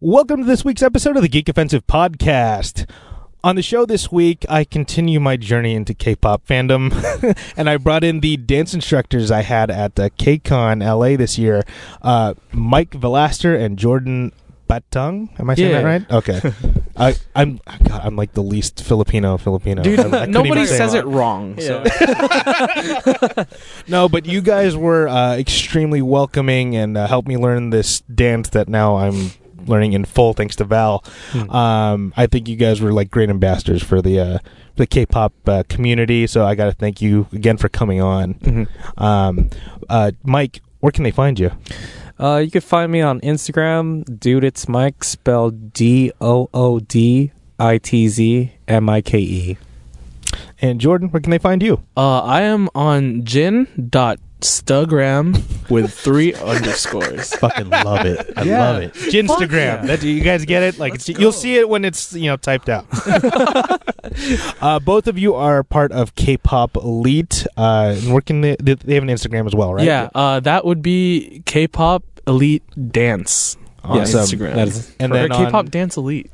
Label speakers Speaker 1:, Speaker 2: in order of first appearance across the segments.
Speaker 1: Welcome to this week's episode of the Geek Offensive Podcast. On the show this week, I continue my journey into K pop fandom, and I brought in the dance instructors I had at uh, KCON LA this year uh, Mike Velaster and Jordan Batung. Am I saying that
Speaker 2: Yeah.
Speaker 1: right? Okay. I, I'm God, I'm like the least Filipino Filipino. I- I couldn't even
Speaker 2: nobody
Speaker 1: say
Speaker 2: says it wrong. So.
Speaker 1: No, but you guys were uh, extremely welcoming and uh, helped me learn this dance that now I'm learning in full thanks to Val. Um, I think you guys were like great ambassadors for the uh, the K-pop uh, community. So I got to thank you again for coming on, um, uh, Mike. Where can they find you?
Speaker 3: Uh, you can find me on Instagram, dude. It's Mike, spelled D O O D I T Z M I K E.
Speaker 1: And Jordan, where can they find you?
Speaker 2: Uh, I am on gin.stugram with three underscores.
Speaker 4: Fucking love it. I
Speaker 1: Yeah.
Speaker 4: love it.
Speaker 1: Instagram. That, you guys get it? Like it's, you'll see it when it's you know typed out. uh, both of you are part of K-pop Elite. Uh, and working they, they have an Instagram as well, right?
Speaker 2: Yeah, uh, that would be K-pop Elite Dance.
Speaker 1: Awesome.
Speaker 2: Yeah, Instagram.
Speaker 3: That is
Speaker 1: And
Speaker 2: or
Speaker 1: then
Speaker 2: K-pop
Speaker 1: on-
Speaker 2: Dance Elite.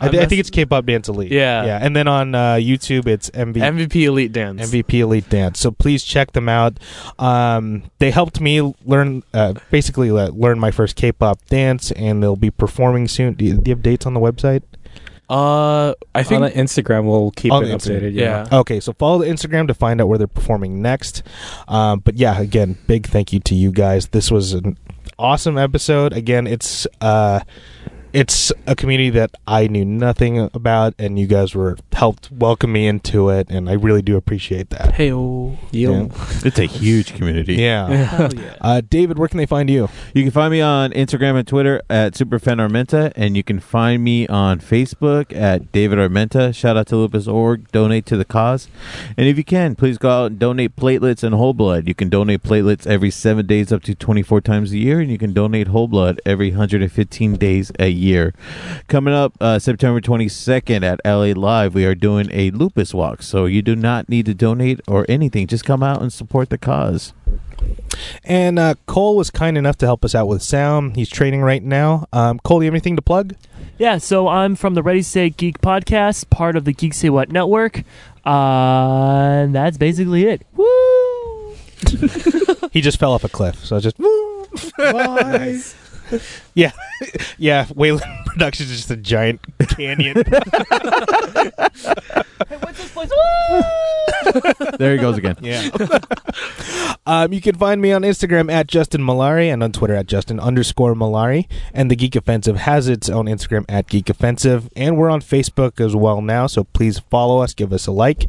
Speaker 1: I, thi- I think it's K-pop Dance Elite.
Speaker 2: Yeah.
Speaker 1: yeah. And then on uh, YouTube, it's MV-
Speaker 2: MVP Elite Dance.
Speaker 1: MVP Elite Dance. So please check them out. Um, they helped me learn, uh, basically le- learn my first K-pop dance, and they'll be performing soon. Do you, do you have dates on the website?
Speaker 2: Uh, I
Speaker 3: on
Speaker 2: think
Speaker 3: the Instagram. We'll keep
Speaker 1: On
Speaker 3: it
Speaker 1: the Instagram.
Speaker 3: updated.
Speaker 2: yeah.
Speaker 1: Okay, so follow the Instagram to find out where they're performing next. Um, but yeah, again, big thank you to you guys. This was an awesome episode. Again, it's uh, it's a community that I knew nothing about, and you guys were helped welcome me into it, and I really do appreciate that.
Speaker 2: Hey, oh.
Speaker 3: Yo.
Speaker 4: It's a huge community.
Speaker 1: Yeah.
Speaker 2: Hell yeah.
Speaker 1: Uh, David, where can they find you?
Speaker 4: You can find me on Instagram and Twitter at SuperFanArmenta, and you can find me on Facebook at David Armenta. Shout out to Lupus.org. Donate to the cause. And if you can, please go out and donate platelets and whole blood. You can donate platelets every seven days up to 24 times a year, and you can donate whole blood every 115 days a year. Coming up uh, September 22nd at LA Live, we are doing a lupus walk. So you do not need to donate or anything. Just come out and support the cause.
Speaker 1: And uh, Cole was kind enough to help us out with sound. He's training right now. Um, Cole, you have anything to plug?
Speaker 5: Yeah, so I'm from the Ready Say Geek podcast, part of the Geek Say What network. Uh, and that's basically it. Woo!
Speaker 1: He just fell off a cliff, so I just. Yeah, yeah. Wayland Productions is just a giant canyon.
Speaker 4: There he goes again.
Speaker 1: yeah. um, you can find me on Instagram at Justin Malari and on Twitter at Justin underscore Malari. And the Geek Offensive has its own Instagram at Geek Offensive, and we're on Facebook as well now. So please follow us, give us a like.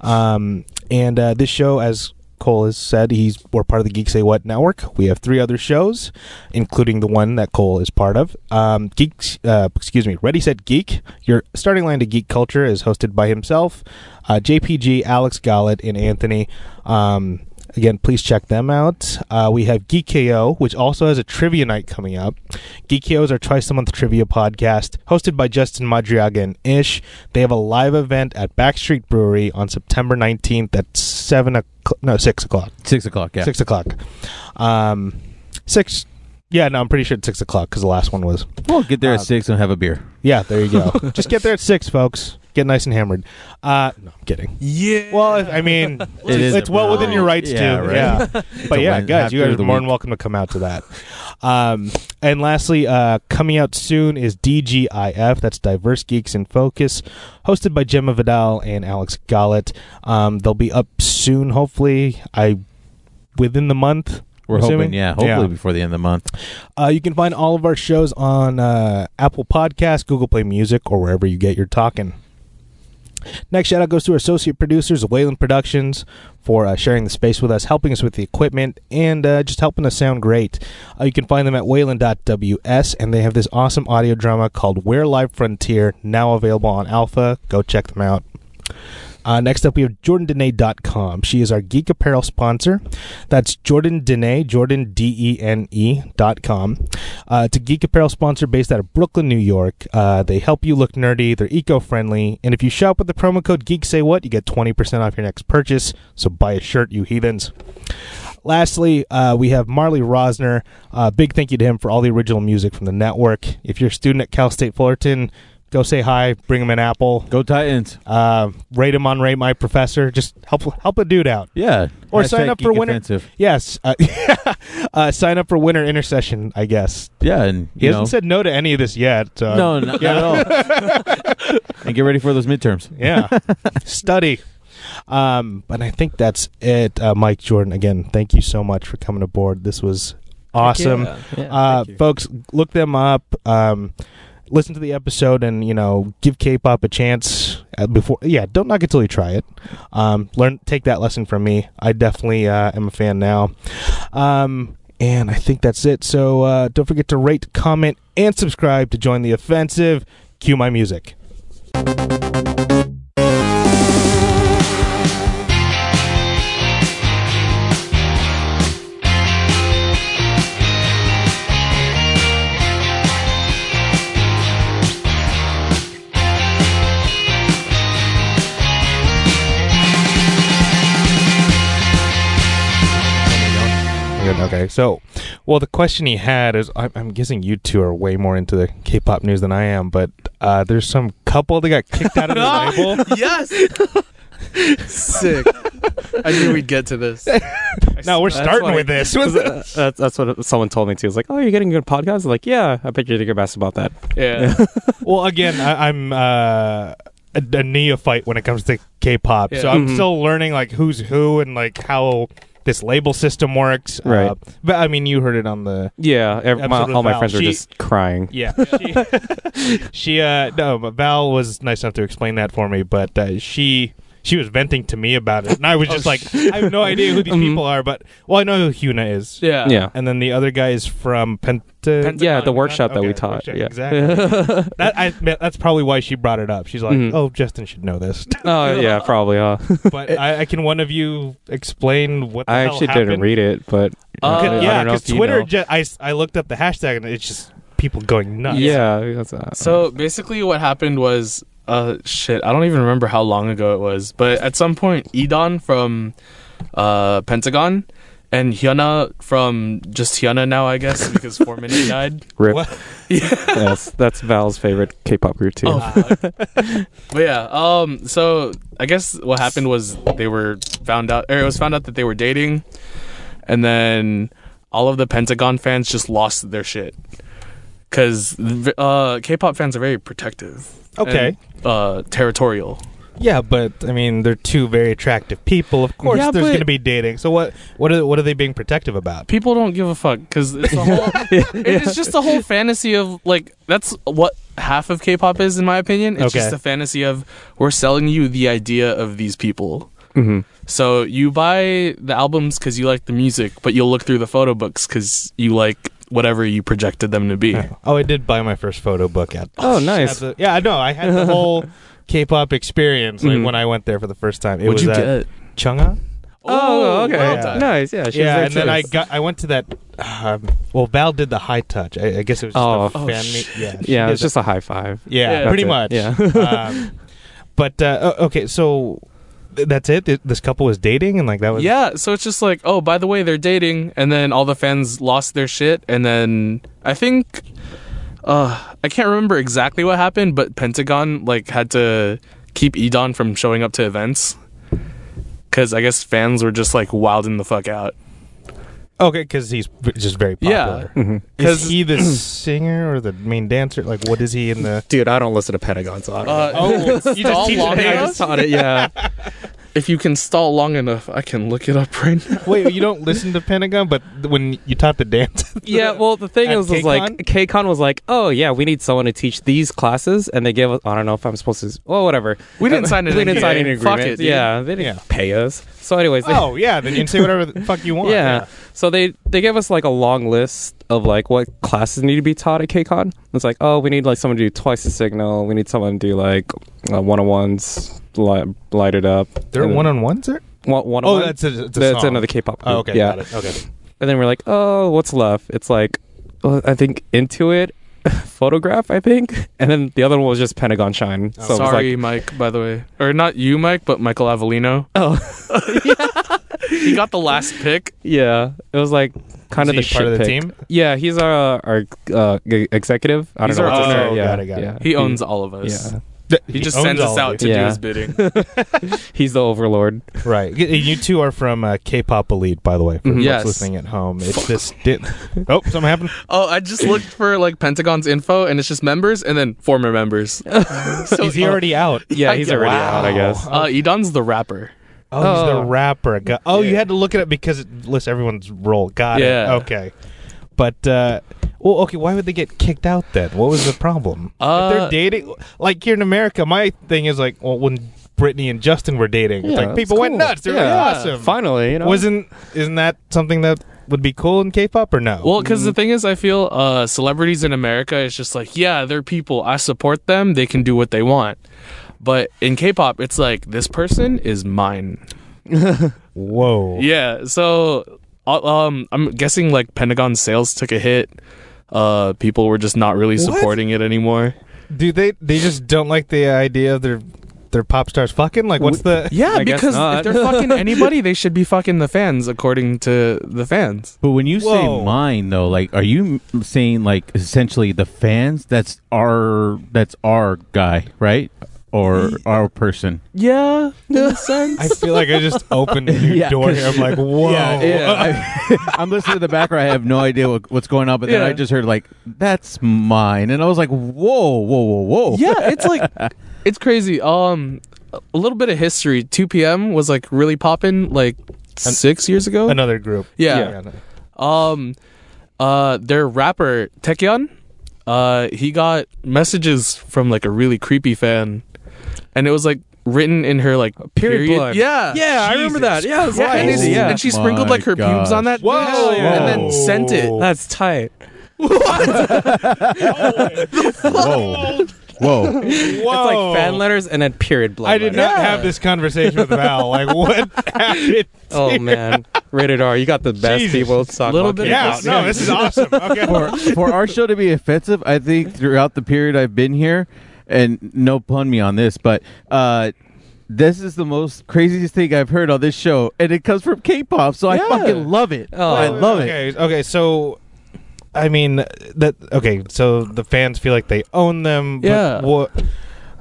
Speaker 1: Um, and uh, this show, as Cole has said he's we're part of the Geek Say What network. We have three other shows, including the one that Cole is part of. Um, Geeks, uh, excuse me, Ready Set Geek. Your starting line to geek culture is hosted by himself, uh, JPG, Alex Gollett, and Anthony. Um, again, please check them out. Uh, we have Geek KO, which also has a trivia night coming up. Geek KO is our twice a month trivia podcast hosted by Justin Madriaga and Ish. They have a live event at Backstreet Brewery on September 19th at seven o'clock. No, six o'clock.
Speaker 4: Six o'clock. Yeah.
Speaker 1: Six o'clock. Um, six. Yeah, no, I'm pretty sure it's six o'clock because the last one was.
Speaker 4: Well, get there at
Speaker 1: Uh,
Speaker 4: six and have a beer.
Speaker 1: Yeah, there you go. Just get there at six, folks. Get nice and hammered. Uh, no, I'm kidding.
Speaker 2: Yeah.
Speaker 1: Well, I I mean, it's,
Speaker 4: is
Speaker 1: it's
Speaker 4: a
Speaker 1: well within
Speaker 4: Friday.
Speaker 1: your rights
Speaker 4: Yeah,
Speaker 1: to.
Speaker 4: right.
Speaker 1: Yeah. but
Speaker 4: a
Speaker 1: yeah,
Speaker 4: Wednesday
Speaker 1: guys, you
Speaker 4: after
Speaker 1: guys are
Speaker 4: the
Speaker 1: more than
Speaker 4: week.
Speaker 1: welcome to come out to that. Um, and lastly, uh, coming out soon is DGIF. That's Diverse Geeks in Focus, hosted by Gemma Vidal and Alex Gollett. Um, they'll be up soon, hopefully. I within the month.
Speaker 4: We're
Speaker 1: assuming?
Speaker 4: hoping, yeah, hopefully before the end of the month.
Speaker 1: Uh, you can find all of our shows on uh, Apple Podcasts, Google Play Music, or wherever you get your talking. Next shout out goes to our associate producers, Wayland Productions, for uh, sharing the space with us, helping us with the equipment, and uh, just helping us sound great. Uh, you can find them at wayland.ws, and they have this awesome audio drama called Where Live Frontier, now available on Alpha. Go check them out. Uh, next up, we have JordanDene.com. She is our geek apparel sponsor. That's Jordan Dene, Jordan D E N E dot com. Uh, it's a geek apparel sponsor based out of Brooklyn, New York. Uh, they help you look nerdy. They're eco friendly, and if you shop with the promo code Geek Say What, you get twenty percent off your next purchase. So buy a shirt, you heathens. Lastly, uh, we have Marley Rosner. Uh, big thank you to him for all the original music from the network. If you're a student at Cal State Fullerton, go say hi, bring him an apple,
Speaker 4: Go Titans.
Speaker 1: uh, rate him on Rate My Professor. Just help help a dude out.
Speaker 4: Yeah.
Speaker 1: Or sign up for
Speaker 4: Geek
Speaker 1: Winter-
Speaker 4: Offensive.
Speaker 1: Yes, uh, uh, sign up for winter intercession. I guess
Speaker 4: Yeah, and
Speaker 1: he
Speaker 4: you
Speaker 1: hasn't
Speaker 4: know,
Speaker 1: said no to any of this yet. So,
Speaker 4: no, not, not at all. and get ready for those midterms.
Speaker 1: yeah, study. Um, but I think that's it. Uh, Mike Jordan, again, thank you so much for coming aboard. This was awesome.
Speaker 2: Yeah, yeah,
Speaker 1: uh,
Speaker 2: thank you.
Speaker 1: folks, look them up. Um, listen to the episode, and you know, give K-pop a chance uh, before. Yeah, don't knock it till you try it. Um, learn, take that lesson from me. I definitely uh, am a fan now. Um, and I think that's it. So uh, don't forget to rate, comment, and subscribe to join the offensive. Cue my music. Good, Okay, so, well, the question he had is I'm, I'm guessing you two are way more into the K pop news than I am, but uh, there's some couple that got kicked out of the label.
Speaker 2: yes. Sick. I knew we'd get to this.
Speaker 1: No, we're
Speaker 3: That's
Speaker 1: starting
Speaker 3: why-
Speaker 1: with this.
Speaker 3: that's, that's what someone told me too. It's like, oh, you're getting a good podcast. I'm like, yeah, I bet you're thinking best about that.
Speaker 2: Yeah.
Speaker 1: well, again, I, I'm uh, a, a neophyte when it comes to K-pop, so
Speaker 2: Yeah.
Speaker 1: I'm
Speaker 3: Mhm.
Speaker 1: still learning like who's who and like how this label system works.
Speaker 3: Right.
Speaker 1: Uh, but I mean, you heard it on the
Speaker 3: Yeah, ev- my,
Speaker 1: Absolute
Speaker 3: all my
Speaker 1: foul.
Speaker 3: friends were
Speaker 1: She-
Speaker 3: just crying.
Speaker 1: yeah. She, she uh no, but Val was nice enough to explain that for me, but uh, she. She was venting to me about it, and I was just
Speaker 2: Oh,
Speaker 1: like, "I have no idea who these
Speaker 3: Mhm.
Speaker 1: people are." But well, I know who Hyuna is.
Speaker 2: Yeah.
Speaker 3: Yeah.
Speaker 1: and then the other guy is from Penta.
Speaker 2: Pentagon.
Speaker 3: yeah, the workshop that
Speaker 1: Okay,
Speaker 3: we taught.
Speaker 1: workshop,
Speaker 3: yeah,
Speaker 1: exactly. that I, that's probably why she brought it up. She's like,
Speaker 3: Mhm.
Speaker 1: "Oh, Justin should know this."
Speaker 3: oh yeah, probably. Huh?
Speaker 1: but I, I can one of you explain what the
Speaker 3: I
Speaker 1: hell
Speaker 3: actually
Speaker 1: happened?
Speaker 3: didn't read it, but
Speaker 2: Uh,
Speaker 3: I-
Speaker 1: Cause,
Speaker 3: I
Speaker 1: yeah,
Speaker 3: don't know
Speaker 1: because
Speaker 3: if you
Speaker 1: Twitter.
Speaker 3: know.
Speaker 1: ju- I s- I looked up the hashtag and it's just people going nuts.
Speaker 3: yeah. that's, uh,
Speaker 2: So basically, what happened was, uh, shit, I don't even remember how long ago it was, but at some point, Edon from uh, Pentagon and Hyuna from just Hyuna now, I guess, because Four Minute died.
Speaker 3: rip.
Speaker 1: What?
Speaker 3: yes, that's Val's favorite K-pop group too.
Speaker 2: Oh, fuck. but yeah, um, so I guess what happened was they were found out, or it was found out that they were dating, and then all of the Pentagon fans just lost their shit. Because uh, K-pop fans are very protective.
Speaker 1: Okay.
Speaker 2: and, uh, territorial.
Speaker 1: Yeah, but I mean, they're two very attractive people. Of course,
Speaker 3: Yeah,
Speaker 1: there's
Speaker 3: but-
Speaker 1: going to be dating. So what? What are what are they being protective about?
Speaker 2: people don't give a fuck because it's a whole it's just the whole fantasy of like that's what half of k-pop is in my opinion it's
Speaker 1: Okay.
Speaker 2: just the fantasy of we're selling you the idea of these people
Speaker 3: Mhm.
Speaker 2: so you buy the albums because you like the music but you'll look through the photo books because you like whatever you projected them to be
Speaker 1: Oh, I did buy my first photo book at.
Speaker 3: Oh, nice.
Speaker 1: At the- yeah, I know. I had the whole K-pop experience like
Speaker 3: Mhm.
Speaker 1: when I went there for the first time. It was
Speaker 2: what'd you
Speaker 1: at
Speaker 2: get
Speaker 1: Chungha.
Speaker 3: Oh, okay.
Speaker 1: well done.
Speaker 3: Nice. Yeah. she was
Speaker 1: yeah,
Speaker 3: there
Speaker 1: and then
Speaker 3: too.
Speaker 1: I got I went to that. Um, well, Val did the high touch. I, I guess it was just
Speaker 3: Oh.
Speaker 1: a
Speaker 2: Oh,
Speaker 1: fan
Speaker 2: sh-
Speaker 1: meet. Yeah, she
Speaker 3: Yeah,
Speaker 1: did
Speaker 3: it's
Speaker 1: the-
Speaker 3: just a high five.
Speaker 1: yeah,
Speaker 2: Yeah.
Speaker 1: pretty much.
Speaker 3: That's it.
Speaker 1: um, but uh, o- okay, so th- that's it. Th- This couple was dating, and like that was
Speaker 2: yeah so it's just like oh by the way they're dating and then all the fans lost their shit and then i think uh i can't remember exactly what happened but pentagon like had to keep edon from showing up to events because i guess fans were just like wilding the fuck out
Speaker 1: okay because he's v- just very
Speaker 2: Yeah.
Speaker 1: popular.
Speaker 3: hmm
Speaker 1: Is
Speaker 2: 'Cause-
Speaker 1: he the singer or the main dancer? Like, what is he in the?
Speaker 3: Dude, I don't listen to Pentagon, so I don't
Speaker 2: uh,
Speaker 1: Oh,
Speaker 2: if you can
Speaker 1: you just
Speaker 2: stall
Speaker 1: teach
Speaker 2: long
Speaker 1: it. I
Speaker 2: enough-
Speaker 1: just
Speaker 3: taught it. Yeah.
Speaker 2: if you can stall long enough i can look it up right now
Speaker 1: Wait, you don't listen to Pentagon, but th- when you taught the dance,
Speaker 3: yeah. Well, the thing
Speaker 1: At
Speaker 3: is, was like KCON was like, oh yeah, we need someone to teach these classes, and they gave us. I don't know if I'm supposed to. Well, whatever.
Speaker 2: we didn't sign an
Speaker 3: we didn't sign any
Speaker 2: NDA. Fuck
Speaker 3: agreement.
Speaker 2: it, dude.
Speaker 3: yeah, they didn't
Speaker 1: Yeah.
Speaker 3: pay us. So, anyways, they,
Speaker 1: oh yeah, then you can say whatever the fuck you want.
Speaker 3: yeah. So they they gave us like a long list of like what classes need to be taught at KCON. It's like, oh, we need like someone to do twice the signal. We need someone to do like uh, one on ones, light, light it up.
Speaker 1: they're
Speaker 3: And then-
Speaker 1: one on ones. Or
Speaker 3: One, one
Speaker 1: oh, that's a, it's a
Speaker 3: that's
Speaker 1: song.
Speaker 3: another K-pop. Group.
Speaker 1: Oh, okay,
Speaker 3: yeah.
Speaker 1: got it. Okay.
Speaker 3: And then we're like, oh, what's left? It's like, well, I think into it, photograph, I think. And then the other one was just Pentagon Shine.
Speaker 1: Oh.
Speaker 3: so
Speaker 2: Sorry,
Speaker 3: it oh,
Speaker 2: Mike, by the way. Or not you, Mike, but Michael Avellino.
Speaker 3: was like,
Speaker 2: he got the last pick.
Speaker 3: Yeah, it was like kind of the
Speaker 1: Is he
Speaker 3: shit
Speaker 1: part of the
Speaker 3: pick.
Speaker 1: team?
Speaker 3: Yeah, he's our our uh, g- executive. I don't
Speaker 2: He's
Speaker 3: know.
Speaker 2: our
Speaker 3: what's his
Speaker 1: owner. Oh,
Speaker 3: name. Yeah,
Speaker 1: Got it, got it.
Speaker 3: yeah.
Speaker 2: He owns all of us.
Speaker 3: Yeah,
Speaker 2: He, just sends us out to
Speaker 3: you.
Speaker 2: do
Speaker 3: Yeah.
Speaker 2: his bidding.
Speaker 3: he's the overlord.
Speaker 1: Right. Y- You two are from uh, K-pop Elite, by the way. For
Speaker 3: Mhm.
Speaker 1: folks
Speaker 2: Mm-hmm. Yes.
Speaker 1: listening at home, it's this. Di- oh, something happened.
Speaker 2: oh, I just looked for like Pentagon's info, and it's just members and then former members. so
Speaker 1: Is he
Speaker 2: uh,
Speaker 1: already out?
Speaker 3: Yeah,
Speaker 2: I
Speaker 3: he's
Speaker 2: guess-
Speaker 3: already out. I guess.
Speaker 2: Uh, Edon's the rapper.
Speaker 1: Oh, he's the
Speaker 3: Oh.
Speaker 1: rapper. Go- oh, you had to look it up because it lists everyone's role. Got
Speaker 2: Yeah.
Speaker 1: it. Okay. But uh, well, okay. Why would they get kicked out then? What was the problem? if
Speaker 2: Uh,
Speaker 1: they're dating, like here in America, my thing is like, well, when Britney and Justin were dating, it's
Speaker 3: Yeah,
Speaker 1: like
Speaker 3: that's
Speaker 1: people went
Speaker 3: cool.
Speaker 1: nuts. They were
Speaker 3: Yeah.
Speaker 1: like, awesome.
Speaker 3: Finally, you know.
Speaker 1: Wasn't isn't that something that would be cool in K-pop or no?
Speaker 2: Well, because the thing is, I feel uh, celebrities in America is just like, yeah, they're people. I support them. They can do what they want. But in K-pop, it's like this person is mine.
Speaker 1: Whoa.
Speaker 2: Yeah. So, uh, um, I'm guessing like Pentagon sales took a hit. Uh, people were just not really
Speaker 1: What?
Speaker 2: supporting it anymore.
Speaker 1: Do they? They just don't like the idea of their their pop stars fucking. Like, what's the?
Speaker 2: Yeah,
Speaker 3: I guess
Speaker 2: because if
Speaker 3: not.
Speaker 2: they're fucking anybody, they should be fucking the fans, according to the fans.
Speaker 4: But when you
Speaker 1: Whoa.
Speaker 4: say mine, though, like, are you m- saying like essentially the fans? That's our that's our guy, right? Or our person?
Speaker 2: Yeah, in a
Speaker 1: I
Speaker 2: sense.
Speaker 1: feel like I just opened a new
Speaker 4: Yeah.
Speaker 1: door here. I'm like, whoa.
Speaker 4: I, am listening to the background. I have no idea what, what's going on, but then
Speaker 2: Yeah.
Speaker 4: I just heard like that's mine, and I was like, whoa, whoa, whoa, whoa.
Speaker 2: yeah, it's like it's crazy. Um, a little bit of history. 2 p.m. was like really popping like six years ago.
Speaker 1: Another group.
Speaker 2: Yeah.
Speaker 1: Yeah.
Speaker 2: Um, uh, their rapper Taekyeon, uh, he got messages from like a really creepy fan, and it was like written in her like
Speaker 3: Period blood.
Speaker 2: Yeah, yeah, I remember that. Yeah, it was like- and,
Speaker 1: Christ.
Speaker 2: it's-
Speaker 1: Oh
Speaker 2: and she sprinkled
Speaker 4: my
Speaker 2: like her pubes
Speaker 4: gosh.
Speaker 2: on that.
Speaker 1: Whoa.
Speaker 2: bitch, and then sent it.
Speaker 1: Whoa.
Speaker 3: That's tight.
Speaker 4: whoa, whoa.
Speaker 1: Whoa.
Speaker 3: It's like fan letters and then period blood.
Speaker 1: Oh. I did
Speaker 3: letters.
Speaker 1: not have this conversation with Val. Like, what happened?
Speaker 3: Oh man, rated R. You got the best
Speaker 1: Jesus.
Speaker 3: people. talking
Speaker 2: Little
Speaker 3: about
Speaker 2: bit of
Speaker 3: K-pop.
Speaker 1: Yeah, no, this is awesome. Okay.
Speaker 4: for, for our show to be offensive, I think throughout the period I've been here, and no pun me on this, but uh, this is the most craziest thing I've heard on this show, and it comes from K-pop, so I
Speaker 3: Yeah.
Speaker 4: fucking love it.
Speaker 3: Oh.
Speaker 4: I love it.
Speaker 1: okay, Okay, so I mean that okay, so the fans feel like they own them,
Speaker 2: Yeah.
Speaker 1: but what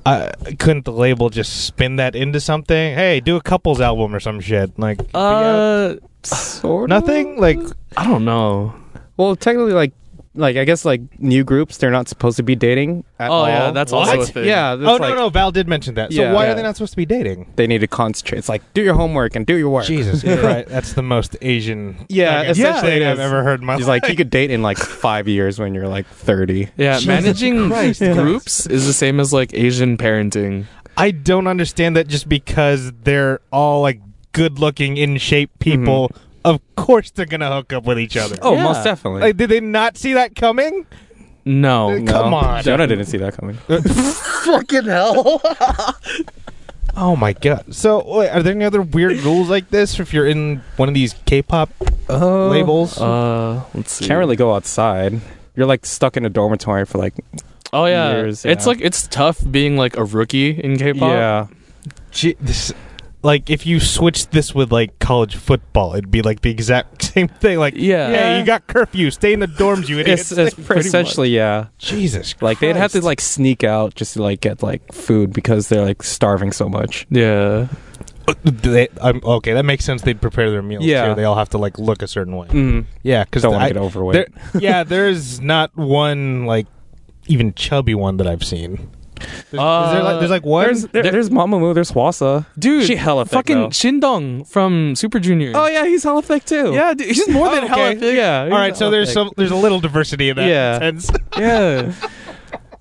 Speaker 1: I couldn't the label just spin that into something? Hey, do a couples album or some shit. Like
Speaker 2: Uh,
Speaker 3: Sort of?
Speaker 1: nothing? Like
Speaker 2: I don't know.
Speaker 3: Well, technically, like, like I guess like new groups, they're not supposed to be dating. At
Speaker 2: Oh
Speaker 3: all.
Speaker 2: yeah, that's also a
Speaker 1: What?
Speaker 2: thing.
Speaker 3: yeah.
Speaker 1: Oh
Speaker 3: that's
Speaker 1: no
Speaker 3: like-
Speaker 1: no, Val did mention that. So
Speaker 3: Yeah.
Speaker 1: why
Speaker 3: Yeah.
Speaker 1: are they not supposed to be dating?
Speaker 3: They need to concentrate. It's like do your homework and do your work.
Speaker 1: Jesus Christ. That's the most Asian
Speaker 3: Yeah,
Speaker 1: fucking
Speaker 3: essentially
Speaker 1: thing
Speaker 3: it
Speaker 1: I've
Speaker 3: is.
Speaker 1: ever heard in my
Speaker 3: He's
Speaker 1: life.
Speaker 3: like you could date in like five years when you're like thirty.
Speaker 2: Yeah,
Speaker 4: Jesus
Speaker 2: managing
Speaker 4: Christ.
Speaker 2: groups is the same as like Asian parenting.
Speaker 1: I don't understand that just because they're all like good looking, in shape people,
Speaker 3: Mm-hmm.
Speaker 1: of course they're gonna hook up with each other.
Speaker 3: Oh,
Speaker 2: Yeah.
Speaker 3: most definitely.
Speaker 1: Like, did they not see that coming?
Speaker 2: No,
Speaker 1: Uh, come on.
Speaker 3: Jonah didn't see that coming.
Speaker 2: fucking hell.
Speaker 1: Oh my god! So, wait, are there any other weird rules like this if you're in one of these K-pop labels?
Speaker 2: Uh, let's see.
Speaker 3: Can't really go outside. You're like stuck in a dormitory for like
Speaker 2: Oh yeah.
Speaker 3: years,
Speaker 2: it's
Speaker 3: yeah.
Speaker 2: like it's tough being like a rookie in K-pop.
Speaker 3: yeah.
Speaker 1: Gee, this, like, if you switched this with like college football, it'd be like the exact same thing. Like,
Speaker 2: Yeah.
Speaker 1: hey, you got curfew, stay in the dorms, you idiots.
Speaker 3: It's, it's essentially yeah.
Speaker 1: Jesus,
Speaker 3: Like they'd have to
Speaker 1: Christ.
Speaker 3: like sneak out just to like get like food because they're like starving so much.
Speaker 2: Yeah.
Speaker 1: Do they- I'm- okay, that makes sense. They'd prepare their meals.
Speaker 3: Yeah.
Speaker 1: too. they all have to like look a certain way.
Speaker 3: Mm.
Speaker 1: Yeah, because
Speaker 3: Don't want to get overweight.
Speaker 1: there, yeah, there's not one like even chubby one that I've seen. There's, is there like,
Speaker 2: Uh,
Speaker 1: there's like one.
Speaker 3: There's there, there's Mamamoo, there's Hwasa.
Speaker 2: Dude,
Speaker 3: she hella thick
Speaker 2: Fucking
Speaker 3: though.
Speaker 2: Shindong from Super Junior.
Speaker 3: Oh yeah, he's hella thick too.
Speaker 2: Yeah, dude, he's more than
Speaker 1: Oh,
Speaker 2: hella
Speaker 1: okay.
Speaker 2: thick.
Speaker 3: yeah.
Speaker 1: all right, so there's some there's a little diversity in that
Speaker 3: Yeah.
Speaker 1: sense.
Speaker 2: Yeah.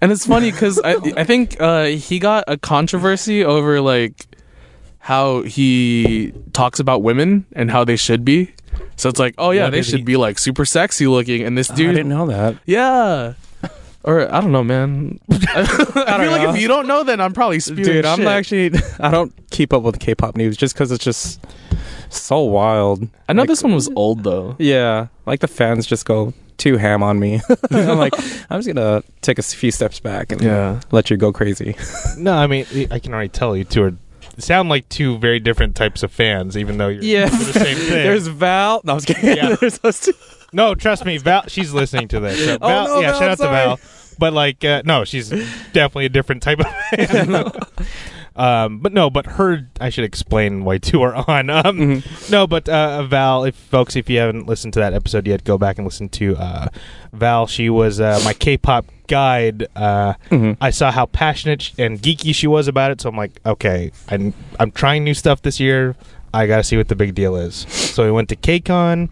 Speaker 2: And it's funny because I I think uh, he got a controversy over like how he talks about women and how they should be. So it's like, oh yeah, Oh,
Speaker 1: What
Speaker 2: they
Speaker 1: did
Speaker 2: should
Speaker 1: he-
Speaker 2: be like super sexy looking, and this
Speaker 3: Dude, I
Speaker 2: dude,
Speaker 3: didn't know that.
Speaker 2: yeah. Or I don't know, man. I, feel like
Speaker 3: know.
Speaker 2: if you don't know, then I'm probably spewing
Speaker 3: Dude, I'm
Speaker 2: shit.
Speaker 3: actually I don't keep up with K-pop news just because it's just so wild.
Speaker 2: I know
Speaker 3: like-
Speaker 2: this one was old though.
Speaker 3: Yeah, like the fans just go too ham on me. I'm like, I'm just gonna take a few steps back and
Speaker 2: Yeah.
Speaker 3: let you go crazy.
Speaker 1: no, I mean I can already tell you two are sound like two very different types of fans, even though you're
Speaker 2: Yeah.
Speaker 1: for the same thing.
Speaker 2: There's Val. No, I was kidding.
Speaker 1: Yeah.
Speaker 2: There's us two.
Speaker 1: no, trust me, Val. She's listening to this. So
Speaker 2: Oh,
Speaker 1: Val,
Speaker 2: no,
Speaker 1: yeah,
Speaker 2: Val,
Speaker 1: shout out
Speaker 2: sorry.
Speaker 1: to Val. But like, uh, no, she's definitely a different type of fan. um, but no, but her. I should explain why two are on. Um, No, but uh, Val, if folks, if you haven't listened to that episode yet, go back and listen to uh, Val. She was uh, my K-pop guide. Uh, I saw how passionate sh- and geeky she was about it, so I'm like, okay, I'm I'm trying new stuff this year. I gotta see what the big deal is. So we went to KCON,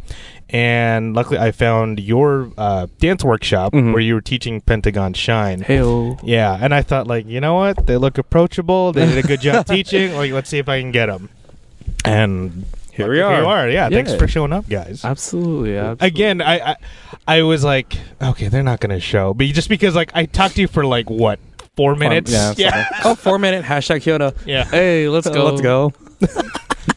Speaker 1: and luckily I found your uh, dance workshop
Speaker 2: Mhm.
Speaker 1: where you were teaching Pentagon Shine.
Speaker 2: Heyo.
Speaker 1: Yeah, and I thought like, you know what? They look approachable. They did a good job teaching. Like, let's see if I can get them. And
Speaker 3: Here we
Speaker 1: luckily
Speaker 3: are.
Speaker 1: Here you are. Yeah, thanks
Speaker 2: Yeah.
Speaker 1: for showing up, guys.
Speaker 2: Absolutely. Yeah.
Speaker 1: Again, I, I I was like, okay, they're not gonna show, but just because like I talked to you for like what four minutes?
Speaker 3: yeah,
Speaker 1: yeah,
Speaker 3: oh, four minute hashtag Hyuna.
Speaker 1: yeah.
Speaker 2: Hey, let's go.
Speaker 3: Let's go.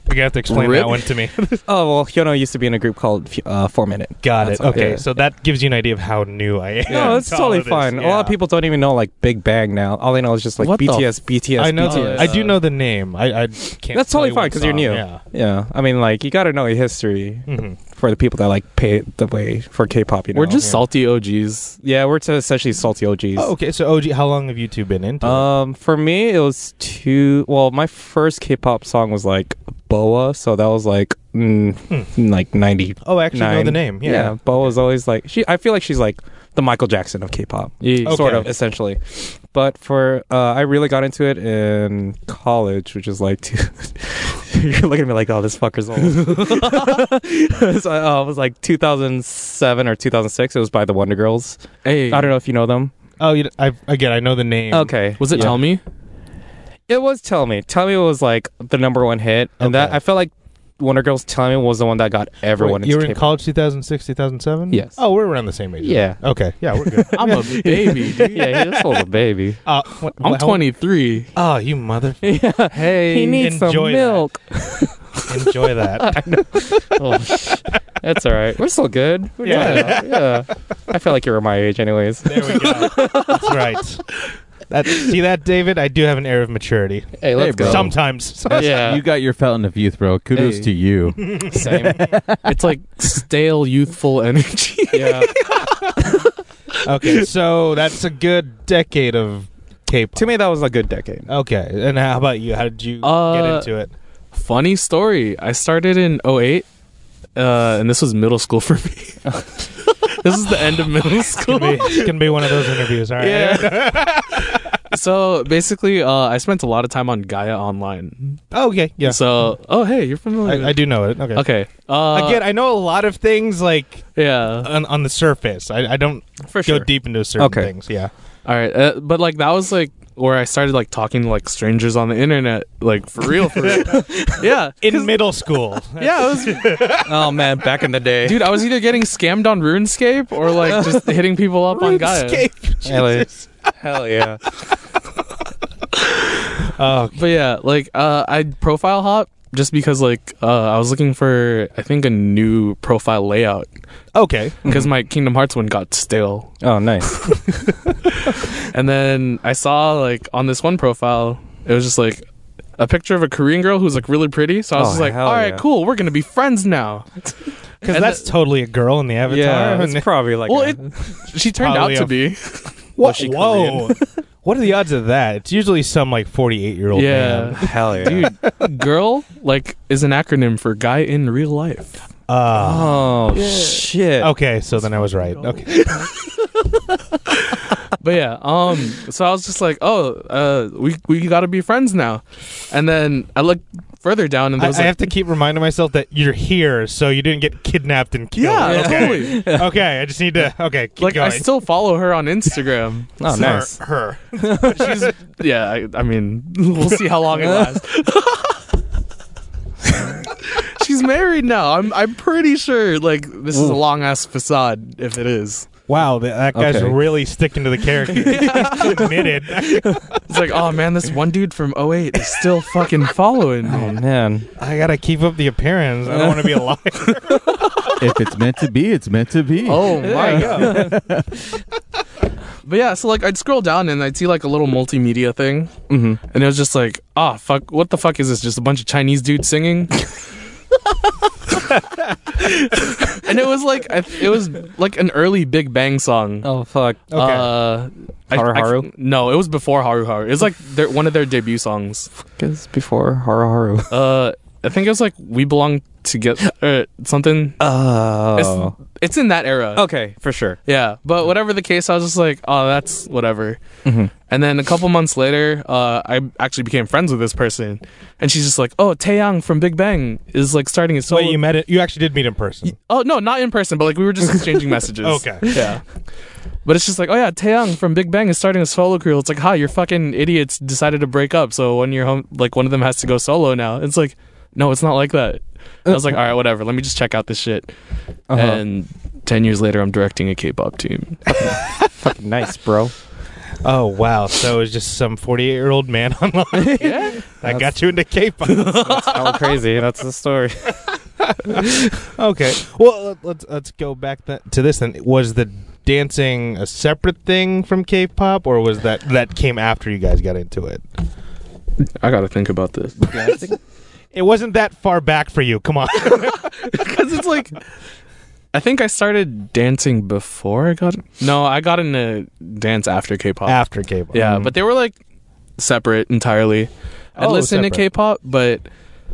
Speaker 1: You're gonna have to explain
Speaker 2: Rip.
Speaker 1: that one to me.
Speaker 3: Oh well, Hyuna used to be in a group called uh, Four Minute.
Speaker 1: Got
Speaker 3: That's
Speaker 1: it. Okay,
Speaker 3: Yeah.
Speaker 1: so that gives you an idea of how new I am.
Speaker 3: No, it's
Speaker 1: to all
Speaker 3: totally
Speaker 1: of this.
Speaker 3: fine. A
Speaker 1: Yeah.
Speaker 3: lot of people don't even know like Big Bang now. All they know is just like
Speaker 2: What the
Speaker 3: BTS, BTS,
Speaker 1: I know.
Speaker 3: BTS.
Speaker 1: I do know the name. I, I can't.
Speaker 3: That's
Speaker 1: tell
Speaker 3: totally
Speaker 1: you what
Speaker 3: fine 'cause you're
Speaker 1: song.
Speaker 3: new.
Speaker 1: Yeah.
Speaker 3: Yeah, I mean, like you got to know your history
Speaker 1: Mhm.
Speaker 3: for the people that like pay the way for K-pop. You know,
Speaker 2: We're just
Speaker 1: Yeah.
Speaker 2: salty OGs.
Speaker 3: yeah, we're to essentially salty OGs.
Speaker 1: Oh, okay. So OG, how long have you two been into? it?
Speaker 3: Um, for me, it was two. Well, my first K-pop song was like Boa, so that was like mm, like ninety.
Speaker 1: Oh, I actually know
Speaker 3: nine.
Speaker 1: the name. Yeah.
Speaker 3: Boa was always like she. I feel like she's like the Michael Jackson of K-pop,
Speaker 2: Yeah.
Speaker 3: sort of
Speaker 1: Okay.
Speaker 3: essentially. But for uh, I really got into it in college, which is like two. you're looking at me like, oh, this fucker's old. so, uh, it was like 2007 or 2006. It was by the Wonder Girls.
Speaker 2: Hey.
Speaker 3: I don't know if you know them.
Speaker 1: Oh, you, I again, I know the name.
Speaker 3: Okay,
Speaker 2: Was it
Speaker 3: Yeah.
Speaker 2: Tell Me?
Speaker 3: It was Tell Me. Tell Me was like the number one hit, and that
Speaker 1: Okay.
Speaker 3: I felt like Wonder Girls Tell Me was the one that got everyone.
Speaker 1: Wait, you were
Speaker 3: into
Speaker 1: in
Speaker 3: K-pop.
Speaker 1: college 2006, 2007?
Speaker 3: Yes.
Speaker 1: Oh, we're around the same age.
Speaker 3: Yeah.
Speaker 1: Okay. Yeah, we're good.
Speaker 2: I'm a baby, dude.
Speaker 3: yeah, he just was a baby.
Speaker 1: uh, what-
Speaker 2: I'm
Speaker 1: what-
Speaker 2: 23.
Speaker 1: Oh, you mother.
Speaker 3: Hey, he needs some
Speaker 1: enjoy that.
Speaker 3: milk.
Speaker 1: Enjoy that.
Speaker 3: Oh, sh- that's all right. We're still good. We're
Speaker 1: Yeah.
Speaker 3: yeah, yeah. I feel like you were my age, anyways.
Speaker 1: there we go. That's right. That, see that, David? I do have an air of maturity.
Speaker 3: Hey, let's
Speaker 4: bro.
Speaker 3: go.
Speaker 1: Sometimes.
Speaker 3: yeah,
Speaker 4: You got your fountain of youth, bro. Kudos
Speaker 3: Hey.
Speaker 4: to you.
Speaker 3: same.
Speaker 2: It's like stale youthful energy.
Speaker 3: Yeah.
Speaker 1: okay, so that's a good decade of K-pop.
Speaker 3: to me, that was a good decade.
Speaker 1: Okay, and how about you? How did you
Speaker 2: Uh,
Speaker 1: get into it?
Speaker 2: Funny story. I started in 08, uh, and this was middle school for me. this is the end of middle school.
Speaker 1: It's gonna be one of those interviews. All right.
Speaker 2: Yeah. so basically, uh, I spent a lot of time on Gaia Online.
Speaker 1: okay. Yeah.
Speaker 2: So, oh hey, you're familiar.
Speaker 1: I, I do know it. Okay.
Speaker 2: Okay. Uh,
Speaker 1: Again, I know a lot of things like
Speaker 2: Yeah.
Speaker 1: on, on the surface. I, I don't
Speaker 2: For
Speaker 1: go
Speaker 2: sure.
Speaker 1: deep into certain
Speaker 3: Okay.
Speaker 1: things. Yeah.
Speaker 2: All right, uh, but like that was like where I started like talking to like strangers on the internet, like for real, for real. yeah,
Speaker 1: In middle school.
Speaker 2: yeah, it was
Speaker 3: Oh man, back in the day,
Speaker 2: dude. I was either getting scammed on RuneScape or like just hitting people up on Gaia.
Speaker 3: Hell, hell yeah.
Speaker 1: Oh,
Speaker 2: But yeah, like uh, I profile hop just because like uh, I was looking for I think a new profile layout
Speaker 1: okay.
Speaker 2: because my Kingdom Hearts one got stale.
Speaker 3: Oh, nice.
Speaker 2: And then I saw like on this one profile, it was just like a picture of a Korean girl who's like really pretty. So I was
Speaker 3: Oh,
Speaker 2: just like,
Speaker 3: hell
Speaker 2: all right,
Speaker 3: yeah.
Speaker 2: cool, we're gonna be friends now.
Speaker 1: Because
Speaker 2: And
Speaker 1: that's totally a girl in the avatar.
Speaker 3: yeah,
Speaker 1: and-
Speaker 3: it's probably like.
Speaker 2: well,
Speaker 3: a-
Speaker 2: it she turned
Speaker 1: Probably
Speaker 2: out to
Speaker 1: a-
Speaker 2: be
Speaker 1: Wha-
Speaker 3: she
Speaker 1: Whoa. what are the odds of that? It's usually some like 48 year old
Speaker 2: yeah.
Speaker 1: man.
Speaker 3: hell yeah,
Speaker 2: Dude, girl like is an acronym for guy in real life.
Speaker 1: Uh,
Speaker 3: Oh shit.
Speaker 1: okay, so then I was right. Okay.
Speaker 2: But yeah, um, so I was just like, oh, uh, we we gotta be friends now. And then I looked further down,
Speaker 1: I,
Speaker 2: and there was
Speaker 1: I
Speaker 2: like,
Speaker 1: have to keep reminding myself that you're here, so you didn't get kidnapped and killed.
Speaker 2: yeah,
Speaker 1: okay.
Speaker 2: totally.
Speaker 1: okay, I just need to. Okay, keep
Speaker 2: Like
Speaker 1: going.
Speaker 2: I still follow her on Instagram.
Speaker 3: Oh,
Speaker 1: Her-
Speaker 3: nice.
Speaker 1: Her.
Speaker 2: She's yeah. I, I mean, we'll see how long it lasts. She's married now. I'm I'm pretty sure. Like this is a long ass facade, if it is.
Speaker 1: Wow, th- that guy's
Speaker 3: Okay.
Speaker 1: really sticking to the character. He's committed.
Speaker 2: It's like, oh man, this one dude from 08 is still fucking following
Speaker 3: Oh
Speaker 2: me.
Speaker 3: man.
Speaker 1: I gotta keep up the appearance. I don't want to be a liar.
Speaker 3: Oh,
Speaker 4: if it's meant to be, it's meant to be.
Speaker 2: Oh my god. but yeah, so like I'd scroll down and I'd see like a little multimedia thing,
Speaker 3: Mm-hmm.
Speaker 2: and it was just like, ah, fuck, what the fuck is this? Just a bunch of Chinese dudes singing. and it was like I- it was like an early Big Bang song.
Speaker 3: Oh fuck.
Speaker 1: Okay.
Speaker 2: Uh, I-
Speaker 3: Haru
Speaker 2: I-
Speaker 3: Haru?
Speaker 2: no, it was before Haru Haru. It was like their, one of their debut songs.
Speaker 3: Because before Haru Haru.
Speaker 2: Uh, I think it was like We Belong Together, uh, something.
Speaker 3: Oh.
Speaker 2: It's, it's in that era.
Speaker 3: Okay, for sure.
Speaker 2: Yeah, but whatever the case, I was just like, oh, that's whatever.
Speaker 3: Mm-hmm.
Speaker 2: And then a couple months later, uh, I actually became friends with this person, and she's just like, "Oh, Taeyang from Big Bang is like starting his solo."
Speaker 1: Wait, you met it? You actually did meet in person.
Speaker 2: oh no, not in person, but like we were just exchanging messages.
Speaker 1: Okay.
Speaker 2: Yeah. But it's just like, oh yeah, Taeyang from Big Bang is starting a solo career. It's like, ha, your fucking idiots decided to break up, so one your home, like one of them has to go solo now. It's like, no, it's not like that. I was like, all right, whatever. Let me just check out this shit.
Speaker 3: Uh-huh.
Speaker 2: And ten years later, I'm directing a K-pop team.
Speaker 3: nice, bro.
Speaker 1: Oh wow! So it was just some forty-eight-year-old man online that got you into K-pop.
Speaker 3: That's how crazy. That's the story.
Speaker 1: okay. Well, let- let's let's go back th- to this. Then was the dancing a separate thing from K-pop, or was that that came after you guys got into it?
Speaker 2: I gotta think about this.
Speaker 1: It wasn't that far back for you. Come on.
Speaker 2: Because it's like, I think I started dancing before I got. No, I got into dance after K-pop.
Speaker 1: after K-pop.
Speaker 2: yeah, but they were like separate entirely. I
Speaker 1: Um, Oh,
Speaker 2: listened to
Speaker 1: separate.
Speaker 2: K-pop, but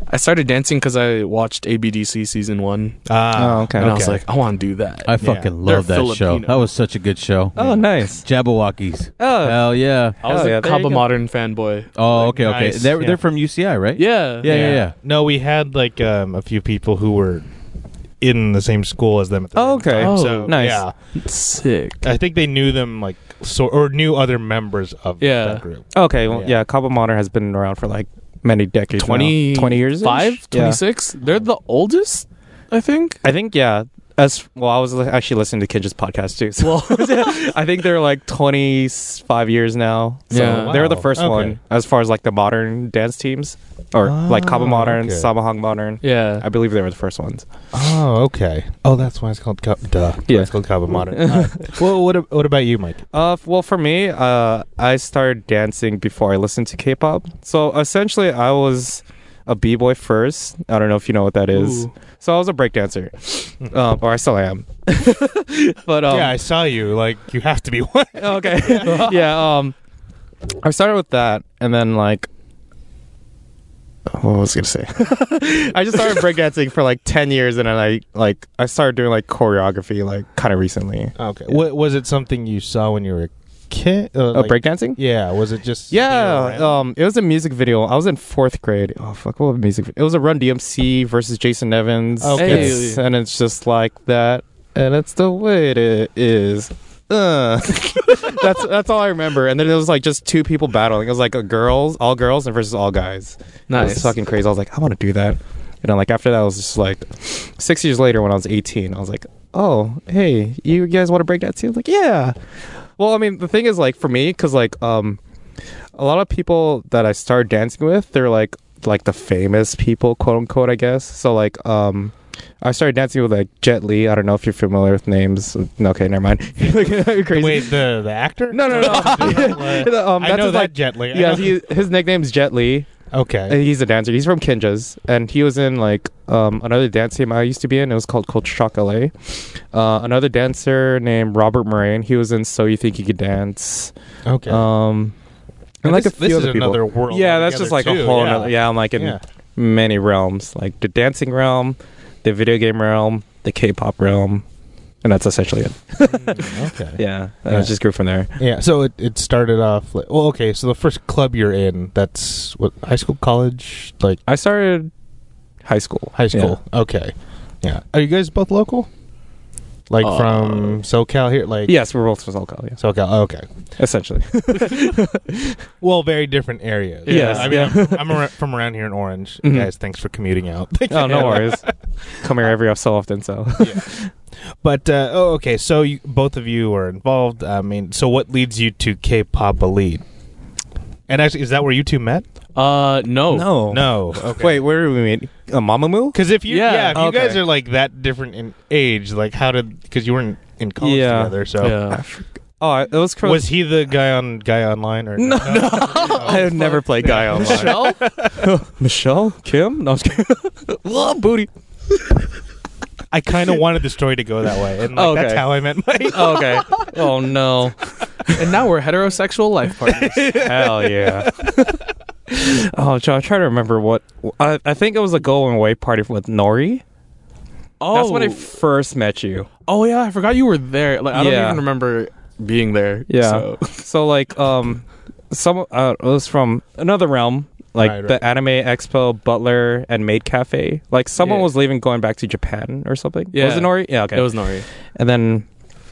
Speaker 2: I started dancing because I watched ABDC season one,
Speaker 1: Ah,
Speaker 3: Oh, okay.
Speaker 2: and I was
Speaker 1: Okay.
Speaker 2: like, I want to do that.
Speaker 4: I fucking
Speaker 2: They're
Speaker 4: love that show.
Speaker 2: Filipino.
Speaker 4: That was such a good show.
Speaker 3: Oh, nice.
Speaker 4: Jabberwockies.
Speaker 3: Oh.
Speaker 4: Hell yeah.
Speaker 2: I was
Speaker 3: Oh, yeah,
Speaker 2: a
Speaker 3: there you
Speaker 2: Kaba
Speaker 3: go.
Speaker 2: Modern fanboy.
Speaker 4: Oh, okay, okay.
Speaker 1: Nice.
Speaker 4: They're
Speaker 1: Yeah.
Speaker 4: they're from UCI, right?
Speaker 2: Yeah,
Speaker 4: Yeah, yeah, yeah.
Speaker 1: No, we had like um, a few people who were in the same school as them. At the
Speaker 3: Oh,
Speaker 1: same
Speaker 3: okay.
Speaker 1: time,
Speaker 2: Oh,
Speaker 1: so,
Speaker 3: nice.
Speaker 1: Yeah,
Speaker 2: sick.
Speaker 1: I think they knew them like so, or knew other members of
Speaker 2: Yeah.
Speaker 1: that group.
Speaker 3: Okay, well,
Speaker 1: Yeah.
Speaker 3: yeah. Cabo Modern has been around for like many decades. now.
Speaker 2: 20,
Speaker 3: 20 years?
Speaker 2: Five, 26? They're the oldest, I think.
Speaker 3: I think, yeah. As well, I was li- actually listening to Kinja's podcast too. So I think they're like 25 years now. So
Speaker 2: Yeah.
Speaker 3: they were the
Speaker 1: Wow.
Speaker 3: first
Speaker 1: Okay.
Speaker 3: one as far as like the modern dance teams or like Cabo
Speaker 1: Ah,
Speaker 3: Modern,
Speaker 1: okay.
Speaker 3: Samahang Modern.
Speaker 2: Yeah.
Speaker 3: I believe they were the first ones.
Speaker 1: Oh, okay. Oh, that's why it's called Cup. Duh.
Speaker 3: Yeah.
Speaker 1: It's called Kaba Modern. Alright. well, what, ab- what about you, Mike?
Speaker 3: Uh, f- well, for me, uh, I started dancing before I listened to K-pop. So essentially, I was a b-boy first. I don't know if you know what that is.
Speaker 2: Ooh.
Speaker 3: So I was a breakdancer, um, or I still am. but um, Oh.
Speaker 1: yeah, I saw you. Like, you have to be one.
Speaker 3: okay, yeah. Um, I started with that, and then like, what was I gonna say? I just started breakdancing for like ten years, and then I like I started doing like choreography like kind of recently.
Speaker 1: Okay. What, was it something you saw when you were a kid? Uh,
Speaker 3: Uh,
Speaker 1: like-
Speaker 3: breakdancing?
Speaker 1: Yeah. Was it just.
Speaker 3: Yeah, um, it was a music video. I was in fourth grade. Oh fuck, what was music? It was a Run DMC versus Jason Evans.
Speaker 1: Okay.
Speaker 3: It's- and it's just like that, and it's the way it is. Uh. that's that's all I remember. And then it was like just two people battling. It was like a girls, all girls, and versus all guys. It was
Speaker 2: Nice.
Speaker 3: fucking crazy. I was like, I want to do that. And then like after that, I was just like, six years later when I was 18, I was like, oh hey, you guys want to break that too? I was like yeah. Well, I mean, the thing is, like, for me, because like, um, a lot of people that I started dancing with, they're like, like the famous people, quote unquote, I guess. So like, um, I started dancing with like Jet Li. I don't know if you're familiar with names. Okay, never mind. Crazy.
Speaker 1: Wait, the, the actor?
Speaker 3: No, no, no. um,
Speaker 1: I
Speaker 3: that's
Speaker 1: know
Speaker 3: his,
Speaker 1: that
Speaker 3: like-
Speaker 1: Jet Li. I
Speaker 3: Yeah,
Speaker 1: know-
Speaker 3: he, his nickname's Jet Li.
Speaker 1: okay.
Speaker 3: and He's a dancer. He's from Kinja's, and he was in like um, another dance team I used to be in. It was called Culture Shock LA. Uh, another dancer named Robert Moraine. He was in So You Think You Could Dance.
Speaker 1: Okay.
Speaker 3: Um, and
Speaker 1: And
Speaker 3: like
Speaker 1: this,
Speaker 3: a few
Speaker 1: this
Speaker 3: other
Speaker 1: is
Speaker 3: people.
Speaker 1: another world.
Speaker 3: yeah, that's just like
Speaker 1: altogether,
Speaker 3: a whole.
Speaker 1: too.
Speaker 3: Another, yeah, I'm like in
Speaker 1: Yeah.
Speaker 3: many realms, like the dancing realm, the video game realm, the K-pop realm, and that's essentially it.
Speaker 1: Okay.
Speaker 3: Yeah, and
Speaker 1: Yeah.
Speaker 3: I just grew from there.
Speaker 1: Yeah, so it, it started off like well, okay, so the first club you're in, that's what high school, college, like
Speaker 3: I started high school.
Speaker 1: high
Speaker 3: Yeah.
Speaker 1: school. Okay. Yeah. Are you guys both local? Like
Speaker 2: Uh,
Speaker 1: from SoCal here? Like
Speaker 3: Yes, we're both from SoCal. Yes,
Speaker 1: SoCal. Okay.
Speaker 3: essentially.
Speaker 1: Well, very different areas.
Speaker 3: Yeah. Yes,
Speaker 1: I mean, I'm, I'm ar- from around here in Orange.
Speaker 3: Mhm.
Speaker 1: Guys, thanks for commuting out.
Speaker 3: oh, no worries. Come here every so often, so.
Speaker 1: But uh, oh, okay. So you, both of you are involved. I mean, so what leads you to K-pop elite? And actually, is that where you two met?
Speaker 2: Uh, no.
Speaker 1: Oh, No. Okay.
Speaker 3: Wait, where do we meet? Uh, Mamamoo?
Speaker 1: Because if you, yeah,
Speaker 2: Yeah,
Speaker 1: if you guys
Speaker 3: okay.
Speaker 1: are like that different in age, like how did? Because you weren't in college
Speaker 3: Yeah.
Speaker 1: together, so
Speaker 2: Yeah.
Speaker 3: I forg- Oh, I- it was from.
Speaker 1: Was he the guy on Guy Online or no? no.
Speaker 3: I have never played Guy Online.
Speaker 2: Michelle?
Speaker 3: Michelle Kim? No, I'm just kidding. Whoa, booty.
Speaker 1: I kind of wanted the story to go that way, and like,
Speaker 3: Okay.
Speaker 1: that's how I meant my.
Speaker 3: Oh, okay. Oh no.
Speaker 2: and now we're heterosexual life partners.
Speaker 3: Hell yeah. oh, I'm trying to remember what I, I think it was a going away party with Nori.
Speaker 2: Oh,
Speaker 3: That's when I first met you.
Speaker 2: oh yeah, I forgot you were there. Like I don't
Speaker 3: Yeah.
Speaker 2: even remember being there.
Speaker 3: Yeah.
Speaker 2: so.
Speaker 3: So like um some uh, it was from another realm like
Speaker 1: Right,
Speaker 3: the
Speaker 1: right.
Speaker 3: anime expo butler and maid cafe like someone
Speaker 2: Yeah.
Speaker 3: was leaving going back to japan or something
Speaker 2: Yeah.
Speaker 3: was it nori yeah okay
Speaker 2: it was Nori.
Speaker 3: and then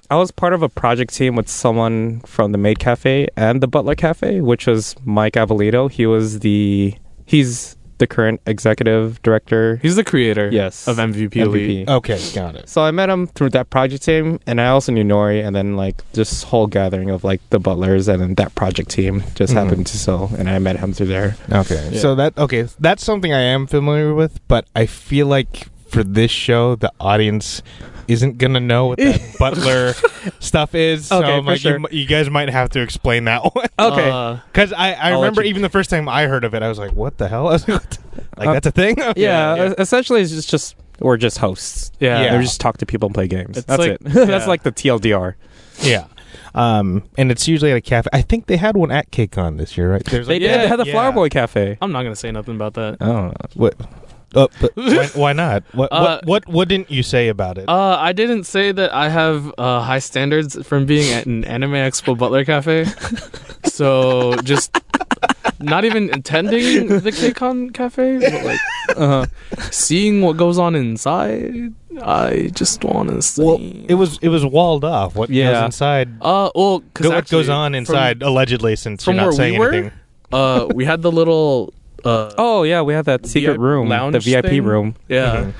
Speaker 3: i was part of a project team with someone from the maid cafe and the butler cafe which was mike abolito he was the he's the current executive director
Speaker 2: He's the creator.
Speaker 3: Yes.
Speaker 2: of MVP, Elite.
Speaker 3: MVP.
Speaker 1: Okay, got it.
Speaker 3: So I met him through that project team, and I also knew Nori, and then like this whole gathering of like the Butlers and then that project team just
Speaker 1: Mhm.
Speaker 3: happened to so, and I met him through there.
Speaker 1: Okay,
Speaker 2: Yeah.
Speaker 1: so that okay, that's something I am familiar with, but I feel like for this show, the audience isn't gonna know what that Butler stuff is. so
Speaker 3: Okay,
Speaker 1: I'm
Speaker 3: for
Speaker 1: like,
Speaker 3: sure.
Speaker 1: you, mi- you guys might have to explain that one.
Speaker 3: Okay.
Speaker 2: Uh,
Speaker 1: Because I, I
Speaker 3: I'll let
Speaker 1: remember
Speaker 3: you-
Speaker 1: even the first time I heard of it, I was like, "What the hell?" I was like, what the- like
Speaker 3: Uh,
Speaker 1: that's a thing.
Speaker 3: yeah,
Speaker 2: yeah.
Speaker 3: e- essentially, it's just just we're just hosts. Uh,
Speaker 2: yeah.
Speaker 1: Yeah.
Speaker 3: We just talk to people and play games.
Speaker 2: It's
Speaker 3: That's
Speaker 2: like-
Speaker 3: it.
Speaker 2: yeah.
Speaker 3: That's like the TLDR.
Speaker 1: yeah. Um, and it's usually at a cafe. I think they had one at KCON this year, right? There's
Speaker 3: They
Speaker 1: like,
Speaker 3: did. They had the
Speaker 1: yeah.
Speaker 3: Flower Boy Cafe.
Speaker 2: I'm not gonna say nothing about that.
Speaker 3: Oh,
Speaker 1: what? Oh, but why, why not? What,
Speaker 2: Uh,
Speaker 1: what? What? What didn't you say about it?
Speaker 2: Uh, I didn't say that I have uh, high standards from being at an Anime Expo Butler Cafe. so just not even attending the KCON Cafe, but like
Speaker 3: uh-huh.
Speaker 2: seeing what goes on inside. I just want to see.
Speaker 1: well, it was it was walled off. What
Speaker 3: Yeah.
Speaker 1: goes inside?
Speaker 2: Uh, well, 'cause
Speaker 1: what
Speaker 2: actually,
Speaker 1: goes on
Speaker 2: from-
Speaker 1: inside? allegedly, since
Speaker 2: from
Speaker 1: you're not
Speaker 2: where we
Speaker 1: saying
Speaker 2: were?
Speaker 1: anything.
Speaker 2: uh, we had the little. Uh,
Speaker 3: oh yeah, we have that secret
Speaker 2: VIP
Speaker 3: room, the
Speaker 2: lounge
Speaker 3: VIP
Speaker 2: thing?
Speaker 3: room.
Speaker 2: yeah.
Speaker 1: Mhm.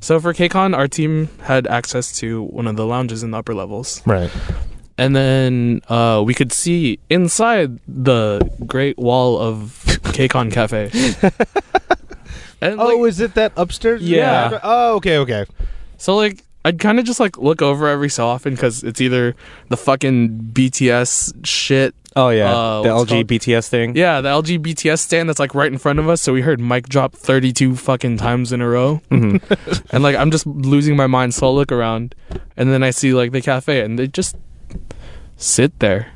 Speaker 2: So for KCON, our team had access to one of the lounges in the upper levels.
Speaker 1: Right.
Speaker 2: and then uh, we could see inside the great wall of KCON Cafe. and,
Speaker 1: Oh,
Speaker 2: like,
Speaker 1: is it that upstairs?
Speaker 2: Yeah.
Speaker 1: Oh, okay, okay.
Speaker 2: so like I'd kind of just like look over every so often because it's either the fucking BTS shit,
Speaker 3: Oh yeah,
Speaker 2: Uh,
Speaker 3: the
Speaker 2: what's it
Speaker 3: LG
Speaker 2: called?
Speaker 3: BTS thing.
Speaker 2: yeah, the LGBTS stand that's like right in front of us. So we heard Mike drop thirty-two fucking times in a row,
Speaker 3: Mhm.
Speaker 2: and like I'm just losing my mind. So I look around, and then I see like the cafe, and they just sit there.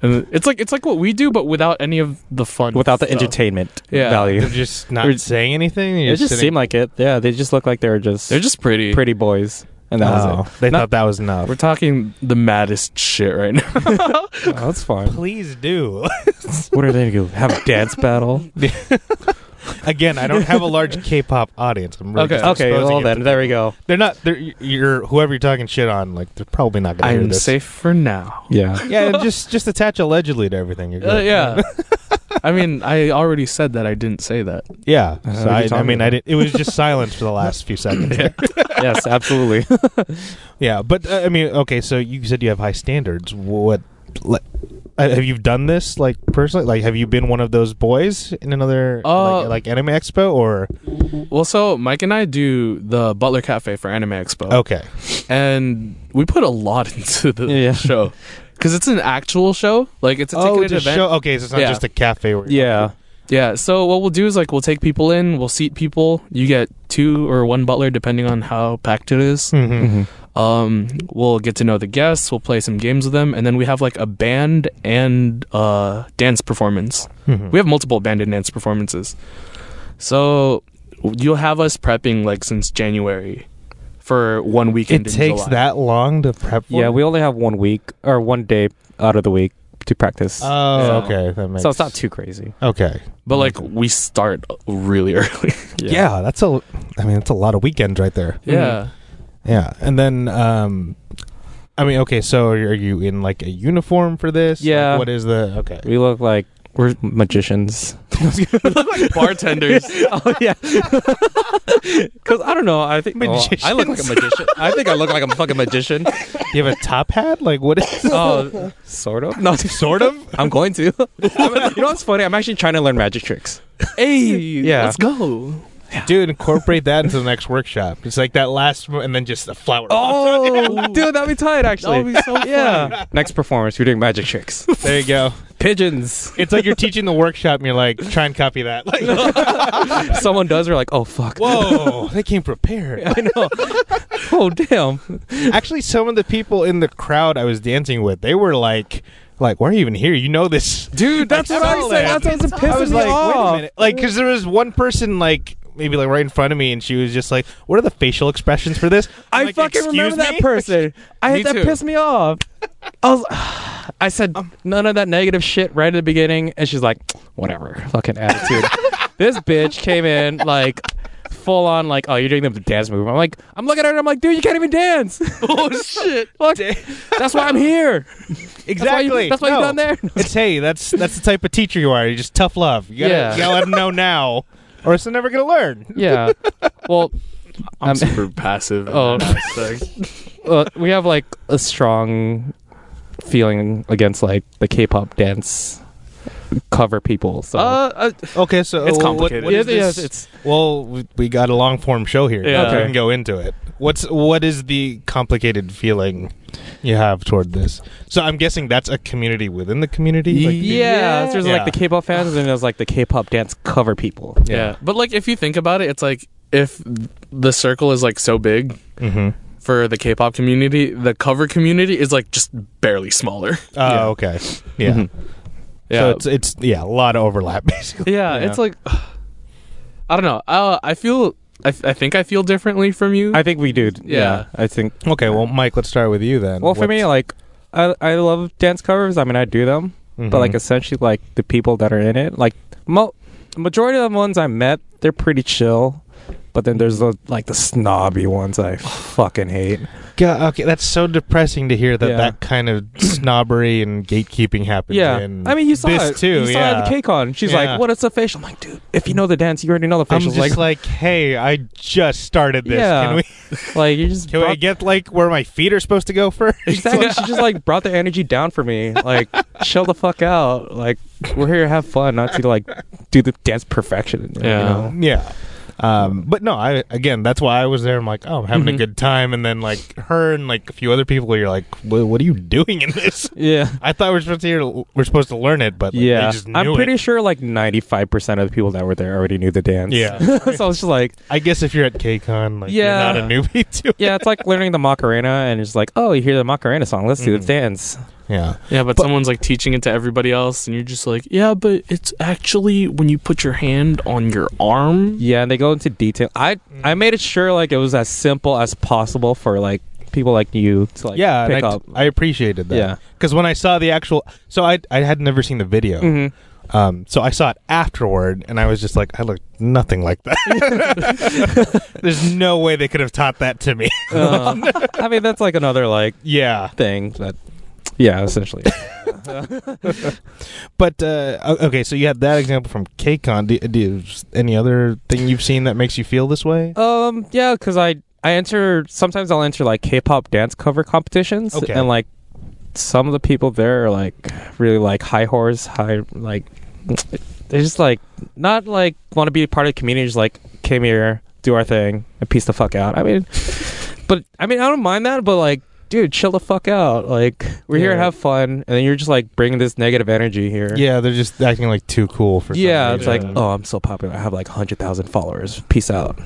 Speaker 2: And it's like it's like what we do, but without any of the fun.
Speaker 3: Without the
Speaker 2: stuff.
Speaker 3: entertainment
Speaker 2: Yeah.
Speaker 1: They're
Speaker 3: value,
Speaker 1: just not
Speaker 3: We're-
Speaker 1: saying anything.
Speaker 3: it just seemed like it. Yeah, they just look like they're just
Speaker 2: They're just pretty.
Speaker 3: pretty boys, and that was it.
Speaker 1: Oh, They
Speaker 2: Not-
Speaker 1: thought that was enough.
Speaker 2: We're talking the maddest shit right now.
Speaker 3: Oh, that's fine.
Speaker 1: Please do.
Speaker 3: what are they gonna do? Have a dance battle?
Speaker 1: Again, I don't have a large K-pop audience. I'm really
Speaker 2: Okay.
Speaker 1: just
Speaker 3: Okay,
Speaker 1: exposing
Speaker 3: well
Speaker 1: it
Speaker 3: then,
Speaker 1: to-
Speaker 3: there we go.
Speaker 1: they're not. They're you're whoever you're talking shit on. Like they're probably not gonna.
Speaker 2: I
Speaker 1: hear
Speaker 2: am
Speaker 1: this.
Speaker 2: safe for now.
Speaker 3: Yeah.
Speaker 1: Yeah, and just just attach allegedly to everything. You're
Speaker 2: Uh,
Speaker 1: good.
Speaker 2: yeah. I mean, I already said that I didn't say that.
Speaker 1: yeah.
Speaker 3: Uh,
Speaker 1: So
Speaker 3: what are you
Speaker 1: I, I
Speaker 3: talking
Speaker 1: mean, I
Speaker 3: about?
Speaker 1: didn't. It was just silence for the last few seconds. yeah.
Speaker 3: yes, absolutely.
Speaker 1: but uh, I mean, okay. So you said you have high standards. What? Like, uh, have you done this like personally? Like, have you been one of those boys in another
Speaker 2: Uh,
Speaker 1: like, like anime expo or?
Speaker 2: Well, so Mike and I do the Butler Cafe for Anime Expo.
Speaker 3: oh.
Speaker 1: Okay,
Speaker 2: And we put a lot into the
Speaker 3: Yeah.
Speaker 2: show. Because it's an actual show. Like, it's a ticketed
Speaker 1: just
Speaker 2: event.
Speaker 1: show- okay, so Oh, it's not
Speaker 2: Yeah.
Speaker 1: just a cafe. Where
Speaker 3: Oh, yeah.
Speaker 2: Yeah. So, what we'll do is, like, we'll take people in, we'll seat people. You get two or one butler, depending on how packed it is.
Speaker 3: Mm-hmm.
Speaker 1: Mhm.
Speaker 2: Um, we'll get to know the guests. We'll play some games with them, and then we have like a band and uh, dance performance.
Speaker 1: Mhm.
Speaker 2: We have multiple band and dance performances. So you'll have us prepping like since January for one
Speaker 1: it
Speaker 2: weekend. in
Speaker 1: takes
Speaker 2: July.
Speaker 1: that long to prep.
Speaker 3: Yeah,
Speaker 1: one?
Speaker 3: we only have one week or one day out of the week to practice.
Speaker 1: Oh,
Speaker 2: Yeah.
Speaker 1: okay. That makes
Speaker 3: so it's not too crazy.
Speaker 1: Okay.
Speaker 2: but like we start really early.
Speaker 1: Yeah. that's a. I mean, that's a lot of weekends right there.
Speaker 2: yeah.
Speaker 1: Yeah, and then um, I mean, okay. So are you in like a uniform for this? Like,
Speaker 3: Yeah. Oh,
Speaker 1: what is the okay?
Speaker 3: We look like we're magicians.
Speaker 2: Bartenders.
Speaker 3: oh yeah. Cuz I don't know, I think well, I look like a
Speaker 1: Magicians.
Speaker 3: magician. I think I look like a fucking magician.
Speaker 1: Do you have a top hat? Like what is?
Speaker 3: Oh, sort of. No,
Speaker 1: sort of.
Speaker 3: I'm going to. you know what's funny? I'm actually trying to learn magic tricks.
Speaker 2: hey,
Speaker 3: Yeah.
Speaker 2: let's go.
Speaker 1: Dude, incorporate that into the next workshop. It's like that last, mo- and then just a flower.
Speaker 3: Oh, dude, that'd be tight. Actually,
Speaker 2: That'll be so fun.
Speaker 3: yeah. Next performance, you're doing magic tricks.
Speaker 1: There you go.
Speaker 3: Pigeons.
Speaker 1: It's like you're teaching the workshop, and you're like, try and copy that. Like,
Speaker 3: Someone does. We're like, oh fuck.
Speaker 1: whoa, they came prepared.
Speaker 3: I know. oh damn.
Speaker 1: Actually, some of the people in the crowd I was dancing with, they were like, like, why are you even here? You know this.
Speaker 3: Dude, that's what I
Speaker 1: solid.
Speaker 3: said. That's what's
Speaker 1: I was
Speaker 3: pissing me
Speaker 1: like, wait a
Speaker 3: off.
Speaker 1: minute. Like, because there was one person, like, maybe like right in front of me, and she was just like, what are the facial expressions for this? I'm
Speaker 3: I
Speaker 1: like,
Speaker 3: fucking
Speaker 1: "Excuse
Speaker 3: remember that
Speaker 1: me?"
Speaker 3: person. I
Speaker 2: Me
Speaker 3: had that
Speaker 2: too.
Speaker 3: pissed me off. I was, I said
Speaker 1: Um,
Speaker 3: none of that negative shit right at the beginning, and she's like, whatever, fucking attitude. this bitch came in like full on like, oh, you're doing the dance move. I'm like, I'm looking at her. I'm like, dude, you can't even dance.
Speaker 2: oh shit!
Speaker 3: Fuck. That's why I'm here.
Speaker 1: Exactly.
Speaker 3: That's why you,
Speaker 1: No.
Speaker 3: that's why you done there.
Speaker 1: It's hey, that's that's the type of teacher you are. You're just tough love. You gotta,
Speaker 3: Yeah.
Speaker 1: you gotta let them know now, or else they're never gonna learn.
Speaker 3: yeah. Well,
Speaker 2: I'm
Speaker 3: Um,
Speaker 2: super passive.
Speaker 3: Oh.
Speaker 2: Oh,
Speaker 3: uh, we have like a strong feeling against like the K-pop dance cover people. So
Speaker 2: uh,
Speaker 1: Oh,
Speaker 2: uh,
Speaker 1: Okay, so
Speaker 2: It's
Speaker 1: wh-
Speaker 2: complicated.
Speaker 1: What, what is
Speaker 3: Yes, yes,
Speaker 1: this?
Speaker 3: it's
Speaker 1: well, we- we got a long form show here.
Speaker 2: Yeah.
Speaker 1: we
Speaker 2: Okay.
Speaker 1: can go into it. What's what is the complicated feeling you have toward this? So I'm guessing that's a community within the community. Like,
Speaker 3: yeah, so there's
Speaker 1: Yeah.
Speaker 3: like the K-pop fans and there's like the K-pop dance cover people.
Speaker 2: yeah. but like if you think about it, it's like if the circle is like so big
Speaker 1: Mm-hmm.
Speaker 2: for the K-pop community, the cover community is like just barely smaller.
Speaker 1: Oh, okay. Yeah.
Speaker 3: Mhm.
Speaker 1: So
Speaker 2: Yeah,
Speaker 1: it's it's yeah a lot of overlap basically.
Speaker 2: yeah,
Speaker 3: Yeah.
Speaker 2: it's like I don't know. Uh, I feel I, I think I feel differently from you.
Speaker 3: I think we do. Yeah,
Speaker 2: Yeah.
Speaker 3: I think.
Speaker 1: Okay, well, Mike, let's start with you then.
Speaker 3: Well, for me, like I I love dance covers. I mean, I do them, but like essentially, like the people that are in it, like mo- the majority of the ones I met, they're pretty chill. But then there's the, like the snobby ones I fucking hate.
Speaker 1: God, Mm-hmm. okay, that's so depressing to hear that
Speaker 3: Yeah.
Speaker 1: that kind of snobbery and gatekeeping happens.
Speaker 3: Yeah,
Speaker 1: in
Speaker 3: I mean, you saw
Speaker 1: this
Speaker 3: it
Speaker 1: too.
Speaker 3: You saw
Speaker 1: yeah,
Speaker 3: it at the KCON. She's
Speaker 1: Yeah.
Speaker 3: like, "What? It's a facial." I'm like, "Dude, if you know the dance, you already know the
Speaker 1: I'm
Speaker 3: facial."
Speaker 1: just like, hey, I just started this.
Speaker 3: Yeah.
Speaker 1: Can we?
Speaker 3: like, like you just
Speaker 1: Can
Speaker 3: brought-
Speaker 1: I get like where my feet are supposed to go first?
Speaker 3: Exactly. She just like brought the energy down for me. Like, chill the fuck out. Like, we're here to have fun, not to like do the dance perfection. You
Speaker 2: Yeah.
Speaker 3: know?
Speaker 1: yeah. Um, but no, I again, that's why I was there. I'm like, oh, I'm having
Speaker 3: Mm-hmm.
Speaker 2: Mhm.
Speaker 1: a good time, and then like her and like a few other people, you're like, "Wha- what are you doing in this?
Speaker 3: Yeah.
Speaker 1: I thought we are supposed to hear, we're supposed to learn it, but like,
Speaker 3: yeah.
Speaker 1: they just knew
Speaker 3: I'm
Speaker 1: it.
Speaker 3: pretty sure like 95% of the people that were there already knew the dance.
Speaker 1: Yeah.
Speaker 3: so I was just like,
Speaker 1: I guess if you're at KCON, like
Speaker 3: Yeah.
Speaker 1: you're not a newbie to it.
Speaker 3: yeah, it's like learning the Macarena and it's like, oh, you hear the Macarena song. Let's do
Speaker 1: Mhm.
Speaker 3: the dance.
Speaker 1: Yeah.
Speaker 2: yeah, but, someone's like teaching it to everybody else, and you're just like, yeah, but it's actually when you put your hand on your arm.
Speaker 3: Yeah. And they go into detail. I,
Speaker 1: Mm.
Speaker 3: I made it sure like it was as simple as possible for like people like you to like
Speaker 1: yeah, and
Speaker 3: pick
Speaker 1: I,
Speaker 3: up.
Speaker 1: I appreciated that.
Speaker 3: Yeah.
Speaker 1: because when I saw the actual, so I I had never seen the video,
Speaker 3: hmm
Speaker 1: um, so I saw it afterward, and I was just like, I look nothing like that. There's no way they could have taught that to me.
Speaker 3: Uh, I mean, that's like another like
Speaker 1: yeah,
Speaker 3: thing that, yeah, essentially.
Speaker 1: but uh, o- okay, so you had that example from KCON. Do, do you, any other thing you've seen that makes you feel this way?
Speaker 3: Um, yeah, because I I enter sometimes I'll enter like K-pop dance cover competitions,
Speaker 1: Okay.
Speaker 3: and like some of the people there are like really like high horse, high like they just like not like want to be a part of the community. Just like came here, do our thing, and peace the fuck out. I mean, but I mean I don't mind that, but like. Dude, chill the fuck out. Like, we're here to
Speaker 1: Yeah.
Speaker 3: have fun, and then you're just like bringing this negative energy here.
Speaker 1: Yeah, they're just acting like too cool for. some
Speaker 3: Uh, Yeah, it's like,
Speaker 1: reason.
Speaker 3: oh, I'm so popular. I have like hundred thousand followers. Peace out.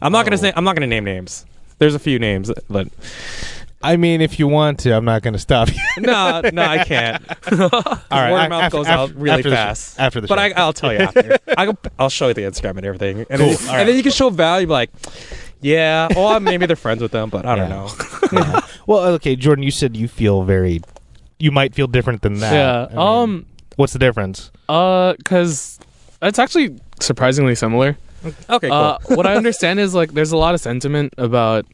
Speaker 3: I'm not gonna say. I'm not gonna name names. There's a few names, but
Speaker 1: I mean, if you want to, I'm not going to stop you.
Speaker 3: no, no, I can't.
Speaker 1: All right,
Speaker 3: word of
Speaker 1: af-
Speaker 3: mouth
Speaker 1: af-
Speaker 3: goes
Speaker 1: af-
Speaker 3: out really
Speaker 1: after the show-
Speaker 3: fast.
Speaker 1: after the
Speaker 3: But
Speaker 1: show.
Speaker 3: I, I'll tell you after. I, can- I'll show you the Instagram and everything, and, then,
Speaker 1: Cool.
Speaker 3: you-
Speaker 1: All
Speaker 3: and
Speaker 1: right.
Speaker 3: then you can show value. Like, yeah, or maybe they're friends with them, but I don't
Speaker 1: Yeah.
Speaker 3: know.
Speaker 1: Yeah. Well, okay, Jordan, you said you feel very, you might feel different than that.
Speaker 2: Yeah.
Speaker 1: I mean,
Speaker 2: um.
Speaker 1: what's the difference?
Speaker 2: Uh, cause it's actually surprisingly similar.
Speaker 3: Okay, cool.
Speaker 2: Uh, what I understand is like there's a lot of sentiment about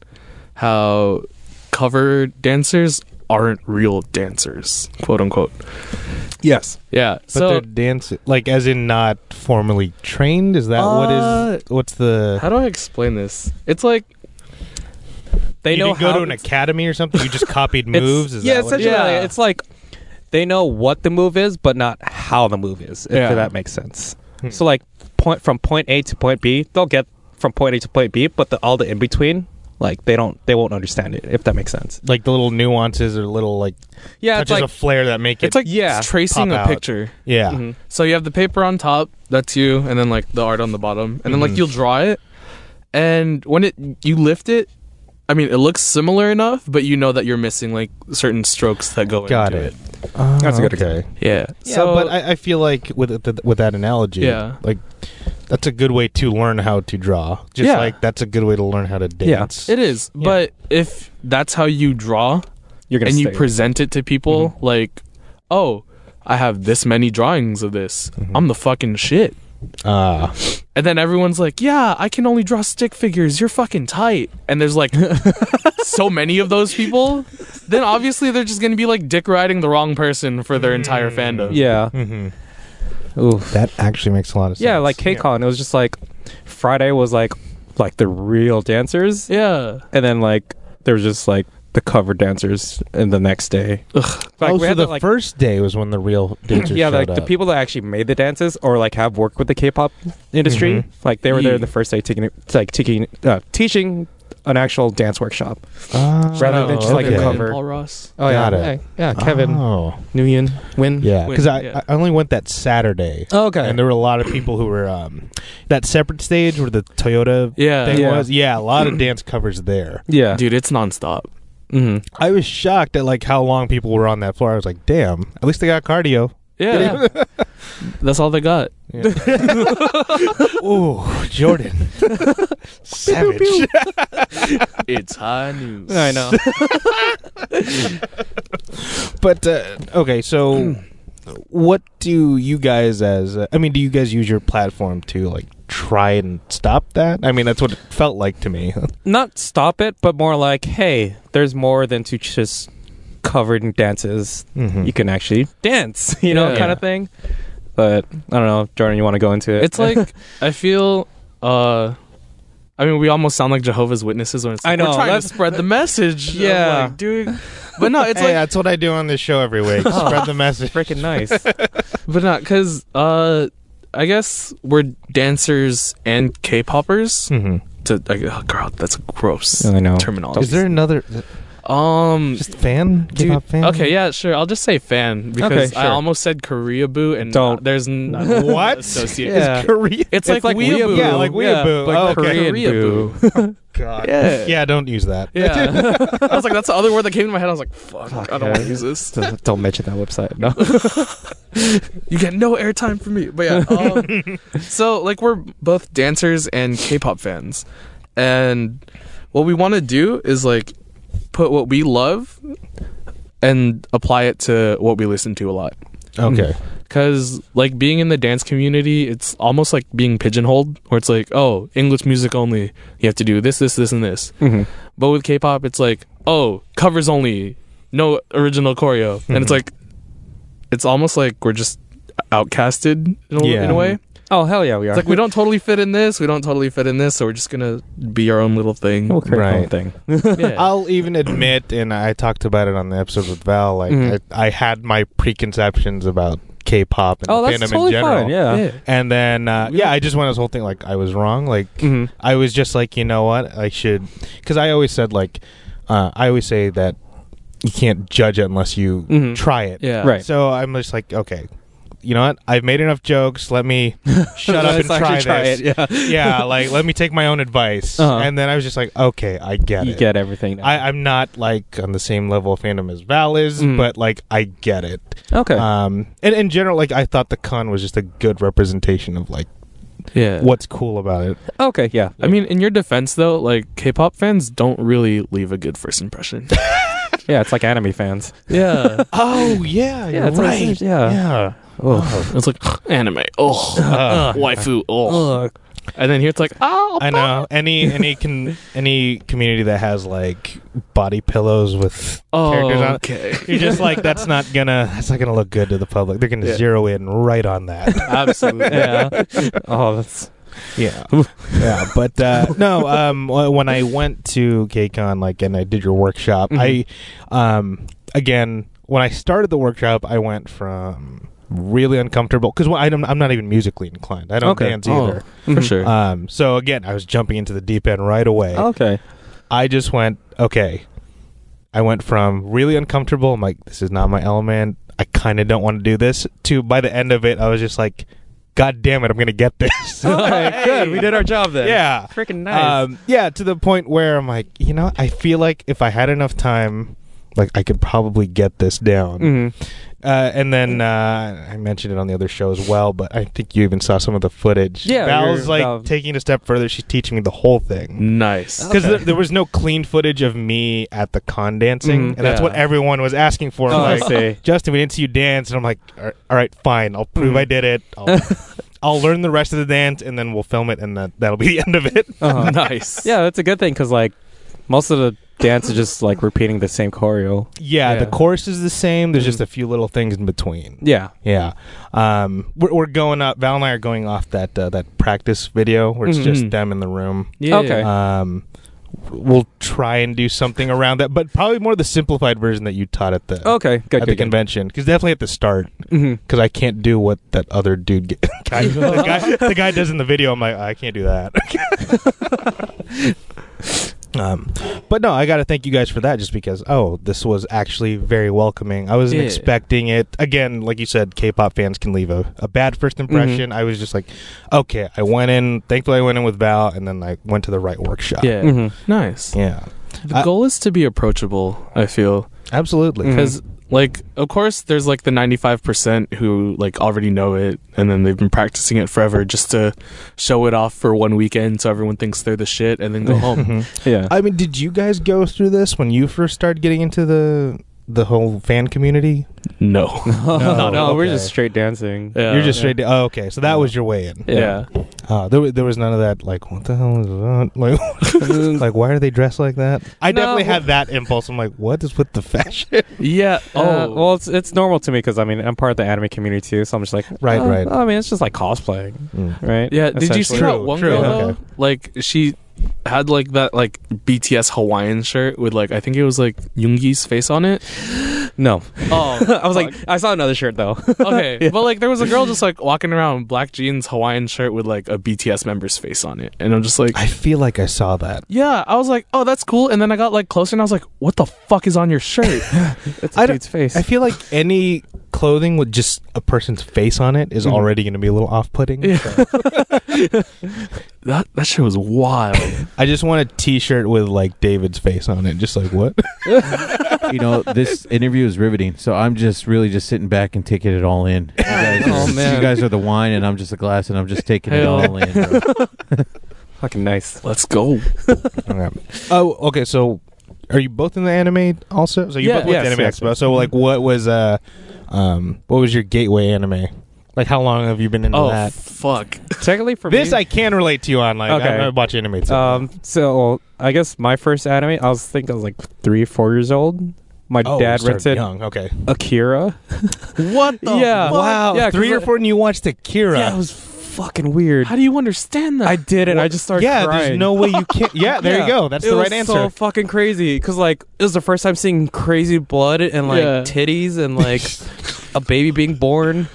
Speaker 2: how cover dancers aren't real dancers, quote unquote.
Speaker 3: yes.
Speaker 2: Yeah.
Speaker 1: But
Speaker 2: so
Speaker 1: they're dancing, like as in not formally trained. Is that what is? What's the?
Speaker 2: how do I explain this? It's like
Speaker 3: They
Speaker 1: you
Speaker 3: know
Speaker 1: didn't go
Speaker 3: how
Speaker 1: to an academy or something. You just copied moves. Is
Speaker 3: yeah,
Speaker 1: that what it
Speaker 3: essentially,
Speaker 1: is?
Speaker 2: Yeah.
Speaker 3: like, it's like they know what the move is, but not how the move is. If
Speaker 2: Yeah.
Speaker 3: that makes sense.
Speaker 1: Hmm.
Speaker 3: So like point from point A to point B, they'll get from point A to point B, but the, all the in between, like they don't, they won't understand it if that makes sense.
Speaker 1: Like the little nuances or little like
Speaker 3: Yeah,
Speaker 1: touches of flair that make it.
Speaker 2: It's like
Speaker 3: yeah,
Speaker 2: tracing
Speaker 1: pop
Speaker 2: a
Speaker 1: out.
Speaker 2: picture.
Speaker 1: yeah,
Speaker 2: Mhm. So you have the paper on top, that's you, and then like the art on the bottom, and then like
Speaker 1: Mhm.
Speaker 2: you'll draw it, and when it you lift it, I mean it looks similar enough, but you know that you're missing like certain strokes that go
Speaker 1: got
Speaker 2: into
Speaker 1: it.
Speaker 2: it.
Speaker 1: Oh,
Speaker 3: That's a good
Speaker 1: okay.
Speaker 2: Yeah.
Speaker 1: Yeah,
Speaker 2: so,
Speaker 1: but I, I feel like with th- with that analogy,
Speaker 2: Yeah.
Speaker 1: like that's a good way to learn how to draw. Just
Speaker 2: Yeah.
Speaker 1: like that's a good way to learn how to
Speaker 3: Yeah.
Speaker 1: dance.
Speaker 2: it is.
Speaker 1: Yeah.
Speaker 2: But if that's how you draw
Speaker 3: you're gonna Mm-hmm.
Speaker 2: and you
Speaker 3: stay-
Speaker 2: present it to people, like, oh, I have this many drawings of this.
Speaker 3: Mm-hmm.
Speaker 1: Mhm.
Speaker 2: I'm the fucking shit.
Speaker 1: Ah,
Speaker 2: And then everyone's like, "Yeah, I can only draw stick figures. You're fucking tight." And there's like so many of those people. Then obviously they're just gonna be like dick riding the wrong person for their entire
Speaker 1: Mm.
Speaker 2: fandom.
Speaker 3: yeah,
Speaker 1: hmm
Speaker 3: Ooh.
Speaker 1: that actually makes a lot of sense.
Speaker 3: yeah, like KCON, it was just like Friday was like like the real dancers,
Speaker 2: yeah.
Speaker 3: and then like there was just like the cover dancers, and the next day, Like,
Speaker 1: oh,
Speaker 3: we
Speaker 1: so
Speaker 3: had
Speaker 1: the
Speaker 3: to, like-
Speaker 1: first day was when the real dancers
Speaker 3: yeah, like
Speaker 1: showed
Speaker 3: the
Speaker 1: up.
Speaker 3: people that actually made the dances or like have worked with the K-pop
Speaker 1: Mhm.
Speaker 3: industry, like they were there
Speaker 2: Yeah.
Speaker 3: the first day taking it- like taking uh, teaching an actual dance workshop.
Speaker 1: Ah,
Speaker 3: rather than just, like, a
Speaker 1: okay.
Speaker 3: cover.
Speaker 2: Paul Ross.
Speaker 3: Oh
Speaker 1: yeah. Got it.
Speaker 3: yeah, yeah, Kevin
Speaker 1: Oh,
Speaker 3: Nguyen, Win.
Speaker 1: yeah, because I,
Speaker 2: Yeah.
Speaker 1: I only went that Saturday.
Speaker 3: Oh, okay.
Speaker 1: And there were a lot of people who were um, that separate stage where the Toyota
Speaker 2: Yeah.
Speaker 1: thing
Speaker 3: Yeah.
Speaker 1: was. Yeah, a lot of dance covers there.
Speaker 3: yeah,
Speaker 2: Dude, it's nonstop.
Speaker 3: hmm
Speaker 1: I was shocked at like how long people were on that floor. I was like, damn, at least they got cardio.
Speaker 2: Yeah. That's all they got.
Speaker 1: Ooh, Jordan, savage.
Speaker 2: It's high news.
Speaker 3: I know.
Speaker 1: But uh, okay, so what do you guys as uh, I mean, do you guys use your platform to like try and stop that? I mean, that's what it felt like to me.
Speaker 3: Not stop it, but more like, hey, there's more than to just covered in dances.
Speaker 1: Mm-hmm.
Speaker 3: You can actually dance, you know,
Speaker 2: Yeah.
Speaker 3: kind of thing. But I don't know, Jordan, you want to go into it?
Speaker 2: It's like I feel uh I mean, we almost sound like Jehovah's Witnesses when it's
Speaker 3: I
Speaker 2: like,
Speaker 3: know,
Speaker 2: we're trying to
Speaker 3: let's-
Speaker 2: spread the message. of,
Speaker 3: Yeah.
Speaker 2: like, doing, but no, it's
Speaker 1: hey,
Speaker 2: like
Speaker 1: that's what I do on this show every week.
Speaker 3: Oh.
Speaker 1: Spread the message.
Speaker 3: freaking nice.
Speaker 2: but not because uh i guess we're dancers and k-poppers
Speaker 1: hmm
Speaker 2: to like oh god that's a gross
Speaker 3: I know.
Speaker 2: terminology
Speaker 1: Is there another uh,
Speaker 2: um
Speaker 1: just fan?
Speaker 2: dude,
Speaker 1: K-pop fan?
Speaker 2: okay yeah sure i'll just say fan because
Speaker 3: Okay,
Speaker 2: i
Speaker 3: sure.
Speaker 2: almost said korea boo and
Speaker 3: Don't.
Speaker 2: uh, there's n-
Speaker 1: What?
Speaker 2: associated.
Speaker 3: Yeah.
Speaker 1: Is Korea?
Speaker 2: It's, like,
Speaker 3: like
Speaker 2: weeaboo.
Speaker 3: weeaboo.
Speaker 1: Yeah, like weeaboo.
Speaker 3: but
Speaker 1: Oh, okay.
Speaker 2: Korean
Speaker 3: Korean
Speaker 2: boo.
Speaker 3: boo.
Speaker 1: God.
Speaker 2: Yeah.
Speaker 1: Yeah, don't use that.
Speaker 2: yeah i was like that's the other word that came to my head i was like fuck, i don't want to
Speaker 3: yeah.
Speaker 2: use this
Speaker 3: don't mention that website. No.
Speaker 2: you get no airtime from me. But yeah, um, so like we're both dancers and K-pop fans, and what we want to do is like put what we love and apply it to what we listen to a lot.
Speaker 1: Okay.
Speaker 2: Cause like being in the dance community, it's almost like being pigeonholed, where it's like, oh, English music only. You have to do this, this, this, and this. But with K-pop, it's like, oh, covers only, no original choreo, and
Speaker 3: Mm-hmm.
Speaker 2: it's
Speaker 1: Mhm.
Speaker 2: like, it's almost like we're just outcasted in a,
Speaker 1: Yeah.
Speaker 2: in a way.
Speaker 3: Oh hell yeah, we are.
Speaker 2: It's like we don't totally fit in this, we don't totally fit in this, so we're just gonna be our own little thing.
Speaker 3: We'll create our
Speaker 1: Right.
Speaker 3: own thing.
Speaker 2: yeah.
Speaker 1: I'll even admit, and I talked about it on the episode with Val. Like,
Speaker 3: Mhm.
Speaker 1: I, I had my preconceptions about K-pop and
Speaker 3: Oh,
Speaker 1: the
Speaker 3: that's
Speaker 1: fandom
Speaker 3: totally
Speaker 1: in general.
Speaker 3: fine. Yeah.
Speaker 2: Yeah.
Speaker 1: And then, uh,
Speaker 2: Yeah.
Speaker 1: yeah, I just went on this whole thing like I was wrong. Like,
Speaker 3: Mhm.
Speaker 1: I was just like, you know what, I should, because I always said like, uh, I always say that you can't judge it unless you
Speaker 3: Mhm.
Speaker 1: try it.
Speaker 2: Yeah.
Speaker 3: Right.
Speaker 1: So I'm just like, okay, you know what? I've made enough jokes. Let me shut up and
Speaker 3: Let's
Speaker 1: try
Speaker 3: actually
Speaker 1: this.
Speaker 3: try it, yeah.
Speaker 1: yeah, like let me take my own advice.
Speaker 3: Uh-huh.
Speaker 1: And then I was just like, okay, I get
Speaker 3: You
Speaker 1: it.
Speaker 3: get everything. Now.
Speaker 1: I, I'm not like on the same level of fandom as Val is,
Speaker 3: Mm.
Speaker 1: but like I get it.
Speaker 3: okay.
Speaker 1: Um, and in general, like I thought the con was just a good representation of like
Speaker 2: Yeah.
Speaker 1: what's cool about it.
Speaker 3: okay. Yeah.
Speaker 2: I mean, in your defense though, like K-pop fans don't really leave a good first impression.
Speaker 3: Yeah. It's like anime fans.
Speaker 2: yeah.
Speaker 1: Oh yeah,
Speaker 3: Yeah. It's like- yeah.
Speaker 1: Yeah. Uh,
Speaker 3: Oh.
Speaker 2: It's like anime. Oh, waifu. Oh.
Speaker 3: Uh-huh. Ugh.
Speaker 2: And then here it's like, oh,
Speaker 1: I know. Any any con- any community that has like body pillows with characters on it,
Speaker 2: "Oh, okay.
Speaker 1: you're just like that's not gonna that's not gonna look good to the public. They're gonna
Speaker 2: Yeah.
Speaker 1: zero in right on that.
Speaker 2: Absolutely.
Speaker 3: yeah. Oh, that's
Speaker 1: Yeah, yeah, but uh, no. Um, wh- when I went to KCON, like, and I did your workshop, I, um, again, when I started the workshop, I went from really uncomfortable because well, I don't- I'm not even musically inclined. I don't
Speaker 3: Okay.
Speaker 1: dance
Speaker 2: Oh.
Speaker 1: either.
Speaker 2: for sure.
Speaker 1: Um, so again, I was jumping into the deep end right away.
Speaker 3: Okay.
Speaker 1: I just went okay. I went from really uncomfortable. I'm like, this is not my element. I kind of don't want to do this. To by the end of it, I was just like, God damn it, I'm gonna get this.
Speaker 3: Okay, good. We did our job then.
Speaker 1: yeah.
Speaker 3: Freaking
Speaker 1: Um, yeah, to the point where I'm like, you know, I feel like if I had enough time, like I could probably get this down.
Speaker 3: mm-hmm.
Speaker 1: Uh, and then uh, I mentioned it on the other show as well, but I think you even saw some of the footage.
Speaker 3: Yeah,
Speaker 1: Val's
Speaker 3: you're-
Speaker 1: like
Speaker 3: Val-
Speaker 1: taking a step further. She's teaching me the whole
Speaker 2: Mm.
Speaker 1: thing.
Speaker 2: nice.
Speaker 1: Because
Speaker 3: Okay.
Speaker 1: there, there was no clean footage of me at the con dancing,
Speaker 2: Mhm.
Speaker 1: and that's
Speaker 2: Yeah.
Speaker 1: what everyone was asking for.
Speaker 3: Mm, Oh, I
Speaker 1: like,
Speaker 3: see.
Speaker 1: Justin, we didn't see you dance, and I'm like, all right, all right, fine, I'll prove
Speaker 3: Mhm.
Speaker 1: I did it. I'll, I'll learn the rest of the dance, and then we'll film it, and that, that'll be the end of it.
Speaker 3: Uh-huh.
Speaker 2: nice.
Speaker 3: Yeah, that's a good thing because like most of the dance is just like repeating the same choreo.
Speaker 1: Yeah, the
Speaker 2: Yeah.
Speaker 1: course is the same. There's
Speaker 3: Mm.
Speaker 1: just a few little things in between.
Speaker 3: Yeah.
Speaker 1: Yeah, um, we're, we're going up. Val and I are going off that uh, that practice video where it's
Speaker 2: Mhm.
Speaker 1: just them in the room.
Speaker 2: Yeah.
Speaker 3: Mm-hmm. Okay.
Speaker 1: Um, we'll try and do something around that, but probably more the simplified version that you taught at the
Speaker 3: Okay. Good.
Speaker 1: at the
Speaker 3: good, good.
Speaker 1: convention. Because definitely at the start,
Speaker 3: hmm
Speaker 1: because I can't do what that other dude g- guy, the guy the guy does in the video. I'm like, I can't do that. um, but no, I got to thank you guys for that, just because. Oh, this was actually very welcoming. I wasn't
Speaker 2: Yeah.
Speaker 1: expecting it. Again, like you said, K-pop fans can leave a, a bad first
Speaker 2: Mm-hmm.
Speaker 1: impression. I was just like, okay, I went in. Thankfully, I went in with Val, and then I went to the right workshop.
Speaker 2: Yeah.
Speaker 3: hmm
Speaker 2: Nice.
Speaker 1: yeah,
Speaker 2: The
Speaker 1: I- Hmm.
Speaker 2: goal is to be approachable. I feel
Speaker 1: absolutely.
Speaker 3: Mm.
Speaker 2: because like of course there's like the 95% who like already know it and then they've been practicing it forever just to show it off for one weekend so everyone thinks they're the shit and then go home.
Speaker 1: Mhm.
Speaker 3: Yeah.
Speaker 1: I mean, did you guys go through this when you first started getting into the the whole fan community?
Speaker 2: no.
Speaker 3: no,
Speaker 1: No,
Speaker 3: we're
Speaker 1: okay.
Speaker 3: just straight dancing.
Speaker 2: Yeah.
Speaker 1: You're just straight. To, oh, okay. So that was your way in.
Speaker 3: Yeah.
Speaker 2: yeah.
Speaker 1: Uh, there, wa- there was none of that. Like, what the hell is that? Like, like why are they dressed like that? I
Speaker 3: No,
Speaker 1: definitely
Speaker 3: well-
Speaker 1: had that impulse. I'm like, what is with the fashion?
Speaker 2: Yeah.
Speaker 3: Oh,
Speaker 2: Oh.
Speaker 3: well, it's it's normal to me because I mean I'm part of the anime community too, so I'm just like
Speaker 1: Right,
Speaker 3: oh,
Speaker 1: right.
Speaker 3: I mean it's just like cosplaying, right?
Speaker 2: yeah. Did you see
Speaker 1: True,
Speaker 2: that one
Speaker 1: true,
Speaker 2: girl?
Speaker 1: okay.
Speaker 2: though? Like she had like that like BTS Hawaiian shirt with like I think it was like Yoongi's face on it.
Speaker 3: that? No,
Speaker 2: Oh,
Speaker 3: I was like I saw another shirt though.
Speaker 2: okay, but like there was a girl just like walking around in black jeans, Hawaiian shirt with like a BTS member's face on it, and I'm just like,
Speaker 1: I feel like I saw that.
Speaker 2: yeah, I was like, oh, that's cool, and then I got like closer and I was like, what the fuck is on your shirt?
Speaker 3: it's
Speaker 1: I
Speaker 3: a
Speaker 1: don't-
Speaker 3: dude's face.
Speaker 1: I feel like any clothing with just a person's face on it is already going to be a little off-putting.
Speaker 2: Yeah. that that shit was wild.
Speaker 1: I just want a T-shirt with like David's face on it. Just like what?
Speaker 4: you know, this interview is riveting. So I'm just really just sitting back and taking it all in. You guys,
Speaker 3: Oh,
Speaker 4: are,
Speaker 3: man.
Speaker 4: you guys are the wine, and I'm just a glass, and I'm just taking it
Speaker 2: Hell.
Speaker 4: all in. bro.
Speaker 3: fucking nice.
Speaker 2: Let's go.
Speaker 1: Oh, okay. So, are you both in the anime also? So you
Speaker 2: Yeah,
Speaker 1: both went
Speaker 3: yes,
Speaker 1: to Anime
Speaker 3: yes,
Speaker 1: Expo. So, like, what was uh, um, what was your gateway anime? Like, how long have you been into
Speaker 2: Oh
Speaker 1: that?
Speaker 2: fuck.
Speaker 3: Technically for
Speaker 1: This
Speaker 3: me,
Speaker 1: I can relate to you on. Like,
Speaker 3: Okay.
Speaker 1: I, I watch anime. Too.
Speaker 3: Um, so I guess my first anime, I was think I was like three, four years old. My
Speaker 1: Oh,
Speaker 3: dad
Speaker 1: you started
Speaker 3: rented
Speaker 1: Young. Okay.
Speaker 3: Akira.
Speaker 2: What
Speaker 3: Yeah. fuck?
Speaker 1: Wow.
Speaker 3: Yeah, 'cause
Speaker 1: three or
Speaker 3: I-
Speaker 1: four, and you watched Akira.
Speaker 3: Yeah, it was fucking weird.
Speaker 2: How do you understand that?
Speaker 3: I did it. I just started.
Speaker 1: Yeah,
Speaker 3: crying.
Speaker 1: there's no way you can't. Yeah, there
Speaker 3: Yeah.
Speaker 1: you go. That's
Speaker 3: it
Speaker 1: the
Speaker 3: was
Speaker 1: right answer.
Speaker 3: So fucking crazy because like it was the first time seeing crazy blood and like
Speaker 2: Yeah.
Speaker 3: titties and like a baby being born.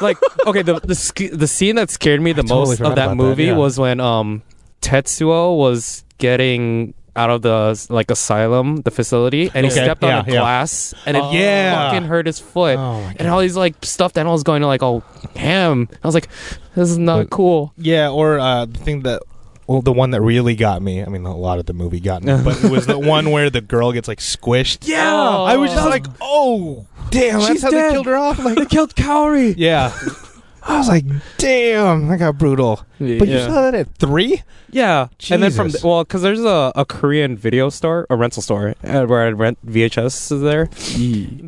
Speaker 3: Like okay, the the sc- the scene that scared me the
Speaker 1: totally
Speaker 3: most
Speaker 1: forgot
Speaker 3: of that
Speaker 1: about that,
Speaker 3: movie
Speaker 1: yeah.
Speaker 3: was when um Tetsuo was getting out of the like asylum, the facility, and he
Speaker 1: Okay,
Speaker 3: stepped
Speaker 1: yeah,
Speaker 3: on a
Speaker 1: yeah.
Speaker 3: glass and it
Speaker 1: Oh. Yeah.
Speaker 3: fucking hurt his foot.
Speaker 1: Oh my
Speaker 3: And
Speaker 1: God.
Speaker 3: all these like stuffed animals going to like oh ham. I was like, this is not
Speaker 1: Like-
Speaker 3: cool.
Speaker 1: Yeah, or uh, the thing that. Well, the one that really got me. I mean, a lot of the movie got me, but it was the one where the girl gets like squished.
Speaker 3: Yeah,
Speaker 1: I was just like, oh, damn, that's
Speaker 3: She's
Speaker 1: how
Speaker 3: dead.
Speaker 1: they killed her off. Like,
Speaker 3: they killed Kaori.
Speaker 1: yeah. I was like, damn, that got brutal. But you saw that at three?
Speaker 3: Yeah, and then from
Speaker 1: Jesus.
Speaker 3: the, well, because there's a, a Korean video store, a rental store, uh, where I rent VHS is there.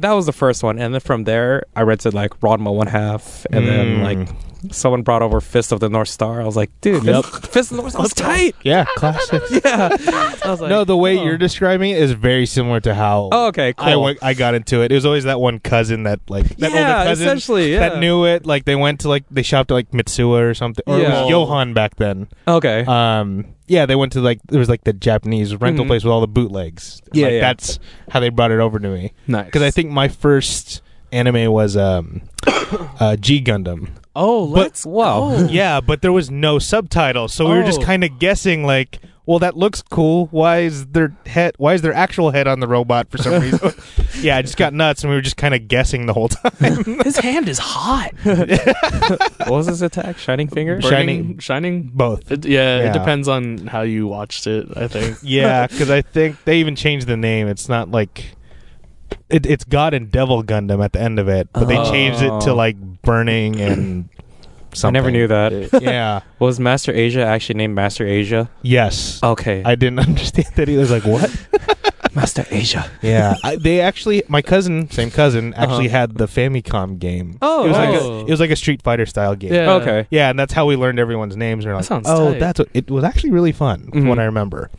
Speaker 3: That was the first one, and then from there I rented like Rodma one half,
Speaker 1: Mm.
Speaker 3: and then like someone brought over Fist of the North Star. I was like, dude,
Speaker 1: Yep.
Speaker 3: Fist, Fist of the North Star was tight.
Speaker 1: yeah, classic.
Speaker 3: Yeah, I was like,
Speaker 1: no, the way
Speaker 3: oh.
Speaker 1: you're describing it is very similar to how
Speaker 3: Oh, okay, cool.
Speaker 1: I, went, I got into it. It was always that one cousin that like that
Speaker 3: yeah,
Speaker 1: older cousin
Speaker 3: essentially, yeah.
Speaker 1: that knew it. Like they went to like they shopped at like Mitsuya or something, or it
Speaker 3: Yeah.
Speaker 1: was Johan back then.
Speaker 3: Okay,
Speaker 1: Um, yeah, they went to like there was like the Japanese rental
Speaker 3: Mhm.
Speaker 1: place with all the bootlegs.
Speaker 3: Yeah,
Speaker 1: Like,
Speaker 3: yeah.
Speaker 1: that's how they brought it over to me.
Speaker 2: nice
Speaker 1: because I think my first anime was um, uh, G Gundam.
Speaker 2: Oh, let's
Speaker 3: wow.
Speaker 2: go.
Speaker 1: Yeah, but there was no subtitle, so we were just
Speaker 2: Oh.
Speaker 1: kind of guessing. Like, well, that looks cool. Why is their head? Why is their actual head on the robot for some reason? yeah, I just got nuts, and we were just kind of guessing the whole time.
Speaker 2: His hand is hot.
Speaker 3: what was his attack?
Speaker 1: Uh,
Speaker 3: Shining finger.
Speaker 1: Burn- Shining.
Speaker 2: Shining. Shining.
Speaker 1: Both.
Speaker 2: It, yeah,
Speaker 1: Yeah.
Speaker 2: it depends on how you watched it. I think.
Speaker 1: Yeah, because I think they even changed the name. It's not like it, it's God and Devil Gundam at the end of it, but they changed it to
Speaker 3: Oh.
Speaker 1: like burning and
Speaker 3: I
Speaker 1: something.
Speaker 3: never knew that.
Speaker 1: Yeah.
Speaker 3: was Master Asia actually named Master Asia?
Speaker 1: Yes.
Speaker 3: Okay.
Speaker 1: I didn't understand that either. I was like, what?
Speaker 3: Master Asia.
Speaker 1: Yeah, I, they actually. My cousin, same cousin, actually had the Famicom game.
Speaker 3: Uh-huh. Oh,
Speaker 1: it was like
Speaker 2: oh.
Speaker 1: a, it was like a Street Fighter style game.
Speaker 2: Yeah.
Speaker 3: Okay.
Speaker 1: Yeah, and that's how we learned everyone's names. And we're
Speaker 2: That
Speaker 1: like,
Speaker 2: sounds
Speaker 1: oh,
Speaker 2: tight.
Speaker 1: that's what, it was actually really fun. From
Speaker 3: Mhm.
Speaker 1: what I remember,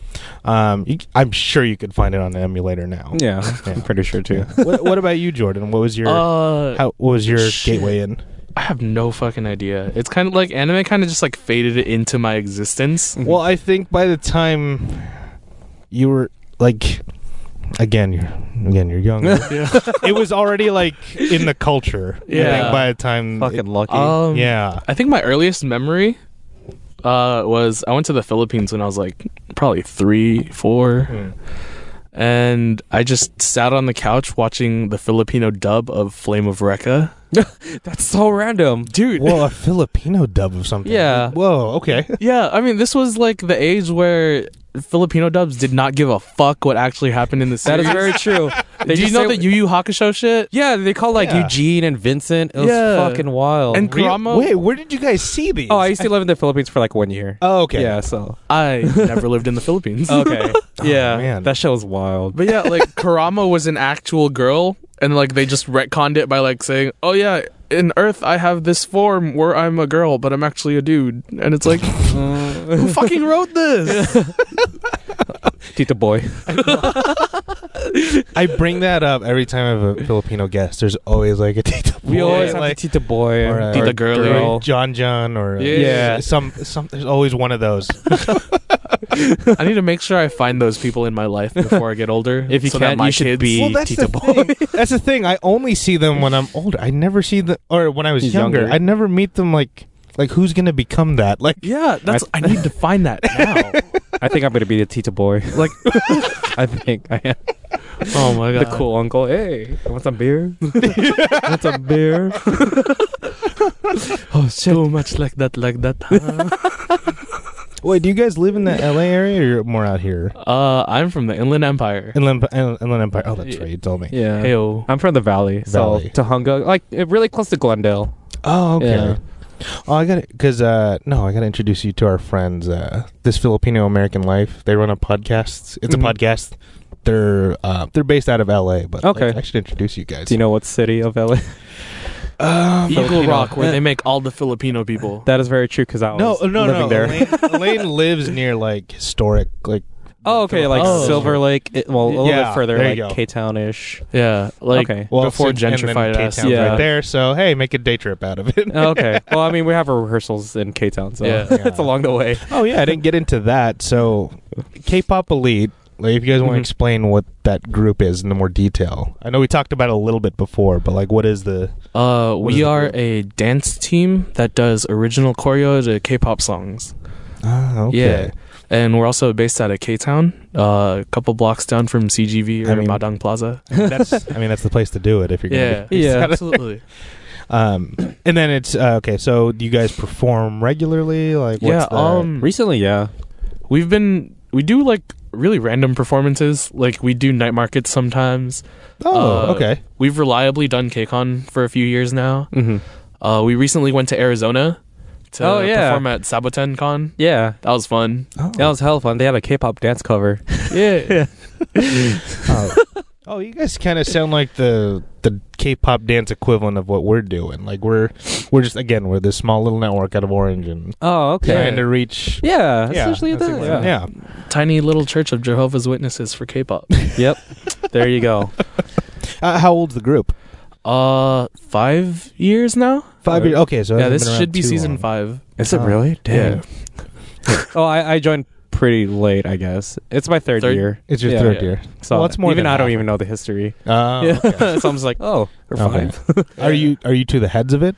Speaker 1: um, you, c- I'm sure you could find it on an emulator now.
Speaker 3: Yeah,
Speaker 1: Yeah.
Speaker 3: I'm pretty sure too.
Speaker 1: what, what about you, Jordan? What was your
Speaker 2: Uh,
Speaker 1: how, what was your
Speaker 2: shit.
Speaker 1: gateway in?
Speaker 2: I have no fucking idea. It's kind of like anime, kind of just like faded into my existence.
Speaker 1: Well, I think by the time you were like, again, you're again you're young.
Speaker 2: Yeah.
Speaker 1: it was already like in the culture. I
Speaker 2: Yeah.
Speaker 1: think by the time
Speaker 3: Fucking lucky.
Speaker 2: Um,
Speaker 1: yeah.
Speaker 2: I think my earliest memory uh, was I went to the Philippines when I was like probably three, four, and I just sat on the couch watching the Filipino dub of Flame of Recca.
Speaker 3: That's so random, dude.
Speaker 1: Well, a Filipino dub of something.
Speaker 2: Yeah.
Speaker 1: Whoa. Okay.
Speaker 2: Yeah, I mean, this was like the age where Filipino dubs did not give a fuck what actually happened in the
Speaker 3: That
Speaker 2: series.
Speaker 3: is very true. They
Speaker 2: Do you
Speaker 3: just
Speaker 2: know
Speaker 3: say-
Speaker 2: that Yu Yu Hakusho shit?
Speaker 3: Yeah, they call like
Speaker 1: Yeah.
Speaker 3: Eugene and Vincent. It was
Speaker 2: Yeah.
Speaker 3: fucking wild.
Speaker 2: And Kurama,
Speaker 1: Wait, where did you guys see these?
Speaker 3: oh, I used to live in the Philippines for like one year.
Speaker 1: Oh, okay.
Speaker 3: Yeah, so
Speaker 2: I never lived in the Philippines.
Speaker 3: okay,
Speaker 1: Oh,
Speaker 3: yeah,
Speaker 1: man.
Speaker 3: that show was wild.
Speaker 2: But yeah, like Karama was an actual girl, and like they just retconned it by like saying, "Oh yeah, in Earth I have this form where I'm a girl, but I'm actually a dude," and it's like, who fucking wrote this?
Speaker 3: Tita boy.
Speaker 1: I bring that up every time I have a Filipino guest. There's always like a Tita
Speaker 3: We
Speaker 1: boy,
Speaker 3: always have
Speaker 1: like,
Speaker 3: the Tita boy.
Speaker 1: or a-
Speaker 2: Tita
Speaker 1: or
Speaker 2: girly.
Speaker 1: girl, John John, or uh,
Speaker 2: Yeah.
Speaker 3: Yeah.
Speaker 1: some some. There's always one of those.
Speaker 2: I need to make sure I find those people in my life before I get older.
Speaker 3: If you
Speaker 2: so that
Speaker 3: can't,
Speaker 2: my
Speaker 3: you should
Speaker 2: kids-
Speaker 3: be
Speaker 1: Well, that's the
Speaker 3: Tita boy.
Speaker 1: thing. That's the thing. I only see them when I'm older. I never see the or when I was younger.
Speaker 3: Younger.
Speaker 1: I never meet them like like who's gonna become that like.
Speaker 2: Yeah, that's. I need to find that now.
Speaker 3: I think I'm gonna be the Tita boy.
Speaker 2: Like,
Speaker 3: I think I am
Speaker 2: oh my god,
Speaker 3: the cool uncle. Hey, I want some beer? want some beer?
Speaker 2: Oh, so much like that, like that. huh?
Speaker 1: Wait, do you guys live in the L.A. area or you're more out here?
Speaker 2: uh, I'm from the Inland Empire.
Speaker 1: Inland, Inland Empire. Oh, that's
Speaker 2: Yeah.
Speaker 1: right. You told me.
Speaker 3: Yeah.
Speaker 2: Heyo.
Speaker 3: I'm from the valley, so
Speaker 1: Valley.
Speaker 3: Tahunga, like eh, really close to Glendale.
Speaker 1: Oh, okay.
Speaker 3: Yeah.
Speaker 1: Oh, I got to because uh, no, I got to introduce you to our friends. Uh, this Filipino American Life. They run a podcast. It's
Speaker 3: Mhm.
Speaker 1: a podcast. They're uh, they're based out of L.A. But like,
Speaker 3: Okay.
Speaker 1: I should introduce you guys.
Speaker 3: Do you know what city of LA?
Speaker 1: Um,
Speaker 2: Eagle
Speaker 1: Filipino-
Speaker 2: Rock, where they make all the Filipino people.
Speaker 3: That is very true because I was
Speaker 1: No, uh, no,
Speaker 3: living
Speaker 1: no.
Speaker 3: there.
Speaker 1: Elaine, Elaine lives near like historic, like
Speaker 3: Oh, okay, like
Speaker 2: Oh.
Speaker 3: Silver Lake. It, well, a little
Speaker 1: Yeah,
Speaker 3: bit further,
Speaker 1: there you
Speaker 3: like
Speaker 1: go.
Speaker 3: K Town ish.
Speaker 2: Yeah, like
Speaker 3: Okay.
Speaker 1: well,
Speaker 2: before
Speaker 1: since- and then
Speaker 2: gentrified ass.
Speaker 1: K-Town's
Speaker 3: Yeah.
Speaker 1: right there. So hey, make a day trip out of it.
Speaker 3: okay. Well, I mean, we have our rehearsals in K Town, so
Speaker 2: Yeah.
Speaker 3: it's along the way.
Speaker 1: oh yeah, I didn't get into that. So K-pop elite. Like, if you guys want to
Speaker 2: Mhm.
Speaker 1: explain what that group is in more detail, I know we talked about it a little bit before, but like, what is the
Speaker 2: Uh,
Speaker 1: What is
Speaker 2: we
Speaker 1: it
Speaker 2: are
Speaker 1: called?
Speaker 2: a dance team that does original choreo to K-pop songs.
Speaker 1: Ah,
Speaker 2: Yeah, and we're also based out of K Town, uh, a couple blocks down from CGV or
Speaker 1: I mean-
Speaker 2: Madang Plaza.
Speaker 1: I mean, that's I mean that's the place to do it if you're gonna
Speaker 2: Yeah,
Speaker 1: be-
Speaker 3: Yeah.
Speaker 2: absolutely.
Speaker 1: um and then it's uh, okay so do you guys perform regularly like what's
Speaker 2: yeah,
Speaker 1: the,
Speaker 2: um,
Speaker 3: Recently, yeah.
Speaker 2: we've been we do like really random performances. Like we do night markets sometimes.
Speaker 1: oh
Speaker 2: uh,
Speaker 1: okay
Speaker 2: We've reliably done KCON for a few years now.
Speaker 3: Mm-hmm.
Speaker 2: Uh, we recently went to Arizona to
Speaker 3: Oh, yeah.
Speaker 2: perform at Saboten Con.
Speaker 3: Yeah.
Speaker 2: That was fun.
Speaker 1: oh,
Speaker 3: That was hell fun. They had a K-pop dance cover.
Speaker 2: Yeah.
Speaker 1: oh. Oh, you guys kind of sound like the the K-pop dance equivalent of what we're doing like we're we're just again we're this small little network out of Orange and
Speaker 3: Oh,
Speaker 1: trying
Speaker 3: okay.
Speaker 1: to reach
Speaker 3: Yeah, that's
Speaker 1: yeah,
Speaker 3: usually it
Speaker 1: that's
Speaker 3: does.
Speaker 1: like-
Speaker 3: Yeah.
Speaker 1: yeah.
Speaker 2: Tiny little church of Jehovah's Witnesses for K-pop.
Speaker 3: Yep. There you go.
Speaker 1: Uh, how old's the group?
Speaker 2: Uh, five years now.
Speaker 1: Five years. Okay, so it
Speaker 2: yeah,
Speaker 1: hasn't
Speaker 2: this
Speaker 1: been around
Speaker 2: should be
Speaker 1: too
Speaker 2: season
Speaker 1: long.
Speaker 2: five.
Speaker 3: Is
Speaker 1: it really?
Speaker 2: Damn.
Speaker 3: oh, I, I joined pretty late, I guess. It's my third,
Speaker 2: Third-
Speaker 3: year.
Speaker 1: It's your
Speaker 3: Yeah.
Speaker 1: third
Speaker 2: Yeah.
Speaker 1: year.
Speaker 3: So
Speaker 1: Well, it's more
Speaker 3: even
Speaker 1: than
Speaker 3: I don't
Speaker 1: half.
Speaker 3: even know the history.
Speaker 1: Oh,
Speaker 3: Yeah. so I'm just like, oh, we're
Speaker 1: Okay.
Speaker 3: fine.
Speaker 1: Are you are you to the heads of it?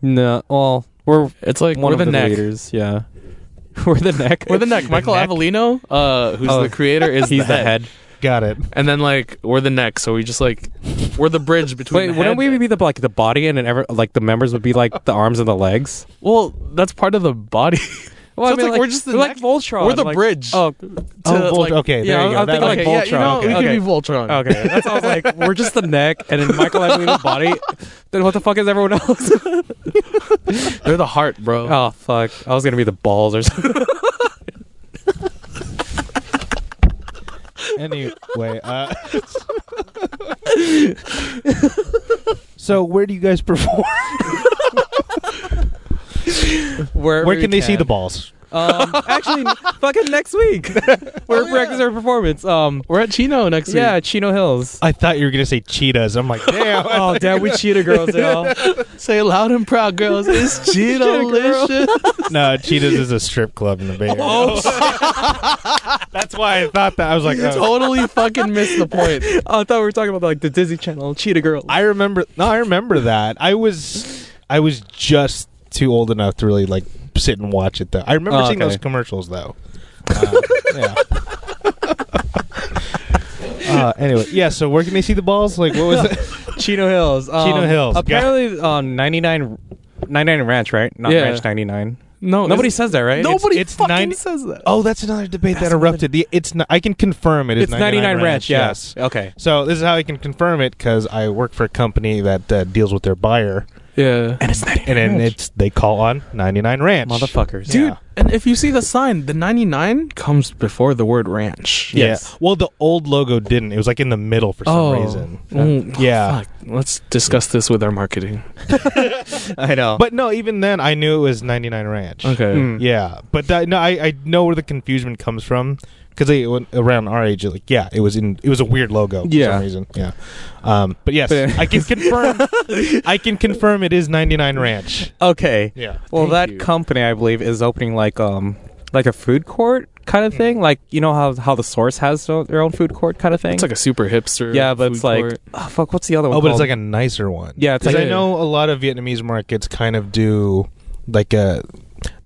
Speaker 3: No, well, we're
Speaker 2: It's like
Speaker 3: one
Speaker 2: we're
Speaker 3: of
Speaker 2: the,
Speaker 3: the,
Speaker 2: neck.
Speaker 3: leaders. Yeah, we're the neck.
Speaker 2: We're the neck. Michael
Speaker 3: neck.
Speaker 2: Avellino, uh, who's
Speaker 3: Oh.
Speaker 2: the creator, is
Speaker 3: He's
Speaker 2: the, head.
Speaker 1: Got it.
Speaker 2: And then like we're the neck, so we just like we're the bridge between.
Speaker 3: Wait,
Speaker 2: the
Speaker 3: wouldn't
Speaker 2: head-
Speaker 3: we be the like the body and then ever like the members would be like the arms and the legs?
Speaker 2: Well, that's part of the body.
Speaker 3: Well,
Speaker 2: So it's like we're just the
Speaker 3: we're like
Speaker 2: neck.
Speaker 3: Voltron.
Speaker 2: We're the
Speaker 3: like-
Speaker 2: bridge.
Speaker 3: Oh,
Speaker 2: to,
Speaker 1: oh, Volt-
Speaker 2: like-
Speaker 1: okay, there
Speaker 3: yeah,
Speaker 1: you go.
Speaker 3: I'm
Speaker 1: That
Speaker 3: thinking
Speaker 1: makes
Speaker 3: like
Speaker 2: yeah, you
Speaker 3: Voltron,
Speaker 2: know, we
Speaker 3: okay.
Speaker 2: could
Speaker 3: Okay.
Speaker 2: be Voltron.
Speaker 3: okay. That's all. I was like, we're just the neck, and then Michael Avellino body. Then what the fuck is everyone else?
Speaker 2: They're the heart, bro.
Speaker 3: oh fuck! I was gonna be the balls or something.
Speaker 1: anyway, uh, so where do you guys perform? Where can they see the balls?
Speaker 3: Um, actually, fucking next week. We're practicing our performance. Um,
Speaker 2: We're at Chino next
Speaker 3: yeah,
Speaker 2: week.
Speaker 3: Chino Hills.
Speaker 1: I thought you were gonna say cheetahs. I'm like, damn.
Speaker 3: Oh, damn, we cheetah girls, y'all.
Speaker 2: Say it loud and proud, girls. It's Chino-licious.
Speaker 1: no, cheetahs is a strip club in the Bay Area.
Speaker 3: Oh.
Speaker 1: That's why I thought that. I was
Speaker 3: uh,
Speaker 1: like, oh.
Speaker 2: totally fucking missed the point.
Speaker 3: I thought we were talking about like the Disney Channel cheetah girls.
Speaker 1: I remember. No, I remember that. I was, I was just too old enough to really like sit and watch it though. I remember
Speaker 3: Oh,
Speaker 1: seeing
Speaker 3: okay.
Speaker 1: those commercials though. Uh, yeah. Uh, anyway, yeah. So where can they see the balls? Like, what was it?
Speaker 3: Chino Hills. Um,
Speaker 1: Chino Hills, got
Speaker 3: Apparently, on 99, 99 Ranch, right? Not
Speaker 2: Yeah.
Speaker 3: Ranch 99.
Speaker 2: No,
Speaker 3: Nobody
Speaker 2: it's-
Speaker 3: says that, right?
Speaker 2: Nobody
Speaker 1: it's
Speaker 2: fucking
Speaker 1: 90
Speaker 2: says that.
Speaker 1: Oh, that's another debate that erupted. The, it's not, I can confirm it is
Speaker 3: It's, it's 99, Ranch.
Speaker 1: Yes.
Speaker 3: Yes. Okay.
Speaker 1: So this is how I can confirm it because I work for a company that uh, deals with their buyer,
Speaker 2: yeah.
Speaker 3: And it's 99
Speaker 1: and then it's they call on 99 Ranch.
Speaker 3: motherfuckers,
Speaker 1: Dude.
Speaker 3: dude.
Speaker 2: And if you see the sign, the 99 comes before the word ranch.
Speaker 1: Yeah.
Speaker 3: Yes.
Speaker 1: Well, the old logo didn't. It was like in the middle for some
Speaker 2: Oh.
Speaker 1: reason.
Speaker 2: Mm,
Speaker 1: Yeah.
Speaker 2: fuck. Let's discuss this with our marketing.
Speaker 3: I know.
Speaker 1: But no, even then I knew it was 99 Ranch.
Speaker 2: Okay.
Speaker 3: Mm.
Speaker 1: Yeah, but that, no, I, I know where the confusion comes from because they when- around our age, like yeah, it was in it was a weird logo for
Speaker 2: Yeah.
Speaker 1: some reason. Yeah, um, but yes,
Speaker 3: But-
Speaker 1: I can confirm. I can confirm it is 99 Ranch.
Speaker 3: okay.
Speaker 1: Yeah,
Speaker 3: Well,
Speaker 2: Thank
Speaker 3: that
Speaker 2: you.
Speaker 3: company I believe is opening like um like a food court kind of thing. Like you know how how the Source has their their own food court kind of thing.
Speaker 2: It's like a super hipster.
Speaker 3: yeah, but it's
Speaker 2: food
Speaker 3: like
Speaker 2: court.
Speaker 3: oh, fuck. What's the other one?
Speaker 1: Oh, but it's
Speaker 3: called?
Speaker 1: like a nicer one.
Speaker 3: yeah. It's
Speaker 1: because
Speaker 3: like
Speaker 1: I know a lot of Vietnamese markets kind of do like a.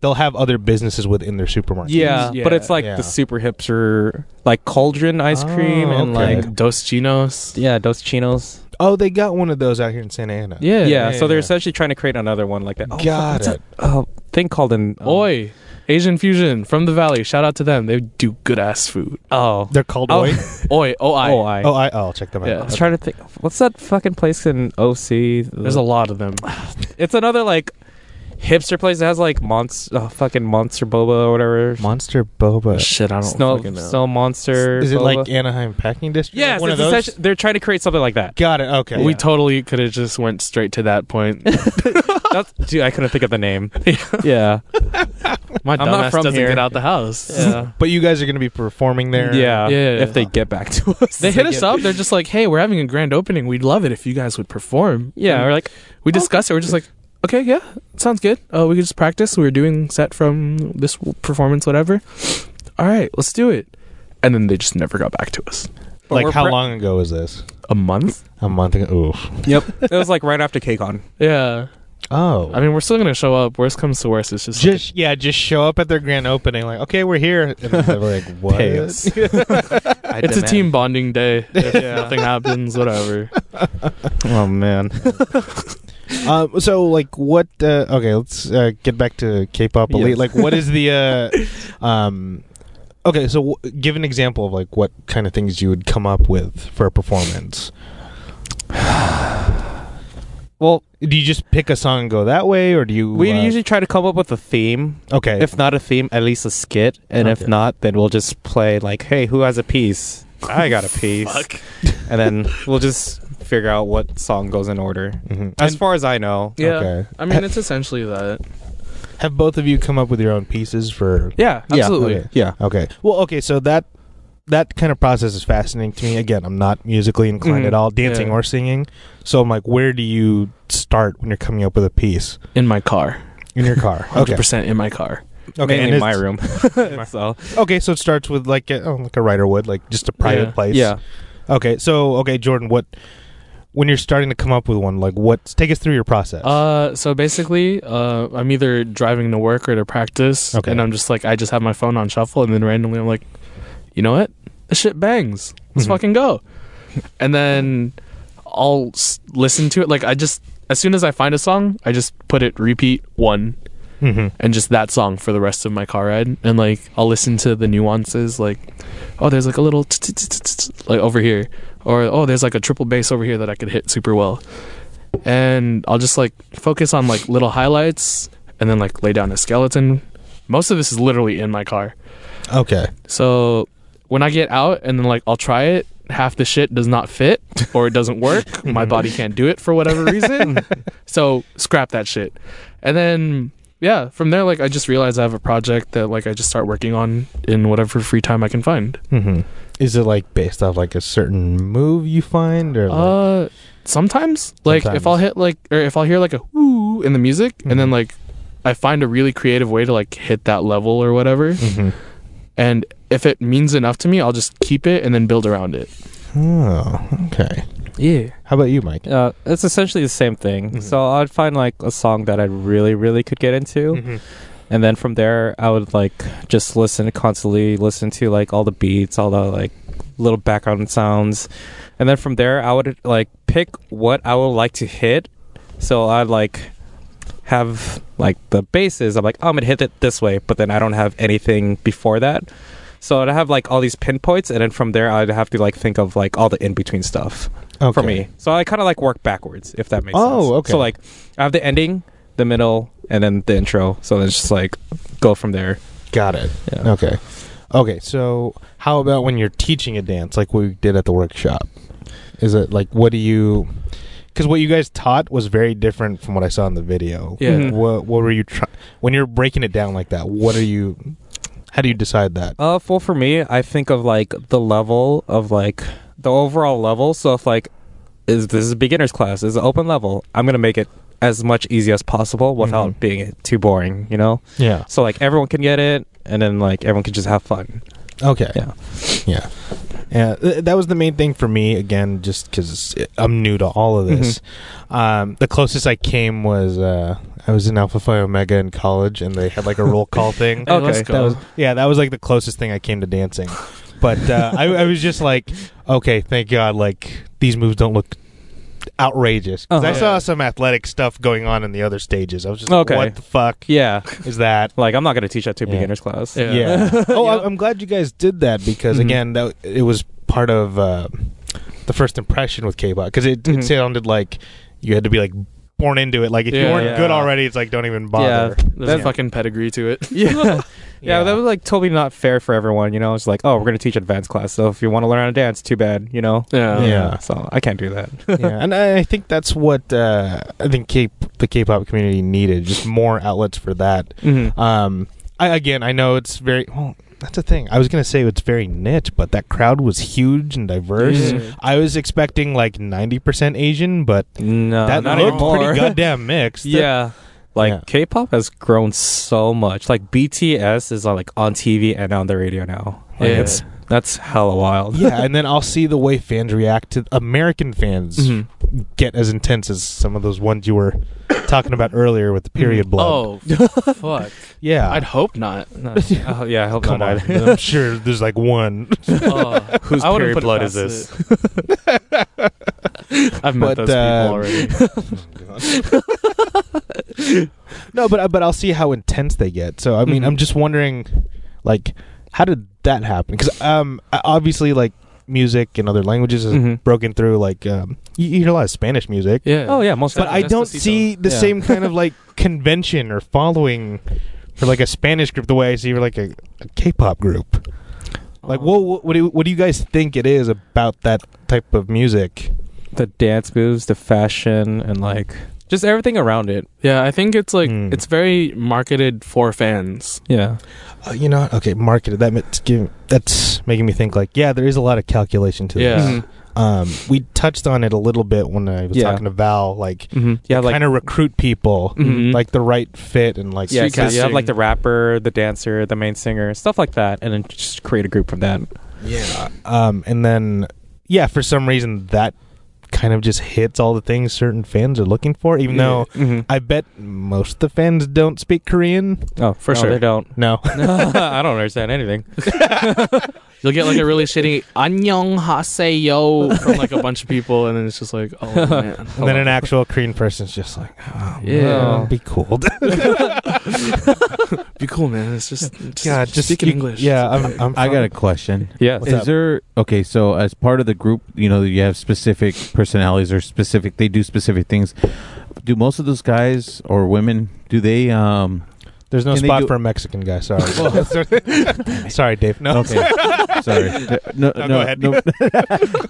Speaker 1: They'll have other businesses within their supermarket.
Speaker 3: Yeah,
Speaker 2: Yeah,
Speaker 3: but it's like
Speaker 1: yeah.
Speaker 3: the super hipster like cauldron ice cream
Speaker 1: Oh,
Speaker 3: and
Speaker 1: okay.
Speaker 3: like
Speaker 2: Dos Chinos.
Speaker 3: yeah, Dos Chinos.
Speaker 1: Oh, they got one of those out here in Santa Ana.
Speaker 3: Yeah,
Speaker 1: yeah,
Speaker 3: so they're
Speaker 1: yeah.
Speaker 3: essentially trying to create another one like that. Oh,
Speaker 1: Got
Speaker 3: what's
Speaker 1: it. Oh.
Speaker 3: that, uh, thing called an um,
Speaker 2: Oi. Asian Fusion from the Valley. Shout out to them. They do good ass food.
Speaker 3: Oh,
Speaker 1: They're called
Speaker 3: Oh.
Speaker 1: Oi.
Speaker 2: Oi. Oh, I.
Speaker 3: oh, I.
Speaker 1: Oh, I, oh, I'll check them out.
Speaker 2: Yeah.
Speaker 3: I was trying to think. What's that fucking place in OC?
Speaker 2: There's a lot of them.
Speaker 3: It's another like hipster place that has like monster, uh, fucking monster boba or whatever.
Speaker 1: Monster Boba.
Speaker 2: Shit, I don't
Speaker 3: snow,
Speaker 2: fucking know.
Speaker 3: snow monster.
Speaker 1: Is it
Speaker 3: boba.
Speaker 1: like Anaheim Packing District?
Speaker 3: yes?
Speaker 1: one
Speaker 3: it's
Speaker 1: of those.
Speaker 3: essentially- They're trying to create something like that.
Speaker 1: Got it. Okay.
Speaker 2: We totally could have just went straight to that point.
Speaker 3: That's, dude, I couldn't think of the name. yeah,
Speaker 2: My
Speaker 3: I'm not
Speaker 2: dumbass
Speaker 3: from
Speaker 2: doesn't
Speaker 3: here.
Speaker 2: get out the house.
Speaker 3: yeah,
Speaker 1: but you guys are going to be performing there.
Speaker 3: yeah.
Speaker 2: Yeah.
Speaker 3: If they get back to us,
Speaker 2: They hit us up. They're just like, "Hey, we're having a grand opening. We'd love it if you guys would perform."
Speaker 3: Yeah,
Speaker 2: And
Speaker 3: we're like,
Speaker 2: we discussed it. We're just like, "Okay, yeah, sounds good. Uh, we could just practice. We were doing set from this w- performance, whatever. All right, let's do it." And then they just never got back to us.
Speaker 3: but
Speaker 1: Like
Speaker 3: we're
Speaker 1: how
Speaker 3: pre-
Speaker 1: long ago is this?
Speaker 2: A month?
Speaker 1: A month ago. Oof.
Speaker 3: Yep, it was like right after KCON.
Speaker 2: Yeah.
Speaker 1: Oh.
Speaker 2: I mean, we're still gonna show up. Worst comes to worst, it's just,
Speaker 1: just yeah, just show up at their grand opening. Like, okay, we're here. And then they're like, what?
Speaker 3: Pay us.
Speaker 2: like, it's a team bonding day. If
Speaker 3: Yeah.
Speaker 2: nothing happens, whatever.
Speaker 3: Oh man.
Speaker 1: um, so like, what? Uh, okay, let's uh, get back to K-pop elite.
Speaker 2: Yes.
Speaker 1: Like, what is the? Uh, um, okay, so w- give an example of like what kind of things you would come up with for a performance.
Speaker 3: Well,
Speaker 1: Do you just pick a song and go that way, or do you?
Speaker 3: we
Speaker 1: uh,
Speaker 3: usually try to come up with a theme.
Speaker 1: okay.
Speaker 3: If not a theme, at least a skit. And
Speaker 1: Okay.
Speaker 3: if not, then we'll just play like, hey, who has a piece? I got a piece. And then we'll just figure out what song goes in order.
Speaker 1: Mhm.
Speaker 3: As
Speaker 1: And-
Speaker 3: far as I know.
Speaker 2: Yeah.
Speaker 1: Okay.
Speaker 2: I mean, it's essentially that.
Speaker 1: have both of you come up with your own pieces for?
Speaker 2: Yeah.
Speaker 3: Yeah,
Speaker 2: Absolutely.
Speaker 1: okay.
Speaker 3: Yeah.
Speaker 1: Okay. Well, okay. So that that kind of process is fascinating to me. Again, I'm not musically inclined
Speaker 3: Mhm.
Speaker 1: at all, dancing
Speaker 2: Mm-hmm. Yeah.
Speaker 1: or singing. So I'm like, where do you start when you're coming up with a piece
Speaker 2: In my car.
Speaker 1: in your car?
Speaker 2: Hundred percent in my car.
Speaker 1: Okay, and
Speaker 3: mainly
Speaker 1: it's-
Speaker 3: my room. so
Speaker 1: Okay, so it starts with like a, oh, like a writer would, like just a private
Speaker 2: Yeah.
Speaker 1: place.
Speaker 3: yeah,
Speaker 1: Okay, so okay, Jordan, what when you're starting to come up with one, like what? Take us through your process.
Speaker 2: Uh, so basically, uh, I'm either driving to work or to practice,
Speaker 1: Okay.
Speaker 2: and I'm just like, I just have my phone on shuffle, and then randomly I'm like, you know what? This shit bangs. Let's
Speaker 1: Mhm.
Speaker 2: fucking go. And then I'll s- listen to it. Like I just, as soon as I find a song, I just put it repeat one,
Speaker 1: hmm
Speaker 2: and just that song for the rest of my car ride. And like I'll listen to the nuances, like oh, there's like a little t- t- t- t- t- like over here, or oh, there's like a triple bass over here that I could hit super well. And I'll just like focus on like little highlights, and then like lay down a skeleton. Most of this is literally in my car,
Speaker 1: Okay.
Speaker 2: so when I get out and then like I'll try it. Half the shit does not fit or it doesn't work. My body can't do it for whatever reason. so scrap that shit. And then yeah, from there like I just realize I have a project that like I just start working on in whatever free time I can find.
Speaker 1: hmm Is it like based off like a certain move you find, or like,
Speaker 2: Uh sometimes like if
Speaker 1: Sometimes.
Speaker 2: I'll hit like or if I'll hear like a whoo in the music and then
Speaker 1: Mhm.
Speaker 2: like I find a really creative way to like hit that level or whatever.
Speaker 1: Mhm.
Speaker 2: And if it means enough to me, I'll just keep it and then build around it.
Speaker 1: oh, okay.
Speaker 2: Yeah.
Speaker 1: How about you, Mike?
Speaker 3: uh, it's essentially the same thing.
Speaker 1: Mhm.
Speaker 3: So I'd find like a song that I really, really could get
Speaker 1: Mm-hmm.
Speaker 3: into, and then from there I would like just listen constantly, listen to like all the beats, all the like little background sounds, and then from there I would like pick what I would like to hit. So I'd like have like the bases. I'm like, oh, I'm gonna hit it this way, but then I don't have anything before that. So I'd have like all these pinpoints, and then from there I'd have to like think of like all the in between stuff
Speaker 1: Okay.
Speaker 3: for me. So I kind of like work backwards, if that makes
Speaker 1: Oh,
Speaker 3: sense.
Speaker 1: okay.
Speaker 3: So like I have the ending, the middle, and then the intro. So it's just like go from there.
Speaker 1: Got it.
Speaker 3: Yeah.
Speaker 1: Okay. Okay, so how about when you're teaching a dance like we did at the workshop? Is it like what do you cuz what you guys taught was very different from what I saw in the video.
Speaker 2: Yeah.
Speaker 3: Mhm.
Speaker 1: What what were you try- when you're breaking it down like that? What are you how do you decide that?
Speaker 3: Uh, well, for me, I think of like the level of like the overall level. So if like is this is a beginner's class, is an open level, I'm gonna make it as much easy as possible without
Speaker 1: Mhm.
Speaker 3: being too boring. You know.
Speaker 1: Yeah.
Speaker 3: So like everyone can get it, and then like everyone can just have fun.
Speaker 1: Okay.
Speaker 3: Yeah.
Speaker 1: Yeah. Yeah. th- that was the main thing for me, again, just because I'm new to all of this.
Speaker 3: Mm-hmm.
Speaker 1: Um, the closest I came was uh, I was in Alpha Phi Omega in college, and they had like a roll call thing.
Speaker 3: Okay,
Speaker 2: let's
Speaker 3: that
Speaker 2: go.
Speaker 1: was- Yeah, that was like the closest thing I came to dancing. But uh, I, I was just like, okay, thank God, like these moves don't look outrageous. 'Cause I
Speaker 3: Uh-huh.
Speaker 1: saw some athletic stuff going on in the other stages. I was just
Speaker 3: Okay.
Speaker 1: like, what the fuck
Speaker 3: Yeah.
Speaker 1: is that?
Speaker 3: Like I'm not gonna teach that to a
Speaker 1: Yeah.
Speaker 3: beginner's class.
Speaker 2: Yeah.
Speaker 1: Yeah. oh, I- I'm glad you guys did that because
Speaker 3: Mhm.
Speaker 1: again, that it was part of uh, the first impression with K-pop because it,
Speaker 3: Mhm.
Speaker 1: it sounded like you had to be like born into it. Like if you
Speaker 2: Yeah.
Speaker 1: weren't good
Speaker 3: Yeah.
Speaker 1: already, it's like don't even bother.
Speaker 2: There's
Speaker 3: That's-
Speaker 2: a fucking pedigree to it.
Speaker 3: Yeah. Yeah,
Speaker 1: Yeah.
Speaker 3: that was like totally not fair for everyone. You know, it's like, oh, we're gonna teach advanced class, so if you want to learn how to dance, too bad. You know. Uh,
Speaker 2: Yeah.
Speaker 1: Yeah.
Speaker 3: So I can't do that.
Speaker 1: yeah, and I I think that's what uh, I think K- the K-pop community needed just more outlets for that.
Speaker 3: Mm-hmm.
Speaker 1: Um, I again, I know it's very well. That's the thing. I was gonna say it's very niche, but that crowd was huge and diverse.
Speaker 3: Mm-hmm.
Speaker 2: Yeah.
Speaker 1: I was expecting like ninety percent Asian, but
Speaker 2: Uh,
Speaker 3: No,
Speaker 1: that
Speaker 3: not
Speaker 1: looked
Speaker 3: anymore.
Speaker 1: pretty goddamn mixed.
Speaker 3: yeah. Like
Speaker 1: Yeah.
Speaker 3: K-pop has grown so much. Like BTS is on, like on TV and on the radio now. Like,
Speaker 2: Yeah.
Speaker 3: it's that's hella wild.
Speaker 1: yeah, and then I'll see the way fans react to American fans
Speaker 2: Mhm.
Speaker 1: get as intense as some of those ones you were talking about earlier with the period blood.
Speaker 2: Oh, fuck.
Speaker 1: yeah,
Speaker 2: I'd hope not.
Speaker 3: No. Oh, yeah, I hope
Speaker 1: come on.
Speaker 3: not.
Speaker 1: I'm sure there's like one.
Speaker 2: Oh,
Speaker 6: Whose
Speaker 2: I wouldn't
Speaker 6: period
Speaker 2: put it
Speaker 6: blood is
Speaker 2: past
Speaker 6: this?
Speaker 2: it. I've met
Speaker 1: But,
Speaker 2: those
Speaker 1: um,
Speaker 2: people already.
Speaker 1: no, but uh, but I'll see how intense they get. So I mean,
Speaker 2: Mhm.
Speaker 1: I'm just wondering, like, how did that happen? Because um, obviously, like music and other languages has
Speaker 3: Mhm.
Speaker 1: broken through. Like, um, you, you hear a lot of Spanish music.
Speaker 2: Yeah.
Speaker 3: Oh yeah, most.
Speaker 1: but I
Speaker 2: That's
Speaker 1: don't
Speaker 2: the
Speaker 1: see the
Speaker 3: Yeah.
Speaker 1: same kind of like convention or following for like a Spanish group the way I see for like a, a K-pop group. Like, whoa, what, what do you, what do you guys think it is about that type of music?
Speaker 3: the dance moves, the fashion, and like just everything around it.
Speaker 2: Yeah, I think it's like
Speaker 1: Mm.
Speaker 2: it's very marketed for fans.
Speaker 3: Yeah.
Speaker 1: Uh, you know, what? okay, marketed. That that's, that's making me think like, yeah, there is a lot of calculation to
Speaker 2: Yeah.
Speaker 1: this.
Speaker 2: Mhm.
Speaker 1: um, we touched on it a little bit when I was
Speaker 3: Yeah.
Speaker 1: talking to Val, like
Speaker 2: Mm-hmm.
Speaker 3: You have like
Speaker 1: kind of recruit people,
Speaker 2: Mhm.
Speaker 1: like the right fit and like
Speaker 3: yeah,
Speaker 2: street
Speaker 3: 'cause you have
Speaker 2: casting.
Speaker 3: like the rapper, the dancer, the main singer, stuff like that, and then just create a group from that.
Speaker 1: Yeah. Um, and then, yeah, for some reason that kind of just hits all the things certain fans are looking for, even though
Speaker 3: Mhm.
Speaker 1: I bet most of the fans don't speak Korean.
Speaker 3: Oh, for
Speaker 2: No,
Speaker 3: sure
Speaker 2: they
Speaker 3: they don't.
Speaker 1: No.
Speaker 3: I don't understand anything.
Speaker 2: You'll get like a really shitty "안녕 하세요" from like a bunch of people, and then it's just like, oh man.
Speaker 1: and then an actual Korean person's just like, oh,
Speaker 2: Yeah.
Speaker 1: well, be cool.
Speaker 2: be cool, man. It's just, just
Speaker 1: God, just
Speaker 2: speak in
Speaker 1: you-
Speaker 2: English.
Speaker 1: Yeah, I'm, I'm
Speaker 4: I got a
Speaker 1: from-
Speaker 4: question.
Speaker 3: Yes.
Speaker 1: What's
Speaker 4: is
Speaker 1: up?
Speaker 4: there okay? So as part of the group, you know, you have specific personalities or specific. They do specific things. Do most of those guys or women? Do they? um
Speaker 1: There's no
Speaker 4: Can they
Speaker 1: spot
Speaker 4: do-
Speaker 1: for a Mexican guy. Sorry. Sorry, Dave. No.
Speaker 4: Okay, sorry. No, no,
Speaker 1: go ahead.
Speaker 4: no.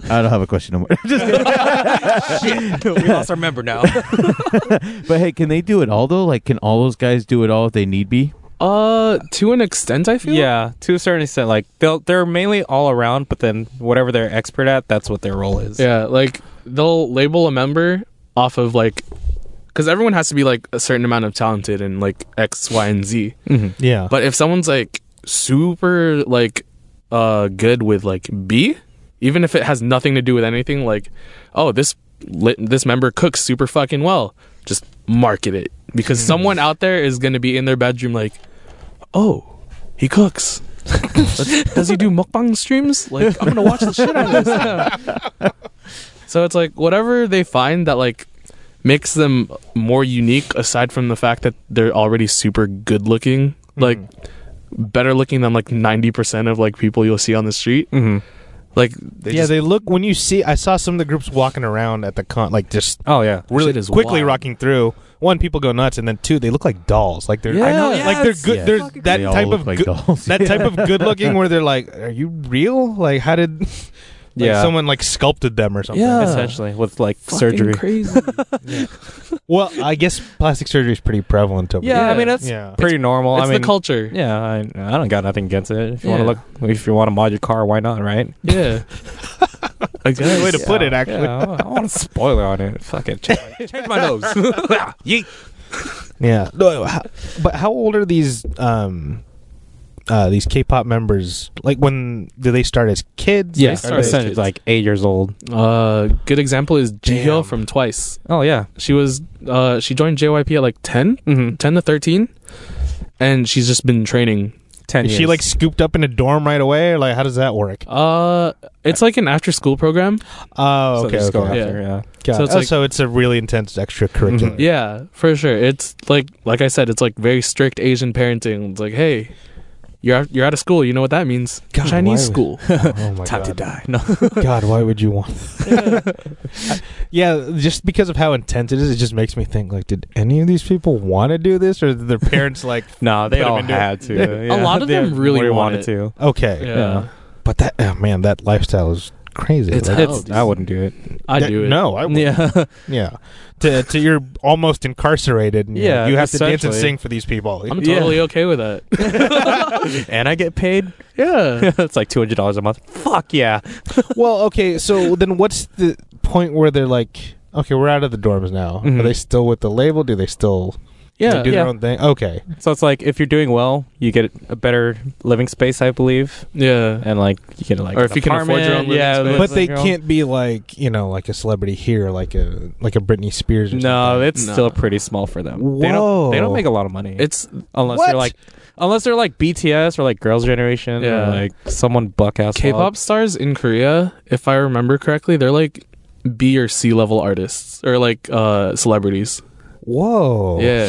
Speaker 4: I don't have a question no more. Just kidding.
Speaker 3: Shit, we lost our member now.
Speaker 4: but hey, can they do it all though? Like, can all those guys do it all if they need be?
Speaker 2: Uh, to an extent, I feel.
Speaker 3: yeah, to a certain extent, like they'll they're mainly all around, but then whatever they're expert at, that's what their role is.
Speaker 2: Yeah, like they'll label a member off of like, because everyone has to be like a certain amount of talented and like X, Y, and Z.
Speaker 3: Mhm.
Speaker 1: Yeah.
Speaker 2: But if someone's like super like uh good with like B, even if it has nothing to do with anything, like oh this li- this member cooks super fucking well, just market it because someone out there is gonna be in their bedroom like, oh he cooks. Does he do mukbang streams? Like I'm gonna watch the shit out of this. so it's like whatever they find that like makes them more unique aside from the fact that they're already super good looking like better looking than like 90% of like people you'll see on the street
Speaker 3: Mhm.
Speaker 2: like
Speaker 1: yeah, they look when you see. I saw some of the groups walking around at the con, like just
Speaker 3: Oh yeah.
Speaker 1: really
Speaker 2: Shit is
Speaker 1: quickly
Speaker 2: wild.
Speaker 1: rocking through. One, people go nuts, and then two, they look like dolls. Like they're,
Speaker 2: Yeah. I know,
Speaker 1: like they're good.
Speaker 4: Yeah.
Speaker 1: There's that
Speaker 4: They all
Speaker 1: type
Speaker 4: look
Speaker 1: of
Speaker 4: like
Speaker 1: good,
Speaker 4: dolls.
Speaker 1: that type of good looking where they're like, are you real? Like how did? Like
Speaker 3: Yeah.
Speaker 1: someone like sculpted them or something.
Speaker 2: Yeah.
Speaker 3: Essentially, with like
Speaker 2: fucking
Speaker 3: surgery.
Speaker 2: crazy
Speaker 1: Well, I guess plastic surgery is pretty prevalent over
Speaker 3: yeah,
Speaker 2: Yeah.
Speaker 3: I mean that's
Speaker 1: here. Yeah.
Speaker 3: pretty normal.
Speaker 2: it's
Speaker 3: I mean,
Speaker 2: the culture
Speaker 3: yeah, I, I don't got nothing against it. If you
Speaker 2: Yeah.
Speaker 3: want to look, if you want to mod your car, why not? Right?
Speaker 2: yeah I guess.
Speaker 1: Way to put it, actually.
Speaker 3: Yeah, I want- I want a spoiler on it. Fuck it. Change, change my nose. Yeet.
Speaker 1: Yeah. No, how- but how old are these um uh these K-pop members? Like when do they start as kids?
Speaker 3: Yeah,
Speaker 1: They start as
Speaker 3: essentially
Speaker 1: kids.
Speaker 3: like eight years old.
Speaker 2: uh good example is
Speaker 1: Damn.
Speaker 2: Jihyo from Twice
Speaker 3: Oh yeah.
Speaker 2: she was uh she joined JYP at like 10
Speaker 3: Mm-hmm.
Speaker 2: 10 to 13 and she's just been training
Speaker 3: Ten.
Speaker 1: Is she
Speaker 3: years.
Speaker 1: like scooped up in a dorm right away? Or like how does that work?
Speaker 2: uh it's like an after school program
Speaker 1: Oh,
Speaker 3: So
Speaker 1: okay.
Speaker 3: just go
Speaker 1: okay.
Speaker 2: Yeah.
Speaker 3: after, yeah.
Speaker 1: Got
Speaker 2: So
Speaker 1: it.
Speaker 2: it's
Speaker 1: Oh,
Speaker 2: like-
Speaker 1: so it's Mm-hmm. a really intense extracurricular.
Speaker 3: Mhm.
Speaker 2: Yeah, for sure. It's like like I said, it's like very strict Asian parenting. It's like, hey, you're out, you're out of school. You know what that means?
Speaker 1: God,
Speaker 2: Chinese
Speaker 1: why-
Speaker 2: school.
Speaker 1: Oh my god.
Speaker 3: die. No.
Speaker 1: God, why would you want? yeah, just because of how intense it is, it just makes me think like, did any of these people want to do this, or did their parents like,
Speaker 3: no, they
Speaker 1: Put 'em
Speaker 3: all
Speaker 1: into
Speaker 3: had to. yeah.
Speaker 2: lot of
Speaker 3: They
Speaker 2: them really want
Speaker 3: wanted
Speaker 2: it. Oh,
Speaker 3: to.
Speaker 1: okay,
Speaker 2: Yeah,
Speaker 3: Yeah.
Speaker 1: but that oh, man, that lifestyle is crazy.
Speaker 2: It's
Speaker 1: That-
Speaker 2: hell,
Speaker 3: It's,
Speaker 2: dude.
Speaker 3: I wouldn't do it.
Speaker 2: I
Speaker 1: that-
Speaker 2: do it.
Speaker 1: No, I would. Yeah,
Speaker 3: Yeah.
Speaker 1: yeah. To to you're almost incarcerated. And yeah,
Speaker 3: Yeah,
Speaker 1: you have to dance and
Speaker 3: essentially.
Speaker 1: sing for these people.
Speaker 2: I'm
Speaker 3: Yeah.
Speaker 2: totally okay with that.
Speaker 3: and I get paid.
Speaker 2: Yeah.
Speaker 3: it's like two hundred dollars a month. Fuck yeah.
Speaker 1: well, okay, so then what's the point where they're like, okay, we're out of the dorms now.
Speaker 3: Mhm.
Speaker 1: Are they still with the label? Do they still
Speaker 2: Yeah.
Speaker 1: do
Speaker 3: yeah.
Speaker 1: their own thing? Okay,
Speaker 3: So it's like if you're doing well, you get a better living space, I believe,
Speaker 2: Yeah.
Speaker 3: and like you can like
Speaker 2: Or
Speaker 3: an
Speaker 2: if you can afford your
Speaker 3: apartment,
Speaker 2: own living
Speaker 3: yeah,
Speaker 2: space.
Speaker 3: live
Speaker 1: but they
Speaker 3: like your own-
Speaker 1: can't be like you know like a celebrity here like a like a Britney Spears. Or
Speaker 3: No, it's
Speaker 2: No.
Speaker 3: still pretty small for them. They
Speaker 1: Whoa.
Speaker 3: don't. They don't make a lot of money.
Speaker 2: It's
Speaker 3: unless
Speaker 1: What?
Speaker 3: they're like, unless they're like BTS or like Girls' Generation
Speaker 2: Yeah.
Speaker 3: or like someone buck ass.
Speaker 2: K-pop stars in Korea, if I remember correctly, they're like B or C level artists or like uh celebrities.
Speaker 1: something.
Speaker 3: Oh.
Speaker 1: whoa,
Speaker 2: Yeah.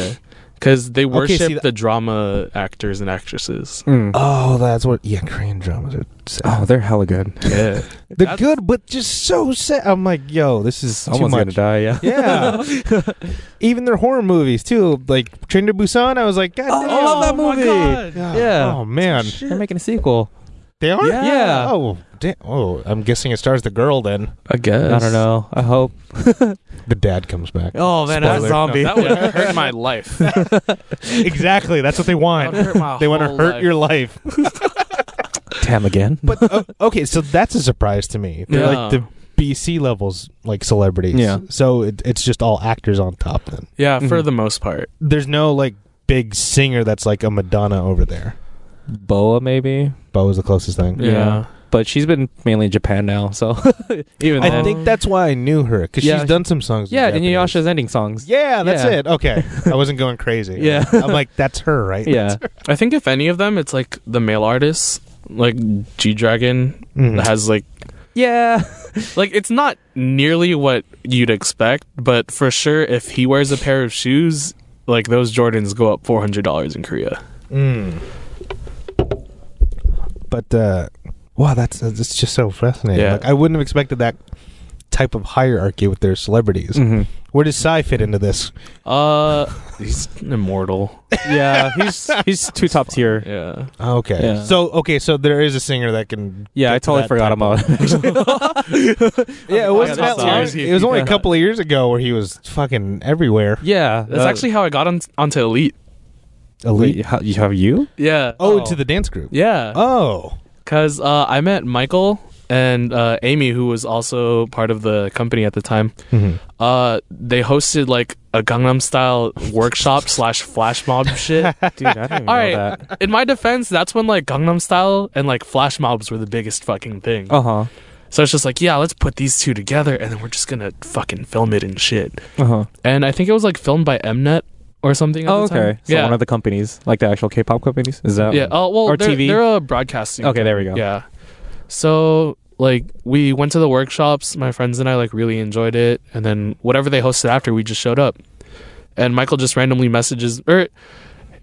Speaker 2: Cuz they worship
Speaker 1: that-
Speaker 2: the drama actors and actresses.
Speaker 3: Mm.
Speaker 1: Oh, that's what. Yeah, Korean dramas are. Sad.
Speaker 3: Oh, they're hella good.
Speaker 2: Yeah.
Speaker 1: They're good, but just so sad. I'm like, yo, this is
Speaker 3: Someone's
Speaker 1: too
Speaker 3: gonna
Speaker 1: much.
Speaker 3: die. Yeah.
Speaker 1: Yeah, even their horror movies too, like Train to Busan. I was like,
Speaker 2: Oh,
Speaker 1: God, damn.
Speaker 3: I love that
Speaker 2: my
Speaker 3: movie.
Speaker 2: God.
Speaker 1: God.
Speaker 3: Yeah.
Speaker 1: Oh man,
Speaker 3: They're making a sequel.
Speaker 1: they are.
Speaker 3: Yeah. Yeah.
Speaker 1: Oh, damn. Oh, I'm guessing it stars the girl. Then
Speaker 2: I
Speaker 3: I
Speaker 2: guess.
Speaker 3: don't know. I hope.
Speaker 1: the dad comes back.
Speaker 3: Oh man,
Speaker 1: that's Spoiler.
Speaker 3: that's zombie.
Speaker 2: That would hurt my life. That
Speaker 1: exactly. That's what they want.
Speaker 2: would hurt my
Speaker 1: They want to
Speaker 2: whole
Speaker 1: hurt
Speaker 2: life.
Speaker 1: your life.
Speaker 3: Tam again.
Speaker 1: But o okay, so that's a surprise to me. They're like
Speaker 2: Yeah.
Speaker 1: the BC levels like celebrities.
Speaker 3: Yeah.
Speaker 1: So it, it's just all actors on top. Then
Speaker 2: Yeah, for
Speaker 3: Mhm.
Speaker 2: the most part.
Speaker 1: there's no like big singer that's like a Madonna over there.
Speaker 3: Boa maybe,
Speaker 1: Bo was the closest thing.
Speaker 2: Yeah.
Speaker 3: Yeah. but she's been mainly in Japan now, so even
Speaker 1: I
Speaker 3: then,
Speaker 1: think that's why I knew her because
Speaker 3: Yeah.
Speaker 1: she's done some songs. in
Speaker 3: yeah,
Speaker 1: Japanese.
Speaker 3: Inuyasha's ending songs.
Speaker 1: Yeah, that's
Speaker 3: Yeah.
Speaker 1: it. Okay, I wasn't going crazy.
Speaker 3: Yeah.
Speaker 1: I'm like, that's her, right?
Speaker 3: Yeah,
Speaker 2: I think if any of them, it's like the male artists, like G Dragon
Speaker 3: Mm-hmm.
Speaker 1: Mhm.
Speaker 2: has like
Speaker 3: yeah,
Speaker 2: like it's not nearly what you'd expect, but for sure, if he wears a pair of shoes, like those Jordans go up four hundred dollars in Korea.
Speaker 1: Mm. But uh, wow, that's that's just so fascinating.
Speaker 2: Yeah.
Speaker 1: Like, I wouldn't have expected that type of hierarchy with their celebrities.
Speaker 3: Mhm.
Speaker 1: Where does Psy fit into this?
Speaker 2: Uh, he's immortal.
Speaker 3: yeah. He's he's too top tier.
Speaker 2: Yeah,
Speaker 1: Oh, Okay,
Speaker 3: Yeah.
Speaker 1: so okay, so there is a singer that can.
Speaker 3: Yeah, I
Speaker 1: get to
Speaker 3: totally
Speaker 1: that
Speaker 3: forgot
Speaker 1: type
Speaker 3: about
Speaker 1: of- yeah, it wasn't that
Speaker 2: that's
Speaker 1: long.
Speaker 2: awesome.
Speaker 1: It was only a
Speaker 2: Yeah.
Speaker 1: couple of years ago where he was fucking everywhere.
Speaker 3: Yeah,
Speaker 2: that's actually how I got on, onto Elite.
Speaker 1: Elite.
Speaker 3: Wait, how, you have you?
Speaker 2: Yeah.
Speaker 1: oh, to the dance group.
Speaker 2: Yeah.
Speaker 1: Oh,
Speaker 2: Because uh, I met Michael and uh, Amy, who was also part of the company at the time.
Speaker 1: Mm-hmm.
Speaker 2: Uh, they hosted like a Gangnam Style workshop slash flash mob shit.
Speaker 3: Dude, I didn't even know
Speaker 2: All right.
Speaker 3: that.
Speaker 2: In my defense, that's when like Gangnam Style and like flash mobs were the biggest fucking thing.
Speaker 3: Uh huh.
Speaker 2: So it's just like, yeah, let's put these two together, and then we're just gonna fucking film it and shit.
Speaker 3: Uh huh.
Speaker 2: And I think it was like filmed by Mnet or something. At
Speaker 3: Oh,
Speaker 2: the time.
Speaker 3: okay. So
Speaker 2: yeah.
Speaker 3: one of the companies, like the actual K-pop companies, is that?
Speaker 2: Yeah. Oh, well,
Speaker 3: Or
Speaker 2: they're,
Speaker 3: TV?
Speaker 2: they're a broadcasting.
Speaker 3: Okay, there we go.
Speaker 2: Yeah. So, like, we went to the workshops. My friends and I, like, really enjoyed it. And then whatever they hosted after, we just showed up. And Michael just randomly messages, or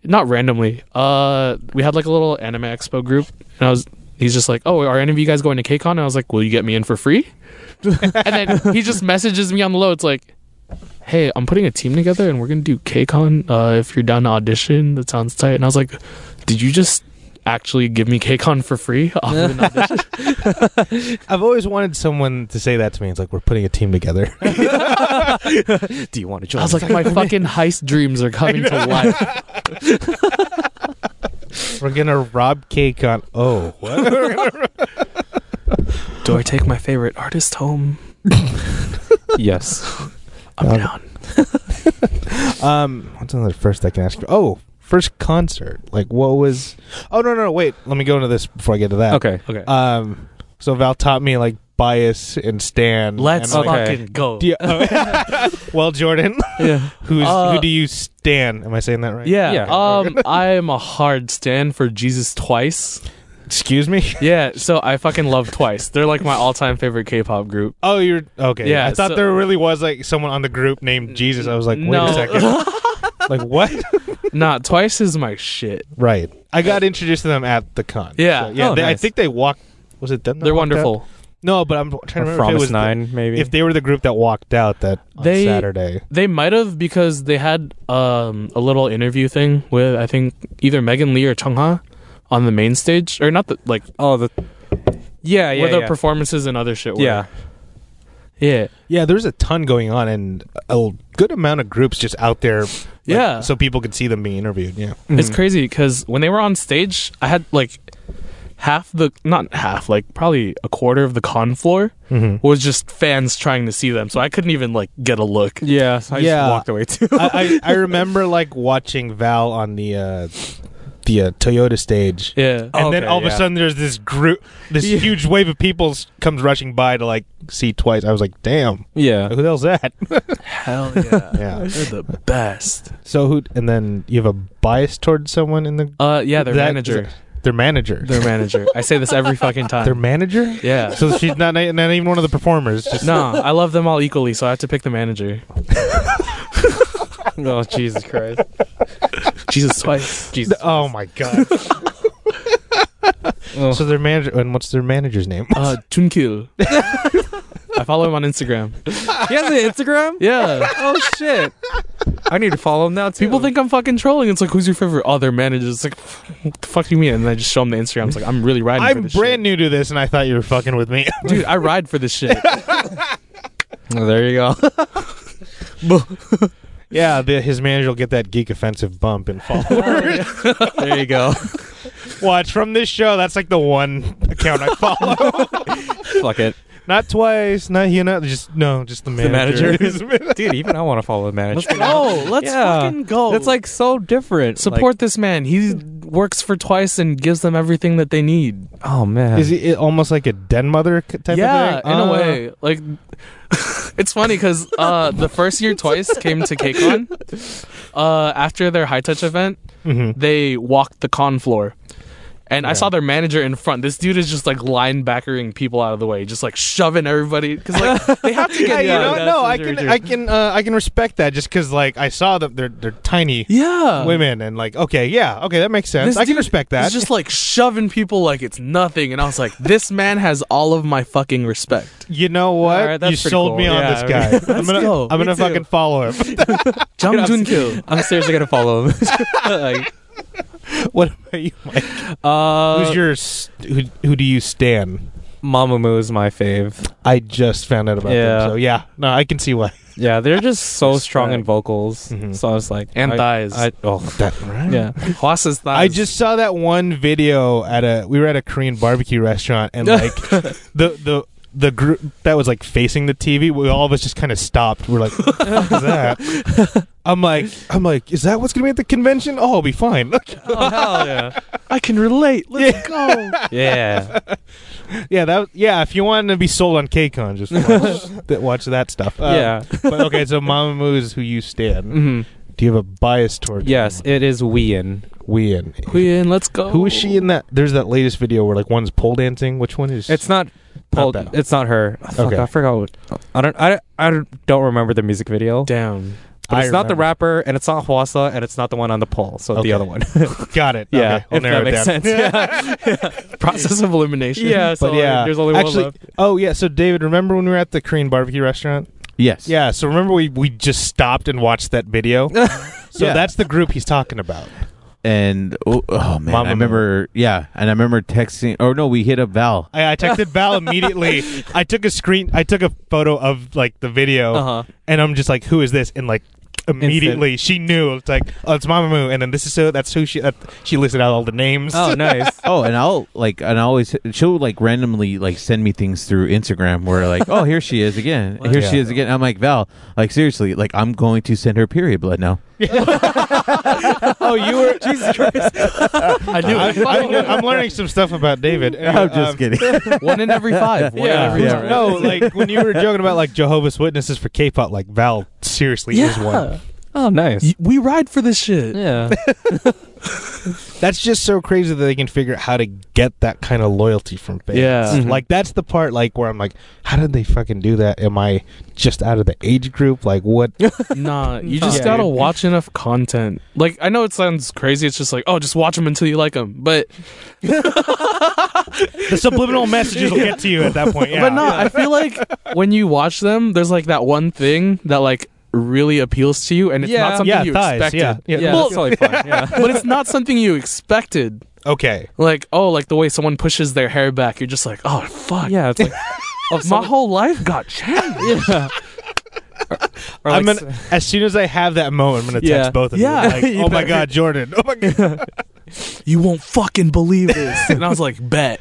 Speaker 2: not randomly. Uh, we had like a little anime expo group, and I was. He's just like, oh, are any of you guys going to KCON? And I was like, will you get me in for free? and then he just messages me on the low. It's like, hey, I'm putting a team together and we're gonna do KCON. Uh, if you're down to audition, that sounds tight. And I was like, did you just actually give me KCON for free? off of an audition?
Speaker 1: I've always wanted someone to say that to me. It's like we're putting a team together.
Speaker 3: Do you want to join?
Speaker 2: I was like, my fucking heist dreams are coming to life.
Speaker 1: we're gonna rob cake on. Oh, what?
Speaker 2: Do I take my favorite artist home?
Speaker 3: yes.
Speaker 2: I'm
Speaker 3: Uh,
Speaker 1: Um,
Speaker 2: down.
Speaker 1: Um, what's another first I can ask you? Oh, first concert. Like, what was? Oh no, no, no, wait. Let me go into this before I get to that.
Speaker 3: Okay.
Speaker 2: Okay.
Speaker 1: Um, so Val taught me like bias and stand.
Speaker 2: Let's
Speaker 1: and, like,
Speaker 3: Okay.
Speaker 2: fucking go.
Speaker 1: do you- well, Jordan,
Speaker 3: Yeah.
Speaker 1: who's
Speaker 2: Uh,
Speaker 1: who do you stand? Am I saying that right?
Speaker 2: Yeah.
Speaker 3: Yeah.
Speaker 2: Um, I am a hard stand for Jesus Twice.
Speaker 1: Excuse me.
Speaker 2: Yeah. So I fucking love Twice. They're like my all-time favorite K-pop group.
Speaker 1: Oh, you're okay.
Speaker 2: Yeah,
Speaker 1: I thought
Speaker 2: so-
Speaker 1: there really was like someone on the group named Jesus. I was like, wait
Speaker 2: No.
Speaker 1: a second. like what?
Speaker 2: Nah, Twice is my shit.
Speaker 1: Right. I got introduced to them at the con.
Speaker 2: Yeah.
Speaker 1: So, yeah.
Speaker 3: Oh,
Speaker 1: they- I
Speaker 3: nice.
Speaker 1: think they walked. Was it them? that
Speaker 2: They're
Speaker 1: walked out?
Speaker 2: wonderful.
Speaker 1: No, but I'm trying to
Speaker 3: Or
Speaker 1: remember if it
Speaker 3: Promise
Speaker 1: was the-
Speaker 3: Nine, maybe.
Speaker 1: if they were the group that walked out that on
Speaker 2: They-
Speaker 1: Saturday.
Speaker 2: They might have because they had um, a little interview thing with I think either Megan Lee or Chung Ha on the main stage or not the like
Speaker 3: oh, the. Yeah, yeah,
Speaker 2: where the
Speaker 3: yeah.
Speaker 2: performances and other shit were.
Speaker 3: yeah.
Speaker 2: yeah,
Speaker 1: Yeah, there's a ton going on and a good amount of groups just out there. like,
Speaker 2: Yeah.
Speaker 1: so people could see them being interviewed. Yeah,
Speaker 2: It's crazy because when they were on stage, I had like half the not half like probably a quarter of the con floor was just fans trying to see them, so I couldn't even like get a look.
Speaker 3: Yeah. So I
Speaker 1: Yeah.
Speaker 3: just walked away too.
Speaker 1: I, I I remember like watching Val on the uh, the uh, Toyota stage.
Speaker 2: Yeah.
Speaker 1: And then
Speaker 3: Okay,
Speaker 1: all of a
Speaker 3: yeah.
Speaker 1: sudden, there's this group, this huge wave of people s- comes rushing by to like see twice. I was like, "Damn,
Speaker 3: yeah.
Speaker 1: who the hell's that?"
Speaker 2: Hell yeah.
Speaker 1: yeah.
Speaker 2: They're the best.
Speaker 1: So who? And then you have a bias towards someone in the
Speaker 2: Uh, yeah, their
Speaker 1: That-
Speaker 2: manager.
Speaker 1: their manager.
Speaker 2: Their manager. I say this every fucking time.
Speaker 1: Their manager?
Speaker 2: yeah.
Speaker 1: So she's not not even one of the performers. Just
Speaker 2: No, I love them all equally, so I have to pick the manager.
Speaker 3: oh Jesus Christ.
Speaker 2: Jesus twice. Jesus.
Speaker 1: Oh my god.
Speaker 3: Ugh.
Speaker 1: so their manager and what's their manager's name?
Speaker 2: Uh, Tunkil. I follow him on Instagram.
Speaker 3: he has an Instagram.
Speaker 2: Yeah.
Speaker 3: Oh shit. I need to follow him now too.
Speaker 2: People think I'm fucking trolling. It's like, who's your favorite? Oh, their manager. It's like, what the fuck do you mean? And I just show them the Instagram. It's like, I'm really riding for
Speaker 1: I'm
Speaker 2: this
Speaker 1: brand new to this and I thought you were fucking with me.
Speaker 2: shit. Dude, I ride for this shit.
Speaker 3: Oh, there you go.
Speaker 1: yeah, the, his manager will get that geek offensive bump and
Speaker 2: Oh,
Speaker 1: followers.
Speaker 3: there you go.
Speaker 1: Watch from this show, that's like the one account I follow.
Speaker 3: Fuck it.
Speaker 1: and not twice, not you, not just no, just the manager.
Speaker 3: The manager. Dude, even I want to follow the manager.
Speaker 2: Oh, let's
Speaker 3: Yeah.
Speaker 2: fucking go.
Speaker 3: It's like so different.
Speaker 2: support this man. He works for twice and gives them everything that they need.
Speaker 3: Like, oh man.
Speaker 1: Is it almost like a den mother c- type
Speaker 2: yeah,
Speaker 1: of thing?
Speaker 2: in
Speaker 1: Ah.
Speaker 2: a way. Like, it's funny because uh, the first year twice came to KCON. Uh, after their high touch event,
Speaker 1: Mhm.
Speaker 2: they walked the con floor. And I
Speaker 1: Yeah.
Speaker 2: saw their manager in front. This dude is just like linebackering people out of the way, just like shoving everybody because like they have to
Speaker 1: Yeah,
Speaker 2: get
Speaker 1: you
Speaker 2: yeah,
Speaker 1: know,
Speaker 3: that's
Speaker 1: no,
Speaker 3: for
Speaker 1: I
Speaker 3: sure
Speaker 1: can,
Speaker 3: true.
Speaker 1: I can, uh, I can respect that just because, like, I saw that they're they're tiny
Speaker 2: Yeah,
Speaker 1: women, and like, okay, yeah, okay, that makes sense.
Speaker 2: This
Speaker 1: I can
Speaker 2: dude
Speaker 1: respect that.
Speaker 2: He's just like shoving people like it's nothing, and I was like, this man has all of my fucking respect.
Speaker 1: you know what?
Speaker 3: Alright, that's
Speaker 1: you
Speaker 3: pretty
Speaker 1: sold
Speaker 3: cool.
Speaker 1: me on
Speaker 3: Yeah,
Speaker 1: this guy. I'm gonna,
Speaker 2: go.
Speaker 1: I'm
Speaker 2: Me
Speaker 1: gonna
Speaker 2: too.
Speaker 1: fucking follow him.
Speaker 2: Jam Junko.
Speaker 3: I'm seriously gonna follow him. like,
Speaker 1: what about you, Mike?
Speaker 3: uh,
Speaker 1: Who's your s- who? Who do you stand?
Speaker 3: Mamamoo is my fave.
Speaker 1: I just found out about
Speaker 3: Yeah.
Speaker 1: them, so yeah, no, I can see why.
Speaker 3: Yeah, they're just so strong in vocals.
Speaker 1: Mhm.
Speaker 3: So I was like,
Speaker 2: And
Speaker 3: I,
Speaker 2: thighs.
Speaker 3: I, oh,
Speaker 1: That right?
Speaker 3: yeah.
Speaker 2: Huasa's thighs.
Speaker 1: I just saw that one video at a we were at a Korean barbecue restaurant and like the the the group that was like facing the TV, we all of us just kind of stopped. We're like, "What the fuck is that?" I'm like, I'm like, is that what's gonna be at the convention? Oh, I'll be fine.
Speaker 3: oh hell yeah.
Speaker 2: I can relate. Let's go.
Speaker 3: Yeah.
Speaker 1: yeah, that. Yeah, if you want to be sold on KCON, just watch, th- watch that stuff. Uh,
Speaker 3: yeah. Mm.
Speaker 1: But okay, so Mamamoo is who you stand.
Speaker 2: mm-hmm.
Speaker 1: Do you have a bias towards?
Speaker 3: Yes, it is Wien.
Speaker 1: we in.
Speaker 2: Huyen, let's go.
Speaker 1: Who is she in that? There's that latest video where like one's pole dancing. Which one is?
Speaker 3: It's not Paul.
Speaker 1: that.
Speaker 3: It's not her. Fuck,
Speaker 1: Okay.
Speaker 3: I forgot. What, I don't. I, I don't remember the music video.
Speaker 2: down?
Speaker 3: But
Speaker 1: I
Speaker 3: it's not the
Speaker 1: remember.
Speaker 3: rapper, and it's not Huasa, and it's not the one on the pole. So
Speaker 1: Okay.
Speaker 3: the other one.
Speaker 1: Got it.
Speaker 3: yeah,
Speaker 1: Okay, we'll
Speaker 3: if
Speaker 1: narrow
Speaker 3: that
Speaker 1: it down.
Speaker 3: makes sense. Yeah.
Speaker 2: Process of elimination.
Speaker 3: yeah. So
Speaker 1: But yeah,
Speaker 3: there's only one
Speaker 1: actually,
Speaker 3: left.
Speaker 1: Oh yeah, so David, remember when we were at the Korean barbecue restaurant?
Speaker 4: Yes.
Speaker 1: Yeah, so remember we we just stopped and watched that video. so
Speaker 4: Yeah.
Speaker 1: that's the group he's talking about.
Speaker 4: And oh, oh, man,
Speaker 1: Mama
Speaker 4: I remember. Yeah, and I remember texting. Or no, we hit up Val.
Speaker 1: I, I texted Val immediately. I took a screen, I took a photo of like the video,
Speaker 3: Uh huh.
Speaker 1: and I'm just like, who is this? And like. Immediately, she knew. It's like, oh, it's Mamamoo, and then this is so. That's who she. That, she listed out all the names.
Speaker 3: Oh, nice.
Speaker 4: Oh, and I'll like, and I always she'll like randomly like send me things through Instagram where like, oh, here she is again, here she
Speaker 1: Yeah.
Speaker 4: is again. I'm like Val, like seriously, like I'm going to send her period blood now.
Speaker 1: Oh, you were.
Speaker 3: Jesus Christ.
Speaker 2: I knew
Speaker 1: I,
Speaker 2: it.
Speaker 1: am learning some stuff about David.
Speaker 4: I'm just
Speaker 1: Um,
Speaker 4: kidding.
Speaker 2: one in every five. One
Speaker 3: Yeah.
Speaker 2: in every
Speaker 4: Yeah,
Speaker 2: five.
Speaker 4: right.
Speaker 1: No, like when you were joking about like Jehovah's Witnesses for K-pop, like Val seriously is one.
Speaker 2: Yeah.
Speaker 3: Oh, nice.
Speaker 2: Y- We ride for this shit.
Speaker 3: yeah.
Speaker 1: That's just so crazy that they can figure out how to get that kind of loyalty from fans.
Speaker 2: Yeah.
Speaker 3: Mhm.
Speaker 1: like that's the part like where I'm like, how did they fucking do that? Am I just out of the age group? Like what?
Speaker 2: Nah, you
Speaker 1: Nah.
Speaker 2: just
Speaker 1: Yeah,
Speaker 2: gotta
Speaker 1: dude.
Speaker 2: watch enough content. Like, I know it sounds crazy. It's just like, oh, just watch them until you like them. But,
Speaker 1: the subliminal messages will get to you at that point. Yeah.
Speaker 2: but no, I feel like when you watch them, there's like that one thing that like really appeals to you, and it's
Speaker 3: Yeah.
Speaker 2: not something
Speaker 1: yeah,
Speaker 2: you
Speaker 1: thighs.
Speaker 2: expected.
Speaker 1: Yeah, yeah.
Speaker 3: Yeah.
Speaker 2: Well-
Speaker 3: That's totally fine. Yeah.
Speaker 2: but it's not something you expected.
Speaker 1: Okay.
Speaker 2: Like, oh, like the way someone pushes their hair back, you're just like, oh, fuck.
Speaker 3: Yeah. It's like. Oh,
Speaker 2: My
Speaker 3: so-
Speaker 2: whole life got changed.
Speaker 3: Yeah. Or
Speaker 1: I'm
Speaker 3: like
Speaker 1: gonna, as soon as I have that moment, I'm gonna text
Speaker 3: Yeah.
Speaker 1: both of
Speaker 2: Yeah.
Speaker 1: you. Like,
Speaker 3: You
Speaker 1: oh my
Speaker 3: better.
Speaker 1: god, Jordan. Oh my god.
Speaker 2: You won't fucking believe this. And I was like, bet.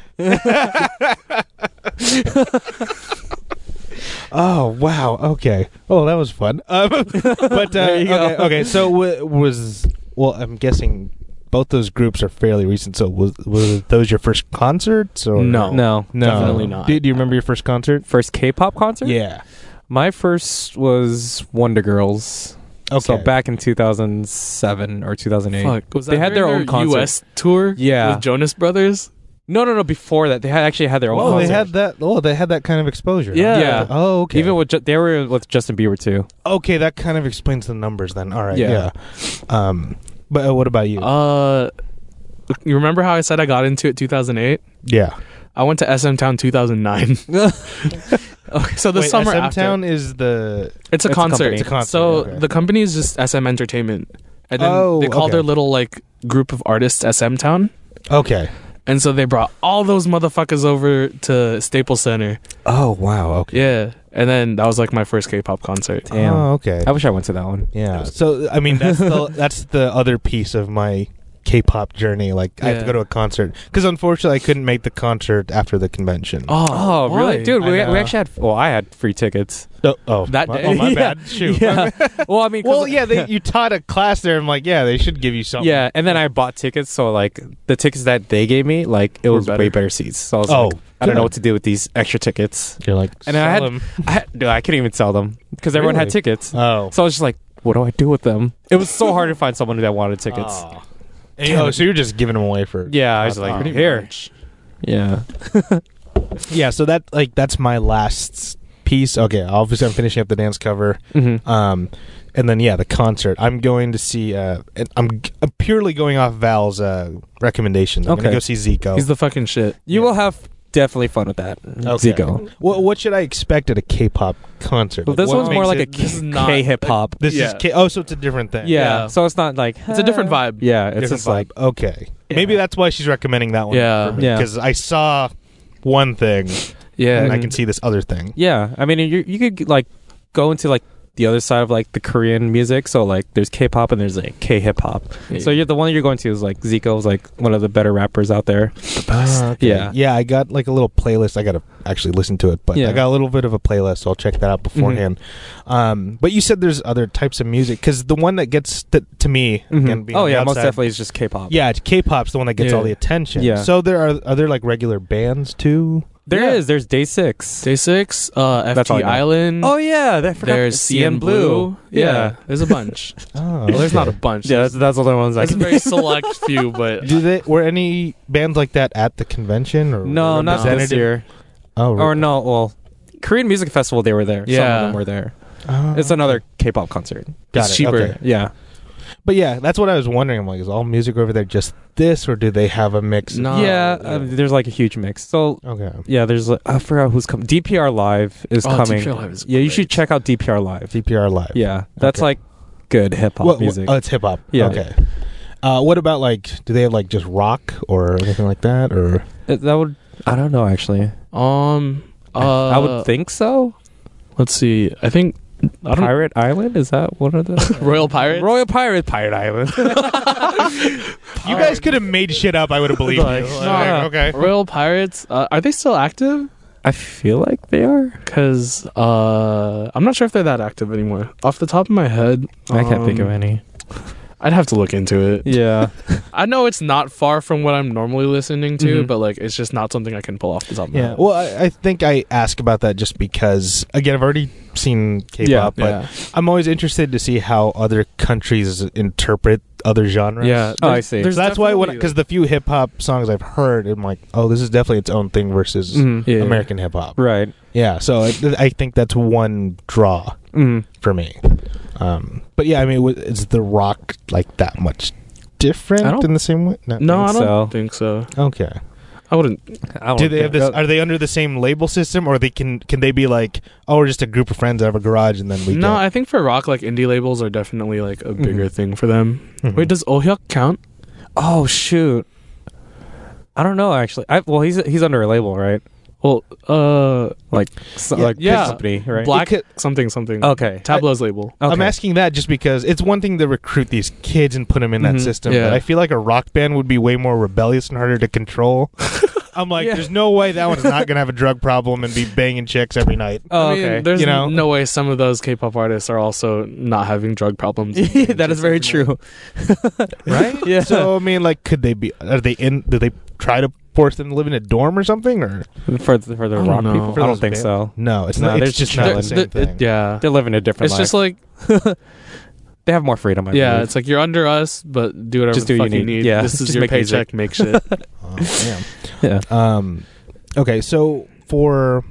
Speaker 1: Oh wow! Okay. Oh, that was fun. Um, but uh, okay, okay. So w- was well, I'm guessing both those groups are fairly recent. So was was those your first concerts or
Speaker 2: No.
Speaker 3: no.
Speaker 1: No,
Speaker 2: Definitely not.
Speaker 1: Do, do you remember your first concert?
Speaker 3: First K-pop concert.
Speaker 1: Yeah.
Speaker 3: My first was Wonder Girls.
Speaker 1: Okay.
Speaker 3: So back in 2007 or 2008.
Speaker 2: Fuck. Was that
Speaker 3: They had their
Speaker 2: during
Speaker 3: own concert.
Speaker 2: U.S. tour?
Speaker 3: Yeah.
Speaker 2: With Jonas Brothers?
Speaker 3: No, no, no. Before that, they had actually had their own.
Speaker 1: Oh, they
Speaker 3: concert.
Speaker 1: had that. Oh, they had that kind of exposure. huh?
Speaker 2: Yeah.
Speaker 3: Yeah.
Speaker 1: Oh, okay.
Speaker 3: Even with ju- they were with Justin Bieber too.
Speaker 1: okay, that kind of explains the numbers then. All right. Yeah.
Speaker 3: Yeah.
Speaker 1: Um, but uh, what about you?
Speaker 2: Uh, you remember how I said I got into it 2008?
Speaker 1: yeah.
Speaker 2: I went to SM Town 2009. okay, so the
Speaker 1: Wait,
Speaker 2: summer
Speaker 1: SM
Speaker 2: after.
Speaker 1: Town is the
Speaker 2: it's a
Speaker 3: It's a
Speaker 2: concert.
Speaker 3: company. It's a
Speaker 1: concert,
Speaker 2: So
Speaker 1: okay.
Speaker 2: the company is just SM Entertainment, and then
Speaker 1: Oh,
Speaker 2: they call
Speaker 1: okay.
Speaker 2: their little like group of artists SM Town.
Speaker 1: okay.
Speaker 2: And so they brought all those motherfuckers over to Staples Center.
Speaker 1: Oh wow. Okay.
Speaker 2: Yeah. And then that was like my first K-pop concert.
Speaker 3: Damn.
Speaker 1: Oh, okay.
Speaker 3: I wish I went to that one.
Speaker 1: Yeah. So I mean, that's the that's the other piece of my K-pop journey. Like I have to
Speaker 2: Yeah.
Speaker 1: go to a concert because unfortunately I couldn't make the concert after the convention.
Speaker 2: Oh,
Speaker 3: Oh, really,
Speaker 2: why?
Speaker 3: dude?
Speaker 1: I
Speaker 3: We,
Speaker 1: know.
Speaker 3: we actually had. Well, I had free tickets.
Speaker 1: Oh, oh,
Speaker 2: That
Speaker 1: my,
Speaker 2: day?
Speaker 1: Oh, my
Speaker 3: Yeah.
Speaker 1: bad. Shoot.
Speaker 3: Yeah. well, I mean, 'cause-
Speaker 1: Well, yeah, they, you taught a class there. I'm like, yeah, they should give you something.
Speaker 3: yeah. And then I bought tickets, so like the tickets that they gave me, like it
Speaker 2: Were
Speaker 3: was way
Speaker 2: better.
Speaker 3: better seats. So I was
Speaker 1: Oh,
Speaker 3: like, I don't
Speaker 1: good.
Speaker 3: know what to do with these extra tickets.
Speaker 1: You're like,
Speaker 3: And I
Speaker 1: sell
Speaker 3: had-
Speaker 1: them.
Speaker 3: I had, no, I couldn't even sell them because everyone had
Speaker 1: Really?
Speaker 3: tickets.
Speaker 1: Oh.
Speaker 3: So I was just like, what do I do with them? It was so hard to find someone that wanted tickets.
Speaker 1: Aw. And you- oh, so you're just giving them away for
Speaker 3: Yeah, I was
Speaker 1: That's
Speaker 3: like,
Speaker 1: pretty
Speaker 3: here. Yeah.
Speaker 1: yeah. So that like that's my last piece. Okay, obviously I'm finishing up the dance cover,
Speaker 3: Mm-hmm.
Speaker 1: um, and then yeah, the concert. I'm going to see. Uh, and I'm, g- I'm purely going off Val's uh, recommendation. I'm
Speaker 3: Okay.
Speaker 1: gonna go see Zico.
Speaker 2: He's the fucking shit.
Speaker 3: You will have definitely fun with that,
Speaker 1: Okay.
Speaker 3: Zico.
Speaker 1: Wha- what should I expect at a K-pop concert?
Speaker 3: Well, this
Speaker 1: what
Speaker 3: one's more
Speaker 1: makes
Speaker 3: like a
Speaker 1: it-
Speaker 2: this
Speaker 3: K
Speaker 2: is not-
Speaker 3: hip hop.
Speaker 1: This is
Speaker 2: Yeah.
Speaker 1: K- oh, so it's a different thing.
Speaker 3: Yeah.
Speaker 2: Yeah.
Speaker 3: So it's not like
Speaker 2: It's a different vibe.
Speaker 3: Yeah, it's
Speaker 1: Different
Speaker 3: just
Speaker 1: vibe.
Speaker 3: like
Speaker 1: okay, maybe that's why she's recommending that one.
Speaker 2: Yeah.
Speaker 3: Yeah.
Speaker 1: Because I saw one thing
Speaker 2: Yeah.
Speaker 1: and I can see this other thing.
Speaker 3: yeah. I mean, you you could like go into like the other side of like the Korean music. So like there's K-pop and there's like K-hip hop. So you're the one you're going to is like Zico's like one of the better rappers out there.
Speaker 1: Ah, okay.
Speaker 3: Yeah.
Speaker 1: yeah. I got like a little playlist. I gotta actually listen to it, but
Speaker 3: Yeah. Mm-hmm.
Speaker 1: I got a little bit of a playlist, so I'll check that out beforehand. Um, but you said there's other types of music because the one that gets to, to me,
Speaker 3: Mhm.
Speaker 1: again, being
Speaker 3: oh
Speaker 1: on the
Speaker 3: yeah, most
Speaker 1: outside-
Speaker 3: definitely it's just K-pop.
Speaker 1: Yeah, it's K-pop's the one that gets
Speaker 2: Yeah.
Speaker 1: all the attention.
Speaker 3: Yeah.
Speaker 1: So there are are there like regular bands too?
Speaker 3: there is.
Speaker 2: Yeah.
Speaker 3: There's Day Six.
Speaker 2: Day six, uh,
Speaker 3: That's all I
Speaker 2: FT
Speaker 3: know.
Speaker 2: Island.
Speaker 3: oh yeah, that I forgot.
Speaker 2: There's CN Blue. Yeah, there's a bunch.
Speaker 1: Oh,
Speaker 2: well, there's
Speaker 1: okay.
Speaker 2: not a bunch.
Speaker 3: Yeah, that's, that's all the ones I
Speaker 2: There's a
Speaker 3: can.
Speaker 2: very select few, but
Speaker 1: Do they were any bands like that at the convention or
Speaker 3: No, not this
Speaker 1: representative-
Speaker 3: year.
Speaker 1: Oh,
Speaker 3: Or no, well, Korean Music Festival they were there. Some of
Speaker 2: Yeah.
Speaker 3: them were there.
Speaker 1: oh.
Speaker 3: It's another K-pop concert.
Speaker 1: Got
Speaker 2: it's
Speaker 1: it,
Speaker 2: cheaper.
Speaker 1: okay.
Speaker 3: Yeah.
Speaker 1: But yeah, that's what I was wondering. I'm like, is all music over there just this, or do they have a mix?
Speaker 2: No.
Speaker 3: yeah, uh, there's like a huge mix. So
Speaker 1: Okay.
Speaker 3: yeah, there's like, I forgot who's coming. DPR Live is
Speaker 2: Oh,
Speaker 3: coming.
Speaker 2: DPR Live is
Speaker 3: yeah, you
Speaker 2: great.
Speaker 3: should check out DPR Live.
Speaker 1: DPR live.
Speaker 3: Yeah, that's
Speaker 1: Okay.
Speaker 3: like good hip hop
Speaker 1: What- what-
Speaker 3: music.
Speaker 1: Oh, it's hip hop.
Speaker 3: Yeah.
Speaker 1: Okay. Uh, what about like? Do they have like just rock or anything like that? Or
Speaker 3: Uh, that would I don't know actually.
Speaker 2: um, uh,
Speaker 3: I would think so.
Speaker 2: Let's see. I think I don't.
Speaker 3: Pirate Island is that one of the
Speaker 2: Royal Pirates.
Speaker 3: Royal Pirate Pirate Island.
Speaker 1: you guys could have made shit up. I would have believed
Speaker 3: Like,
Speaker 1: you.
Speaker 3: nah.
Speaker 1: okay.
Speaker 2: Royal Pirates. Uh, are they still active?
Speaker 3: I feel like they are.
Speaker 2: Because uh, I'm not sure if they're that active anymore. Off the top of my head,
Speaker 3: I can't think of
Speaker 2: um,
Speaker 3: any.
Speaker 2: I'd have to look into it.
Speaker 3: Yeah,
Speaker 2: I know it's not far from what I'm normally listening to,
Speaker 3: Mhm.
Speaker 2: but like it's just not something I can pull off the top of my
Speaker 1: Yeah.
Speaker 2: head.
Speaker 1: Well, I, I think I ask about that just because again, I've already seen K-pop,
Speaker 3: Yeah,
Speaker 1: but I'm always interested to see how other countries interpret other genres.
Speaker 2: yeah.
Speaker 3: Oh, I
Speaker 2: There's-
Speaker 3: see.
Speaker 2: there's
Speaker 1: So that's why when
Speaker 2: definitely-
Speaker 1: because the few hip hop songs I've heard, I'm like, oh, this is definitely its own thing versus
Speaker 3: Mhm.
Speaker 2: Yeah.
Speaker 1: American hip hop.
Speaker 3: right.
Speaker 1: Yeah, so I, I think that's one draw
Speaker 3: Mm.
Speaker 1: for me. Um, but yeah, I mean, wa- is the rock like that much
Speaker 2: I
Speaker 1: different
Speaker 2: don't-
Speaker 1: in the same way?
Speaker 2: no, I don't
Speaker 3: think so.
Speaker 2: think so.
Speaker 1: Okay.
Speaker 2: I wouldn't.
Speaker 3: I don't
Speaker 1: Do they have this?
Speaker 3: think-
Speaker 2: Uh,
Speaker 1: Are they under the same label system, or they can can they be like, oh, we're just a group of friends that have a garage, and then we
Speaker 2: no, I think for rock, like indie labels are definitely like a
Speaker 3: Mm-hmm.
Speaker 2: bigger thing for them.
Speaker 1: Get, Mhm.
Speaker 2: Wait, does Ohyuk count?
Speaker 3: Oh shoot. I don't know actually. I well he's he's under a label, right?
Speaker 2: Well, uh,
Speaker 3: Like so,
Speaker 1: Yeah.
Speaker 3: like
Speaker 2: Yeah.
Speaker 3: Pick company, right?
Speaker 2: Black
Speaker 1: It
Speaker 2: something something.
Speaker 3: Okay.
Speaker 2: Tableau's label.
Speaker 3: okay.
Speaker 1: I'm asking that just because it's one thing to recruit these kids and put them in that
Speaker 3: Mhm.
Speaker 1: system,
Speaker 2: Mm-hmm. Yeah.
Speaker 1: but I feel like a rock band would be way more rebellious and harder to control. I'm like,
Speaker 2: Yeah.
Speaker 1: there's no way that one's not gonna have a drug problem and be banging chicks every night.
Speaker 3: Oh,
Speaker 2: I mean,
Speaker 3: okay.
Speaker 2: There's
Speaker 1: You know?
Speaker 2: no way some of those K-pop artists are also not having drug problems.
Speaker 3: that is very true.
Speaker 1: right?
Speaker 3: Yeah.
Speaker 1: So I mean, like, could they be? Are they in? Do they try to force them to live in a dorm or something? Or
Speaker 3: for the, for the
Speaker 2: I don't
Speaker 3: rock
Speaker 2: know.
Speaker 3: people,
Speaker 1: For
Speaker 3: I don't
Speaker 1: those
Speaker 3: think
Speaker 1: band-
Speaker 3: so.
Speaker 1: no, it's
Speaker 3: No,
Speaker 1: not.
Speaker 3: they're
Speaker 1: It's just
Speaker 3: just
Speaker 1: not
Speaker 2: They're-
Speaker 1: the same
Speaker 2: they're-
Speaker 1: thing.
Speaker 2: yeah.
Speaker 3: They're living a different
Speaker 2: It's
Speaker 3: life.
Speaker 2: just like
Speaker 3: they have more freedom. I
Speaker 2: yeah,
Speaker 3: believe.
Speaker 2: it's like you're under us, but do whatever
Speaker 3: Just
Speaker 2: the
Speaker 3: do what
Speaker 2: fuck
Speaker 3: you
Speaker 2: you
Speaker 3: need.
Speaker 2: need.
Speaker 3: Yeah.
Speaker 2: This is
Speaker 3: Just
Speaker 2: your
Speaker 3: make music.
Speaker 2: paycheck. Make shit.
Speaker 1: Oh, damn.
Speaker 3: yeah.
Speaker 1: Um, okay, so for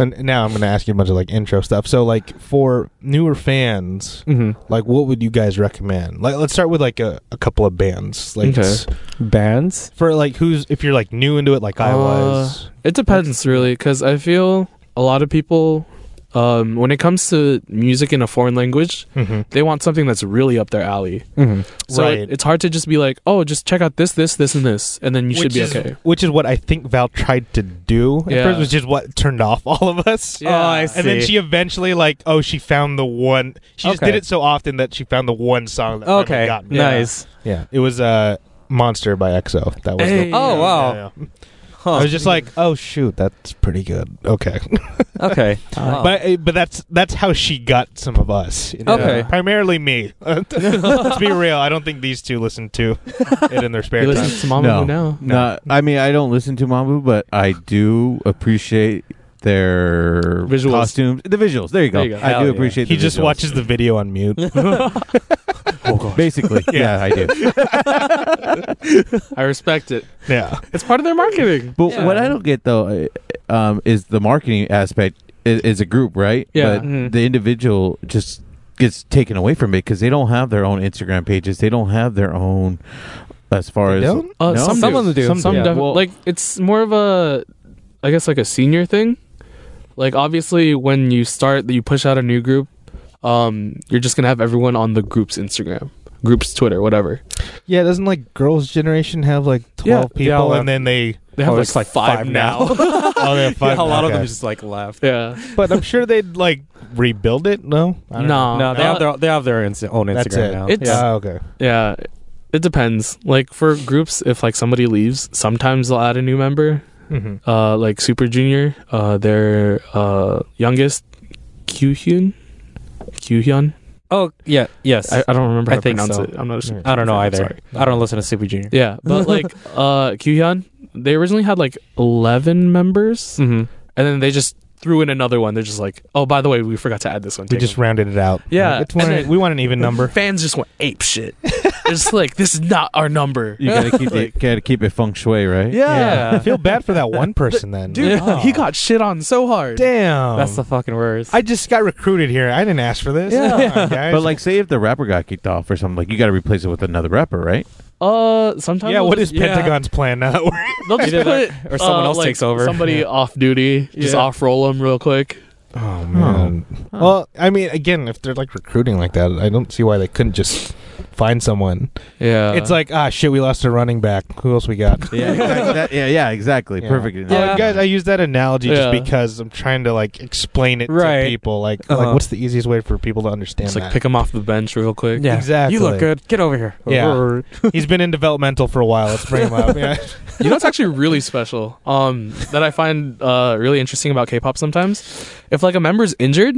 Speaker 1: and now I'm gonna ask you a bunch of like intro stuff. So like for newer fans,
Speaker 3: Mm-hmm.
Speaker 1: like what would you guys recommend? Like let's start with like a, a couple of bands. Like
Speaker 2: Okay.
Speaker 1: s-
Speaker 3: Bands.
Speaker 1: for like who's if you're like new into it, like I
Speaker 2: Uh,
Speaker 1: was.
Speaker 2: It depends really, because I feel a lot of people um, when it comes to music in a foreign language,
Speaker 1: Mm-hmm.
Speaker 2: they want something that's really up their alley.
Speaker 3: Mm-hmm.
Speaker 2: So
Speaker 1: Right.
Speaker 2: it- it's hard to just be like, oh, just check out this, this, this, and this, and then you should be okay.
Speaker 1: Which is what I think Val tried to do at
Speaker 2: Yeah.
Speaker 1: first, which is what turned off all of us.
Speaker 2: Yeah. Oh, I
Speaker 1: And then she eventually, like, oh, she found the one. She just
Speaker 3: Okay.
Speaker 1: did it so often that she found the one song that finally
Speaker 3: Okay,
Speaker 1: got me.
Speaker 3: nice.
Speaker 1: Yeah, it was uh, "Monster" by EXO. That was.
Speaker 2: Hey.
Speaker 1: The-
Speaker 3: Oh
Speaker 2: Yeah,
Speaker 3: wow.
Speaker 1: Yeah, yeah.
Speaker 3: Huh.
Speaker 1: I was just like, oh shoot, that's pretty good. Okay,
Speaker 3: okay.
Speaker 2: Oh.
Speaker 3: Wow.
Speaker 1: but uh, but that's that's how she got some of us. you know?
Speaker 3: Okay.
Speaker 1: primarily me. Let's be real. I don't think these two listen to it in their spare
Speaker 2: You
Speaker 1: time.
Speaker 2: listen to Mama
Speaker 4: no,
Speaker 2: Moo now.
Speaker 4: no. I mean, I don't listen to Mambu, but I do appreciate their
Speaker 2: Visuals.
Speaker 4: costumes, the visuals. There you go.
Speaker 2: There you go.
Speaker 4: I
Speaker 3: Hell
Speaker 4: do
Speaker 3: yeah.
Speaker 4: appreciate.
Speaker 1: He
Speaker 4: the
Speaker 1: just
Speaker 4: visuals.
Speaker 1: watches the video on mute.
Speaker 4: Basically, yeah. I do.
Speaker 2: I respect it.
Speaker 1: yeah.
Speaker 2: It's part of their marketing.
Speaker 4: But
Speaker 2: Yeah.
Speaker 4: what I don't get though uh, um, is the marketing aspect is, is a group, right?
Speaker 2: Yeah.
Speaker 4: But
Speaker 2: Mhm.
Speaker 4: the individual just gets taken away from it because they don't have their own Instagram pages. They don't have their own. As far as
Speaker 1: don't?
Speaker 2: Uh,
Speaker 4: No?
Speaker 2: some
Speaker 3: Some
Speaker 2: do.
Speaker 3: of them do.
Speaker 2: Some,
Speaker 3: Some do.
Speaker 2: def-
Speaker 4: Well-
Speaker 2: like it's more of a, I guess like a senior thing. Like obviously, when you start, you push out a new group. Um, you're just gonna have everyone on the group's Instagram, group's Twitter, whatever.
Speaker 1: Yeah, doesn't like girls' generation have like
Speaker 2: Yeah,
Speaker 1: twelve
Speaker 3: they
Speaker 1: people,
Speaker 3: all have-
Speaker 1: and then they
Speaker 2: They have
Speaker 3: Oh,
Speaker 2: like,
Speaker 3: it's like
Speaker 2: five,
Speaker 3: five
Speaker 2: now.
Speaker 1: oh, they have five.
Speaker 3: a lot of
Speaker 1: okay.
Speaker 3: them just like left.
Speaker 2: yeah.
Speaker 1: but I'm sure they'd like rebuild it. No, I don't know.
Speaker 2: No.
Speaker 3: No, they
Speaker 2: Uh,
Speaker 3: have their they have their insta- own Instagram
Speaker 1: That's it.
Speaker 3: now.
Speaker 2: It's-
Speaker 3: yeah.
Speaker 1: Ah, okay.
Speaker 2: Yeah. It depends. Like for groups, if like somebody leaves, sometimes they'll add a new member.
Speaker 1: Mm-hmm.
Speaker 2: Uh, like Super Junior, uh, their uh youngest, Kyuhyun. Kyuhyun.
Speaker 3: Oh yeah, yes.
Speaker 2: I, I don't remember
Speaker 3: I
Speaker 2: how to
Speaker 3: think
Speaker 2: pronounce
Speaker 3: so.
Speaker 2: it. I'm not sure.
Speaker 3: I don't know either.
Speaker 2: Sorry.
Speaker 3: I don't listen to Super Junior.
Speaker 2: Yeah, but like uh Kyuhyun, they originally had like 11 members
Speaker 3: Mm-hmm.
Speaker 2: and then they just threw in another one. They're just like, "Oh, by the way, we forgot to add this one."
Speaker 1: We
Speaker 2: Take
Speaker 1: just
Speaker 2: it.
Speaker 1: rounded it out.
Speaker 2: Yeah,
Speaker 1: It's one-
Speaker 2: and then-
Speaker 1: we want an even number.
Speaker 2: fans just went ape shit. They're just like, "This is not our number."
Speaker 4: You gotta keep it, gotta keep it feng shui, right?
Speaker 1: I feel bad for that one person then.
Speaker 2: Dude,
Speaker 1: Oh.
Speaker 2: he got shit on so hard.
Speaker 1: damn.
Speaker 3: That's the fucking worst.
Speaker 1: I just got recruited here. I didn't ask for this.
Speaker 3: Yeah.
Speaker 1: Come on, guys.
Speaker 4: But like, say if the rapper got kicked off or something, like you got to replace it with another rapper, right?
Speaker 2: Uh, sometimes
Speaker 1: yeah,
Speaker 2: they'll
Speaker 1: what is
Speaker 2: just- yeah.
Speaker 1: Pentagon's plan now?
Speaker 2: They'll just
Speaker 3: Either
Speaker 2: put,
Speaker 3: that or someone
Speaker 2: uh,
Speaker 3: else
Speaker 2: like,
Speaker 3: takes over.
Speaker 2: Somebody
Speaker 3: Yeah.
Speaker 2: off duty, just
Speaker 3: Yeah.
Speaker 2: off roll them real quick.
Speaker 1: oh man. Well, I mean, again, if they're like recruiting like that, I don't see why they couldn't just find someone.
Speaker 2: Yeah,
Speaker 1: it's like ah shit, we lost a running back. Who else we got?
Speaker 4: Yeah, exactly. That- yeah, yeah, exactly.
Speaker 1: Yeah.
Speaker 4: Perfect.
Speaker 1: Oh,
Speaker 4: analogy.
Speaker 1: guys, I use that analogy
Speaker 2: Yeah.
Speaker 1: just because I'm trying to like explain it
Speaker 3: Right.
Speaker 1: to people. Like, like
Speaker 3: Uh-huh.
Speaker 1: what's the easiest way for people to understand
Speaker 2: just like
Speaker 1: that?
Speaker 2: pick them off the bench real quick.
Speaker 3: yeah.
Speaker 1: exactly.
Speaker 3: You look good. Get over here. Oh,
Speaker 1: Yeah. He's been in developmental for a while. Let's bring him up. Yeah.
Speaker 2: you know what's actually really special um that i find uh really interesting about k-pop sometimes if like a member's injured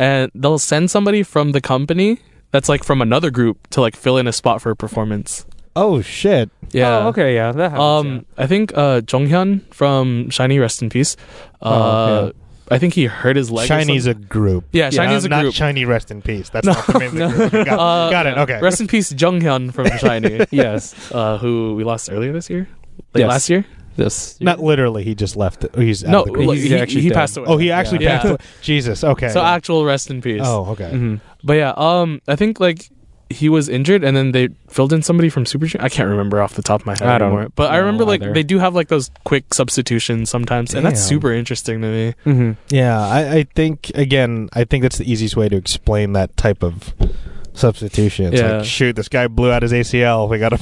Speaker 2: and they'll send somebody from the company that's like from another group to like fill in a spot for a performance
Speaker 1: Oh shit.
Speaker 2: yeah
Speaker 3: Oh, okay. Yeah. That happens.
Speaker 2: um i think uh jonghyun from shiny rest in peace uh
Speaker 3: Oh,
Speaker 2: i think he hurt his leg or
Speaker 1: Shiny's
Speaker 2: something.
Speaker 1: a group.
Speaker 2: yeah shiny's a
Speaker 1: not
Speaker 2: group
Speaker 1: Shiny, rest in peace. That's not the name of the group. You Got,
Speaker 2: Uh,
Speaker 1: got it. Okay.
Speaker 2: rest in peace jonghyun from shiny
Speaker 3: yeah. yes.
Speaker 2: uh who we lost earlier this year like
Speaker 3: Yes.
Speaker 2: last year
Speaker 3: This.
Speaker 1: not literally. He just left. It. He's out
Speaker 2: no
Speaker 1: Of the group.
Speaker 2: like,
Speaker 3: He's
Speaker 2: he,
Speaker 3: actually
Speaker 2: he
Speaker 3: dead.
Speaker 2: passed away
Speaker 1: oh, he actually
Speaker 2: Yeah.
Speaker 1: passed.
Speaker 2: Yeah.
Speaker 1: away. Jesus. Okay.
Speaker 2: so actual rest in peace
Speaker 1: Oh, okay.
Speaker 3: hmm
Speaker 2: But yeah, um, I think like he was injured, and then they filled in somebody from Super Junior. I can't remember off the top of my head
Speaker 3: I don't
Speaker 2: anymore. But I
Speaker 3: know
Speaker 2: remember like
Speaker 3: either.
Speaker 2: they do have like those quick substitutions sometimes, and that's
Speaker 1: Damn.
Speaker 2: super interesting to me.
Speaker 3: hmm
Speaker 1: Yeah, I, I think again, I think that's the easiest way to explain that type of substitution. It's
Speaker 2: Yeah.
Speaker 1: like, shoot, this guy blew out his ACL. We gotta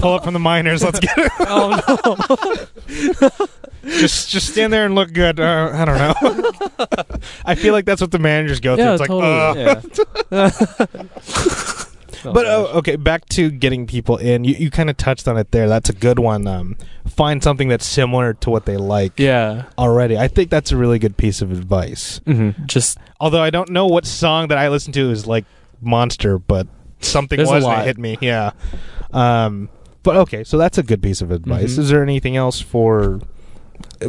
Speaker 1: pull up from the minors. Let's get him.
Speaker 3: oh no.
Speaker 1: just just stand there and look good. Uh, I don't know. I feel like that's what the managers go
Speaker 2: Yeah,
Speaker 1: through. It's
Speaker 2: totally.
Speaker 1: like, uh,
Speaker 3: yeah.
Speaker 1: but oh, okay, back to getting people in. You you kind of touched on it there. That's a good one. Um, find something that's similar to what they like
Speaker 2: Yeah,
Speaker 1: already. I think that's a really good piece of advice.
Speaker 3: hmm
Speaker 2: just
Speaker 1: Although I don't know what song that I listen to is like Monster, but something
Speaker 2: There's a
Speaker 1: was and it
Speaker 2: lot.
Speaker 1: hit me. Yeah. Um, but okay, so that's a good piece of advice.
Speaker 2: Mhm.
Speaker 1: Is there anything else for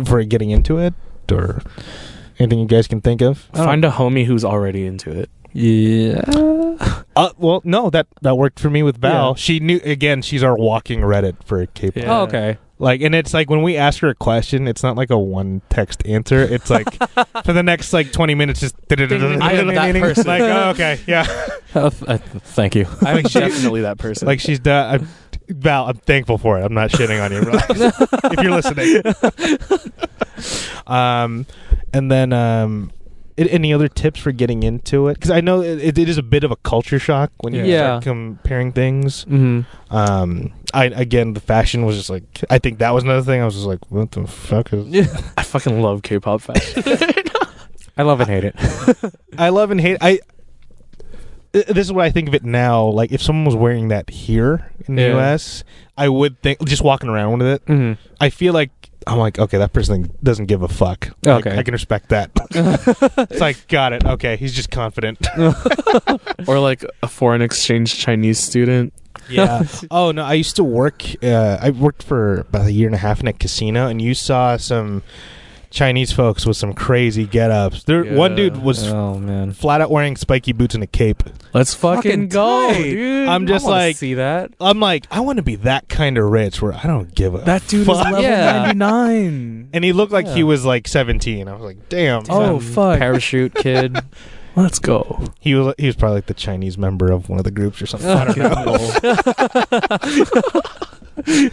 Speaker 1: for getting into it or anything you guys can think of?
Speaker 2: find a homie who's already into it.
Speaker 3: Yeah.
Speaker 1: Uh, well, no, that that worked for me with Val.
Speaker 3: Yeah.
Speaker 1: She knew again. She's our walking Reddit for K-pop.
Speaker 2: Yeah.
Speaker 3: Oh, okay.
Speaker 1: Like, and it's like when we ask her a question, it's not like a one text answer. It's like for the next like twenty minutes, just I
Speaker 2: am that person.
Speaker 1: Like, oh, okay, yeah.
Speaker 3: Uh, th- uh, th- thank you.
Speaker 2: I'm definitely that person.
Speaker 1: Like she's done. I'm, Val, I'm thankful for it. I'm not shitting on you. Relax. if you're listening. um, and then um, A- Any other tips for getting into it? Because I know it, it is a bit of a culture shock when you
Speaker 3: Yeah.
Speaker 1: start comparing things.
Speaker 2: Mm-hmm.
Speaker 1: Um, I again, the fashion was just like I think that was another thing. I was just like, what the fuck is?
Speaker 2: I fucking love K-pop fashion.
Speaker 3: I love and hate it.
Speaker 1: I love and hate. I Th- this is what I think of it now. Like if someone was wearing that here in the
Speaker 2: Yeah.
Speaker 1: U.S., I would think just walking around with it.
Speaker 3: Mm-hmm.
Speaker 1: I feel like I'm like okay, that person doesn't give a fuck. Like,
Speaker 3: Okay.
Speaker 1: I can respect that. it's like got it. Okay, he's just confident.
Speaker 2: or like a foreign exchange Chinese student.
Speaker 1: Yeah. oh no, I used to work. Uh, I worked for about a year and a half in a casino, and you saw some Chinese folks with some crazy get-ups. There, one
Speaker 2: Yeah.
Speaker 1: dude was
Speaker 3: Oh man,
Speaker 1: flat out wearing spiky boots and a cape.
Speaker 2: Let's fucking,
Speaker 3: Fucking
Speaker 2: go,
Speaker 3: tight.
Speaker 2: dude.
Speaker 1: I'm just
Speaker 3: I wanna
Speaker 1: like-
Speaker 3: see that.
Speaker 1: I'm like, I want to be that kind of rich where I don't give a.
Speaker 2: that dude
Speaker 1: fuck.
Speaker 2: is level
Speaker 3: Yeah.
Speaker 2: 99.
Speaker 1: and he looked like he
Speaker 3: Yeah.
Speaker 1: was like 17. I was like, damn.
Speaker 3: Some
Speaker 2: Oh, fuck.
Speaker 3: parachute kid.
Speaker 2: Let's go.
Speaker 1: He was he was probably like the Chinese member of one of the groups or something. I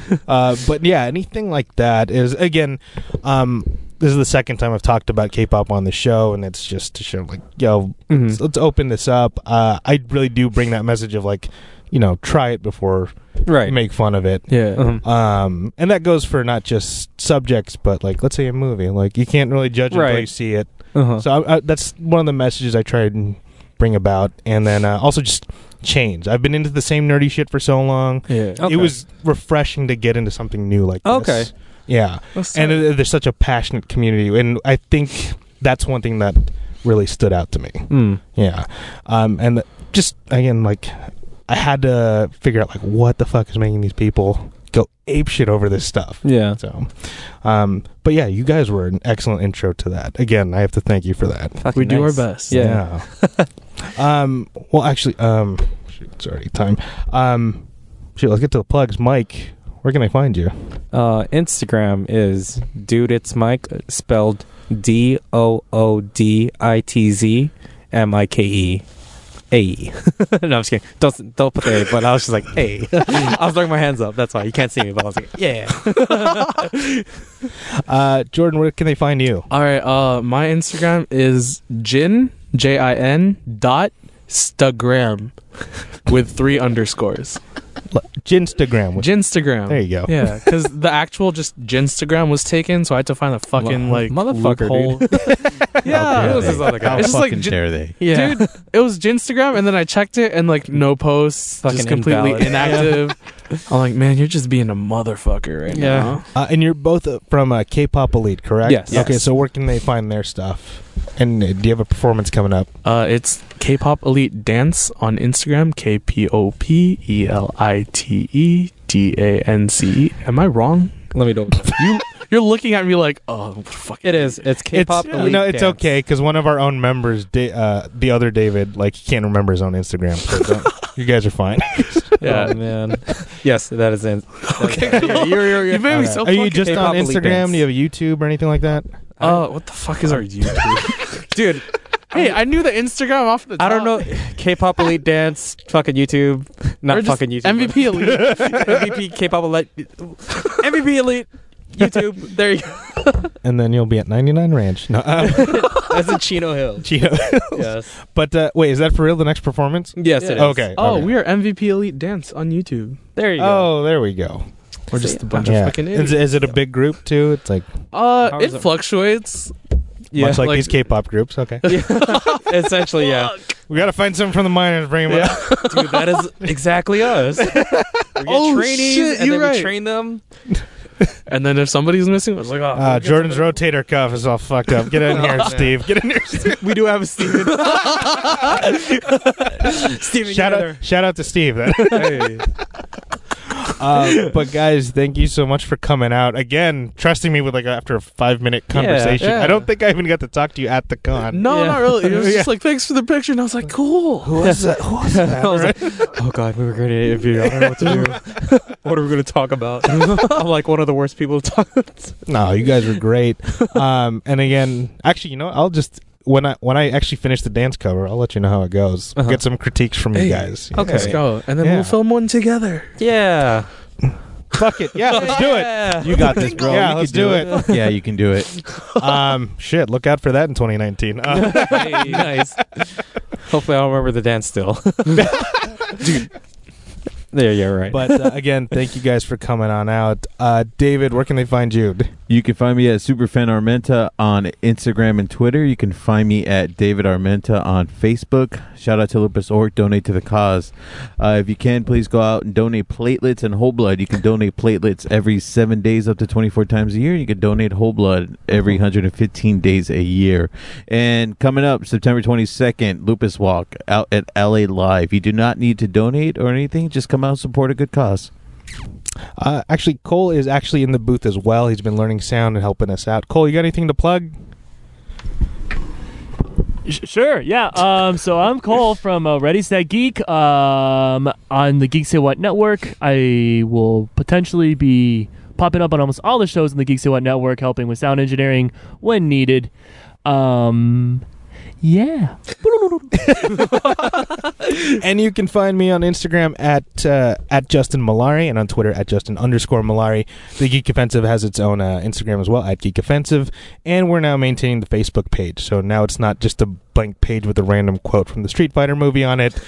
Speaker 1: don't know. uh, but yeah, anything like that is again. Um, this is the second time I've talked about K-pop on the show, and it's just to show like, yo,
Speaker 3: Hmm. Mm-hmm.
Speaker 1: let's, let's open this up. Uh, I really do bring that message of like, you know, try it before
Speaker 3: Right.
Speaker 1: make fun of it.
Speaker 2: Yeah.
Speaker 3: Um,
Speaker 1: Um, and that goes for not just subjects, but like let's say a movie. Like you can't really judge it until
Speaker 3: Right.
Speaker 1: you see it.
Speaker 3: uh-huh.
Speaker 1: So I, I, that's one of the messages I try and bring about, and then uh, also just change. I've been into the same nerdy shit for so long.
Speaker 2: Yeah.
Speaker 3: Okay.
Speaker 1: It was refreshing to get into something new like this.
Speaker 3: Okay.
Speaker 1: yeah, and uh, there's such a passionate community, and I think that's one thing that really stood out to me.
Speaker 3: Mm.
Speaker 1: Yeah, um, and th- just again, like I had to figure out like what the fuck is making these people go ape shit over this stuff.
Speaker 3: Yeah.
Speaker 1: So, um, but yeah, you guys were an excellent intro to that. Again, I have to thank you for that.
Speaker 3: Fucking
Speaker 2: we do our
Speaker 3: nice.
Speaker 2: best.
Speaker 3: Yeah.
Speaker 1: Yeah. um. Well, actually, um, shoot, it's already time. Um, shoot, let's get to the plugs. Mike, where can I find you?
Speaker 3: Uh, Instagram is dude. It's Mike spelled D O O D I T Z M I K E A. E. No, I'm just kidding. Don't don't put the A. But I was just like A. I was throwing my hands up. That's why you can't see me. But I was like, yeah.
Speaker 1: Uh, Jordan, where can they find you?
Speaker 2: All right. Uh, my Instagram is Jin J I N dot Stagram with three underscores.
Speaker 1: Jinstagram. Which,
Speaker 2: Jinstagram.
Speaker 1: there you go.
Speaker 2: Yeah, because the actual just Jinstagram was taken, so I had to find the fucking
Speaker 3: Wow.
Speaker 2: like
Speaker 3: Motherfucker,
Speaker 2: loophole. yeah,
Speaker 4: dare
Speaker 2: it was
Speaker 4: they.
Speaker 2: this other guy.
Speaker 4: How
Speaker 2: It's just like
Speaker 4: fucking
Speaker 2: Jin-
Speaker 4: dare they?
Speaker 2: yeah. dude, it was Jinstagram, and then I checked it, and like no posts,
Speaker 3: Fucking
Speaker 2: just completely
Speaker 3: invalid.
Speaker 2: inactive. I'm like, man, you're just being a motherfucker right
Speaker 3: Yeah.
Speaker 2: now.
Speaker 1: Uh, and you're both uh, from uh, K-pop Elite, correct?
Speaker 3: Yes. Yes.
Speaker 1: Okay, so where can they find their stuff? And uh, do you have a performance coming up?
Speaker 2: Uh, it's K-pop Elite Dance on Instagram. K P O P E L I T E D A N C E. Am I wrong?
Speaker 3: Let me double. check.
Speaker 2: You're looking at me like, oh, fuck.
Speaker 3: It is. It's K-pop.
Speaker 1: it's,
Speaker 3: elite
Speaker 1: no, it's
Speaker 3: dance.
Speaker 1: okay because one of our own members, da- uh, the other David, like he can't remember his own Instagram. So don't, you guys are fine.
Speaker 2: Yeah.
Speaker 3: Oh, man. yes, that is in. Okay.
Speaker 2: You made me
Speaker 3: Okay.
Speaker 2: so
Speaker 1: are you
Speaker 2: fucking-
Speaker 1: just on
Speaker 3: K-pop elite
Speaker 1: Instagram?
Speaker 3: dance.
Speaker 1: Do you have a YouTube or anything like that?
Speaker 2: Oh, what the fuck is our YouTube?
Speaker 3: Uh, dude.
Speaker 2: hey, I knew the Instagram off the top.
Speaker 3: I don't know. K-pop elite dance, fucking YouTube,
Speaker 2: Or
Speaker 3: not
Speaker 2: just
Speaker 3: fucking YouTube.
Speaker 2: MVP Elite.
Speaker 3: MVP K-pop elite, MVP elite, YouTube. There you go.
Speaker 1: And then you'll be at 99 Ranch. No, uh,
Speaker 3: That's in Chino Hills.
Speaker 1: Gio.
Speaker 3: Yes.
Speaker 1: but uh, wait, is that for real? The next performance?
Speaker 3: Yes. It is.
Speaker 1: Okay.
Speaker 2: Oh,
Speaker 1: okay.
Speaker 2: we are MVP Elite Dance on YouTube.
Speaker 3: There you go.
Speaker 1: Oh, there we go.
Speaker 2: We're just a bunch
Speaker 1: Yeah.
Speaker 2: of fucking
Speaker 1: Is,
Speaker 2: idiots.
Speaker 1: is it a big group too? It's like
Speaker 2: Uh,
Speaker 3: How
Speaker 2: it
Speaker 3: is it-
Speaker 2: fluctuates.
Speaker 3: Yeah.
Speaker 1: much like,
Speaker 2: like-
Speaker 1: these K-pop groups. Okay,
Speaker 3: Essentially, yeah.
Speaker 1: we gotta find something from the minors. Bring them up.
Speaker 3: Dude, that is exactly us. We get
Speaker 2: Oh,
Speaker 3: trainees,
Speaker 2: shit,
Speaker 3: and
Speaker 2: you're
Speaker 3: then
Speaker 2: right.
Speaker 3: we train them.
Speaker 2: And then if somebody's missing, it's like, oh,
Speaker 1: Uh, Jordan's rotator cuff is all fucked up. Get in here, Steve. Get in here. Steve.
Speaker 3: We do have a Steven. Steven,
Speaker 1: Shout out, shout out to Steve.
Speaker 3: Hey.
Speaker 1: Uh, but guys, thank you so much for coming out again, trusting me with like after a five minute conversation.
Speaker 2: yeah.
Speaker 1: I don't think I even got to talk to you at the con.
Speaker 2: no,
Speaker 3: Yeah.
Speaker 2: not really. It was
Speaker 1: Yeah.
Speaker 2: just like, thanks for the picture. And I was like, cool.
Speaker 1: Who was that? Who was that?
Speaker 3: I was like, oh god, we were going to interview. I don't know what to do. what are we going to talk about? I'm like one of the worst people to talk. About.
Speaker 1: no, you guys were great. Um, and again, actually, you know, what? I'll just when I when I actually finish the dance cover, I'll let you know how it goes.
Speaker 3: Uh-huh.
Speaker 1: Get some critiques from
Speaker 2: Hey,
Speaker 1: you guys.
Speaker 3: okay.
Speaker 2: Let's go. And then
Speaker 1: Yeah.
Speaker 2: we'll film one together.
Speaker 3: Yeah.
Speaker 1: Fuck it. Yeah, let's do it.
Speaker 4: You got this, bro.
Speaker 1: Yeah,
Speaker 4: You
Speaker 1: let's
Speaker 4: can
Speaker 1: do
Speaker 4: yeah, you can do it.
Speaker 1: Um, shit, look out for that in 2019. Uh,
Speaker 3: nice. Hopefully, I don't remember the dance still.
Speaker 2: Dude.
Speaker 3: There, you're right.
Speaker 1: but uh, again, thank you guys for coming on out. Uh, David, where can they find you?
Speaker 4: You can find me at Superfan Armenta on Instagram and Twitter. You can find me at David Armenta on Facebook. Shout out to Lupus Org. Donate to the cause. Uh, if you can, please go out and donate platelets and whole blood. You can donate platelets every seven days up to 24 times a year. You can donate whole blood every 115 days a year. And coming up, September 22nd, Lupus Walk out at LA Live. You do not need to donate or anything. Just come out and support a good cause.
Speaker 1: Uh, actually, Cole is actually in the booth as well. He's been learning sound and helping us out. Cole, you got anything to plug?
Speaker 5: Sh- Sure, yeah. Um, so I'm Cole from uh, Ready Set Geek um, on the Geek Say What network. I will potentially be popping up on almost all the shows in the Geek Say What network, helping with sound engineering when needed. Um, yeah,
Speaker 1: and you can find me on Instagram at uh, at Justin Malari and on Twitter at Justin underscore Malari. The Geek Offensive has its own uh, Instagram as well at Geek Offensive, and we're now maintaining the Facebook page. So now it's not just a blank page with a random quote from the Street Fighter movie on it.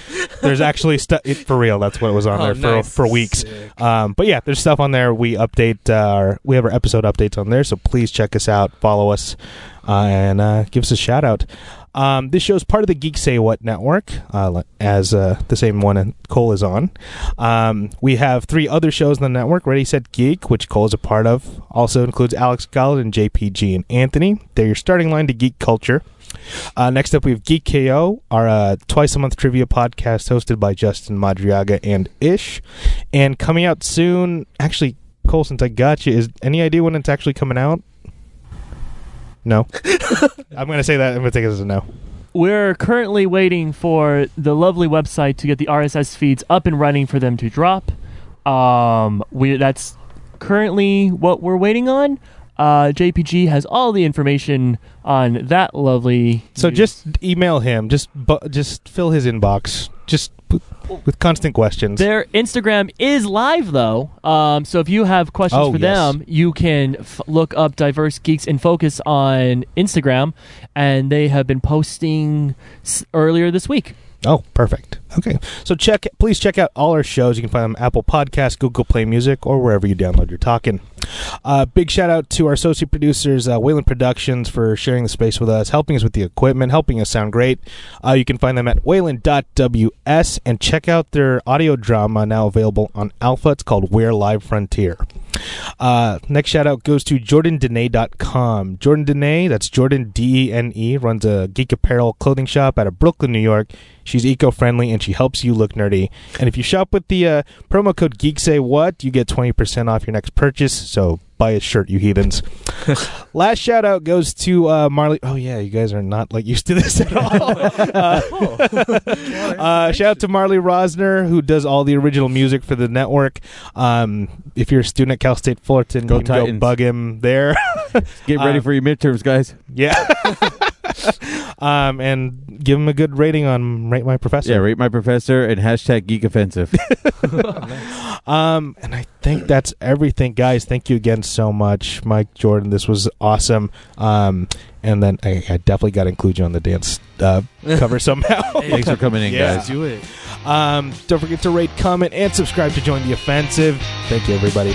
Speaker 1: There's actually stuff for real. That's what was on
Speaker 2: Oh,
Speaker 1: there for
Speaker 2: nice.
Speaker 1: for weeks. Um, but yeah, there's stuff on there. We update uh, our we have our episode updates on there, so please check us out, follow us, uh, and uh, give us a shout out. Um, this show is part of the Geek Say What network, uh, li- as uh, the same one Cole is on. Um, we have three other shows in the network: Ready Set Geek, which Cole is a part of, also includes Alex Gollard and JPG and Anthony. They're your starting line to geek culture. Uh, next up, we have Geek KO, our uh, twice a month trivia podcast hosted by Justin Madriaga and Ish. And coming out soon, actually, Cole, since I got you, is any idea when it's actually coming out? No. I'm going to say that. I'm going to take it as a no.
Speaker 5: we're currently waiting for the lovely website to get the RSS feeds up and running for them to drop. Um, we that's currently what we're waiting on. Uh, JPG has all the information on that lovely.
Speaker 1: So
Speaker 5: news.
Speaker 1: just email him. Just bu- just fill his inbox. Just p- with constant questions.
Speaker 5: Their Instagram is live though, um, so if you have questions
Speaker 1: Oh,
Speaker 5: for
Speaker 1: yes.
Speaker 5: them, you can f- look up Diverse Geeks in Focus on Instagram, and they have been posting s- earlier this week.
Speaker 1: Oh, perfect. Okay. So check please check out all our shows. You can find them on Apple Podcasts, Google Play Music, or wherever you download your talking. Uh, big shout out to our associate producers, uh, Wayland Productions, for sharing the space with us, helping us with the equipment, helping us sound great. Uh, you can find them at wayland.ws and check out their audio drama now available on Alpha. It's called We're Live Frontier. Uh, next shout out goes to jordandenay.com. Jordan Dene, that's Jordan D E N E, runs a geek apparel clothing shop out of Brooklyn, New York. She's eco friendly and she helps you look nerdy. And if you shop with the uh, promo code Geek Say What, you get 20% off your next purchase. So buy a shirt, you heathens. Last shout out goes to uh, Marley. Oh, yeah, you guys are not like used to this at all.
Speaker 4: Oh.
Speaker 1: Uh, uh, shout out to Marley Rosner, who does all the original music for the network. Um, if you're a student at Cal State Fullerton,
Speaker 4: Go
Speaker 1: you can go
Speaker 4: Titans.
Speaker 1: bug him there.
Speaker 4: Get ready
Speaker 1: Um,
Speaker 4: for your midterms, guys.
Speaker 1: yeah. um, and give him a good rating on Rate My Professor.
Speaker 4: Yeah, rate my professor and hashtag geek offensive.
Speaker 1: Um, and I think that's everything, guys. Thank you again so much, Mike Jordan. This was awesome. Um, and then I, I definitely got to include you on the dance uh, cover somehow.
Speaker 4: Thanks for coming in,
Speaker 1: Yeah.
Speaker 4: guys.
Speaker 2: Do it.
Speaker 1: um, don't forget to rate, comment, and subscribe to join the offensive. Thank you, everybody.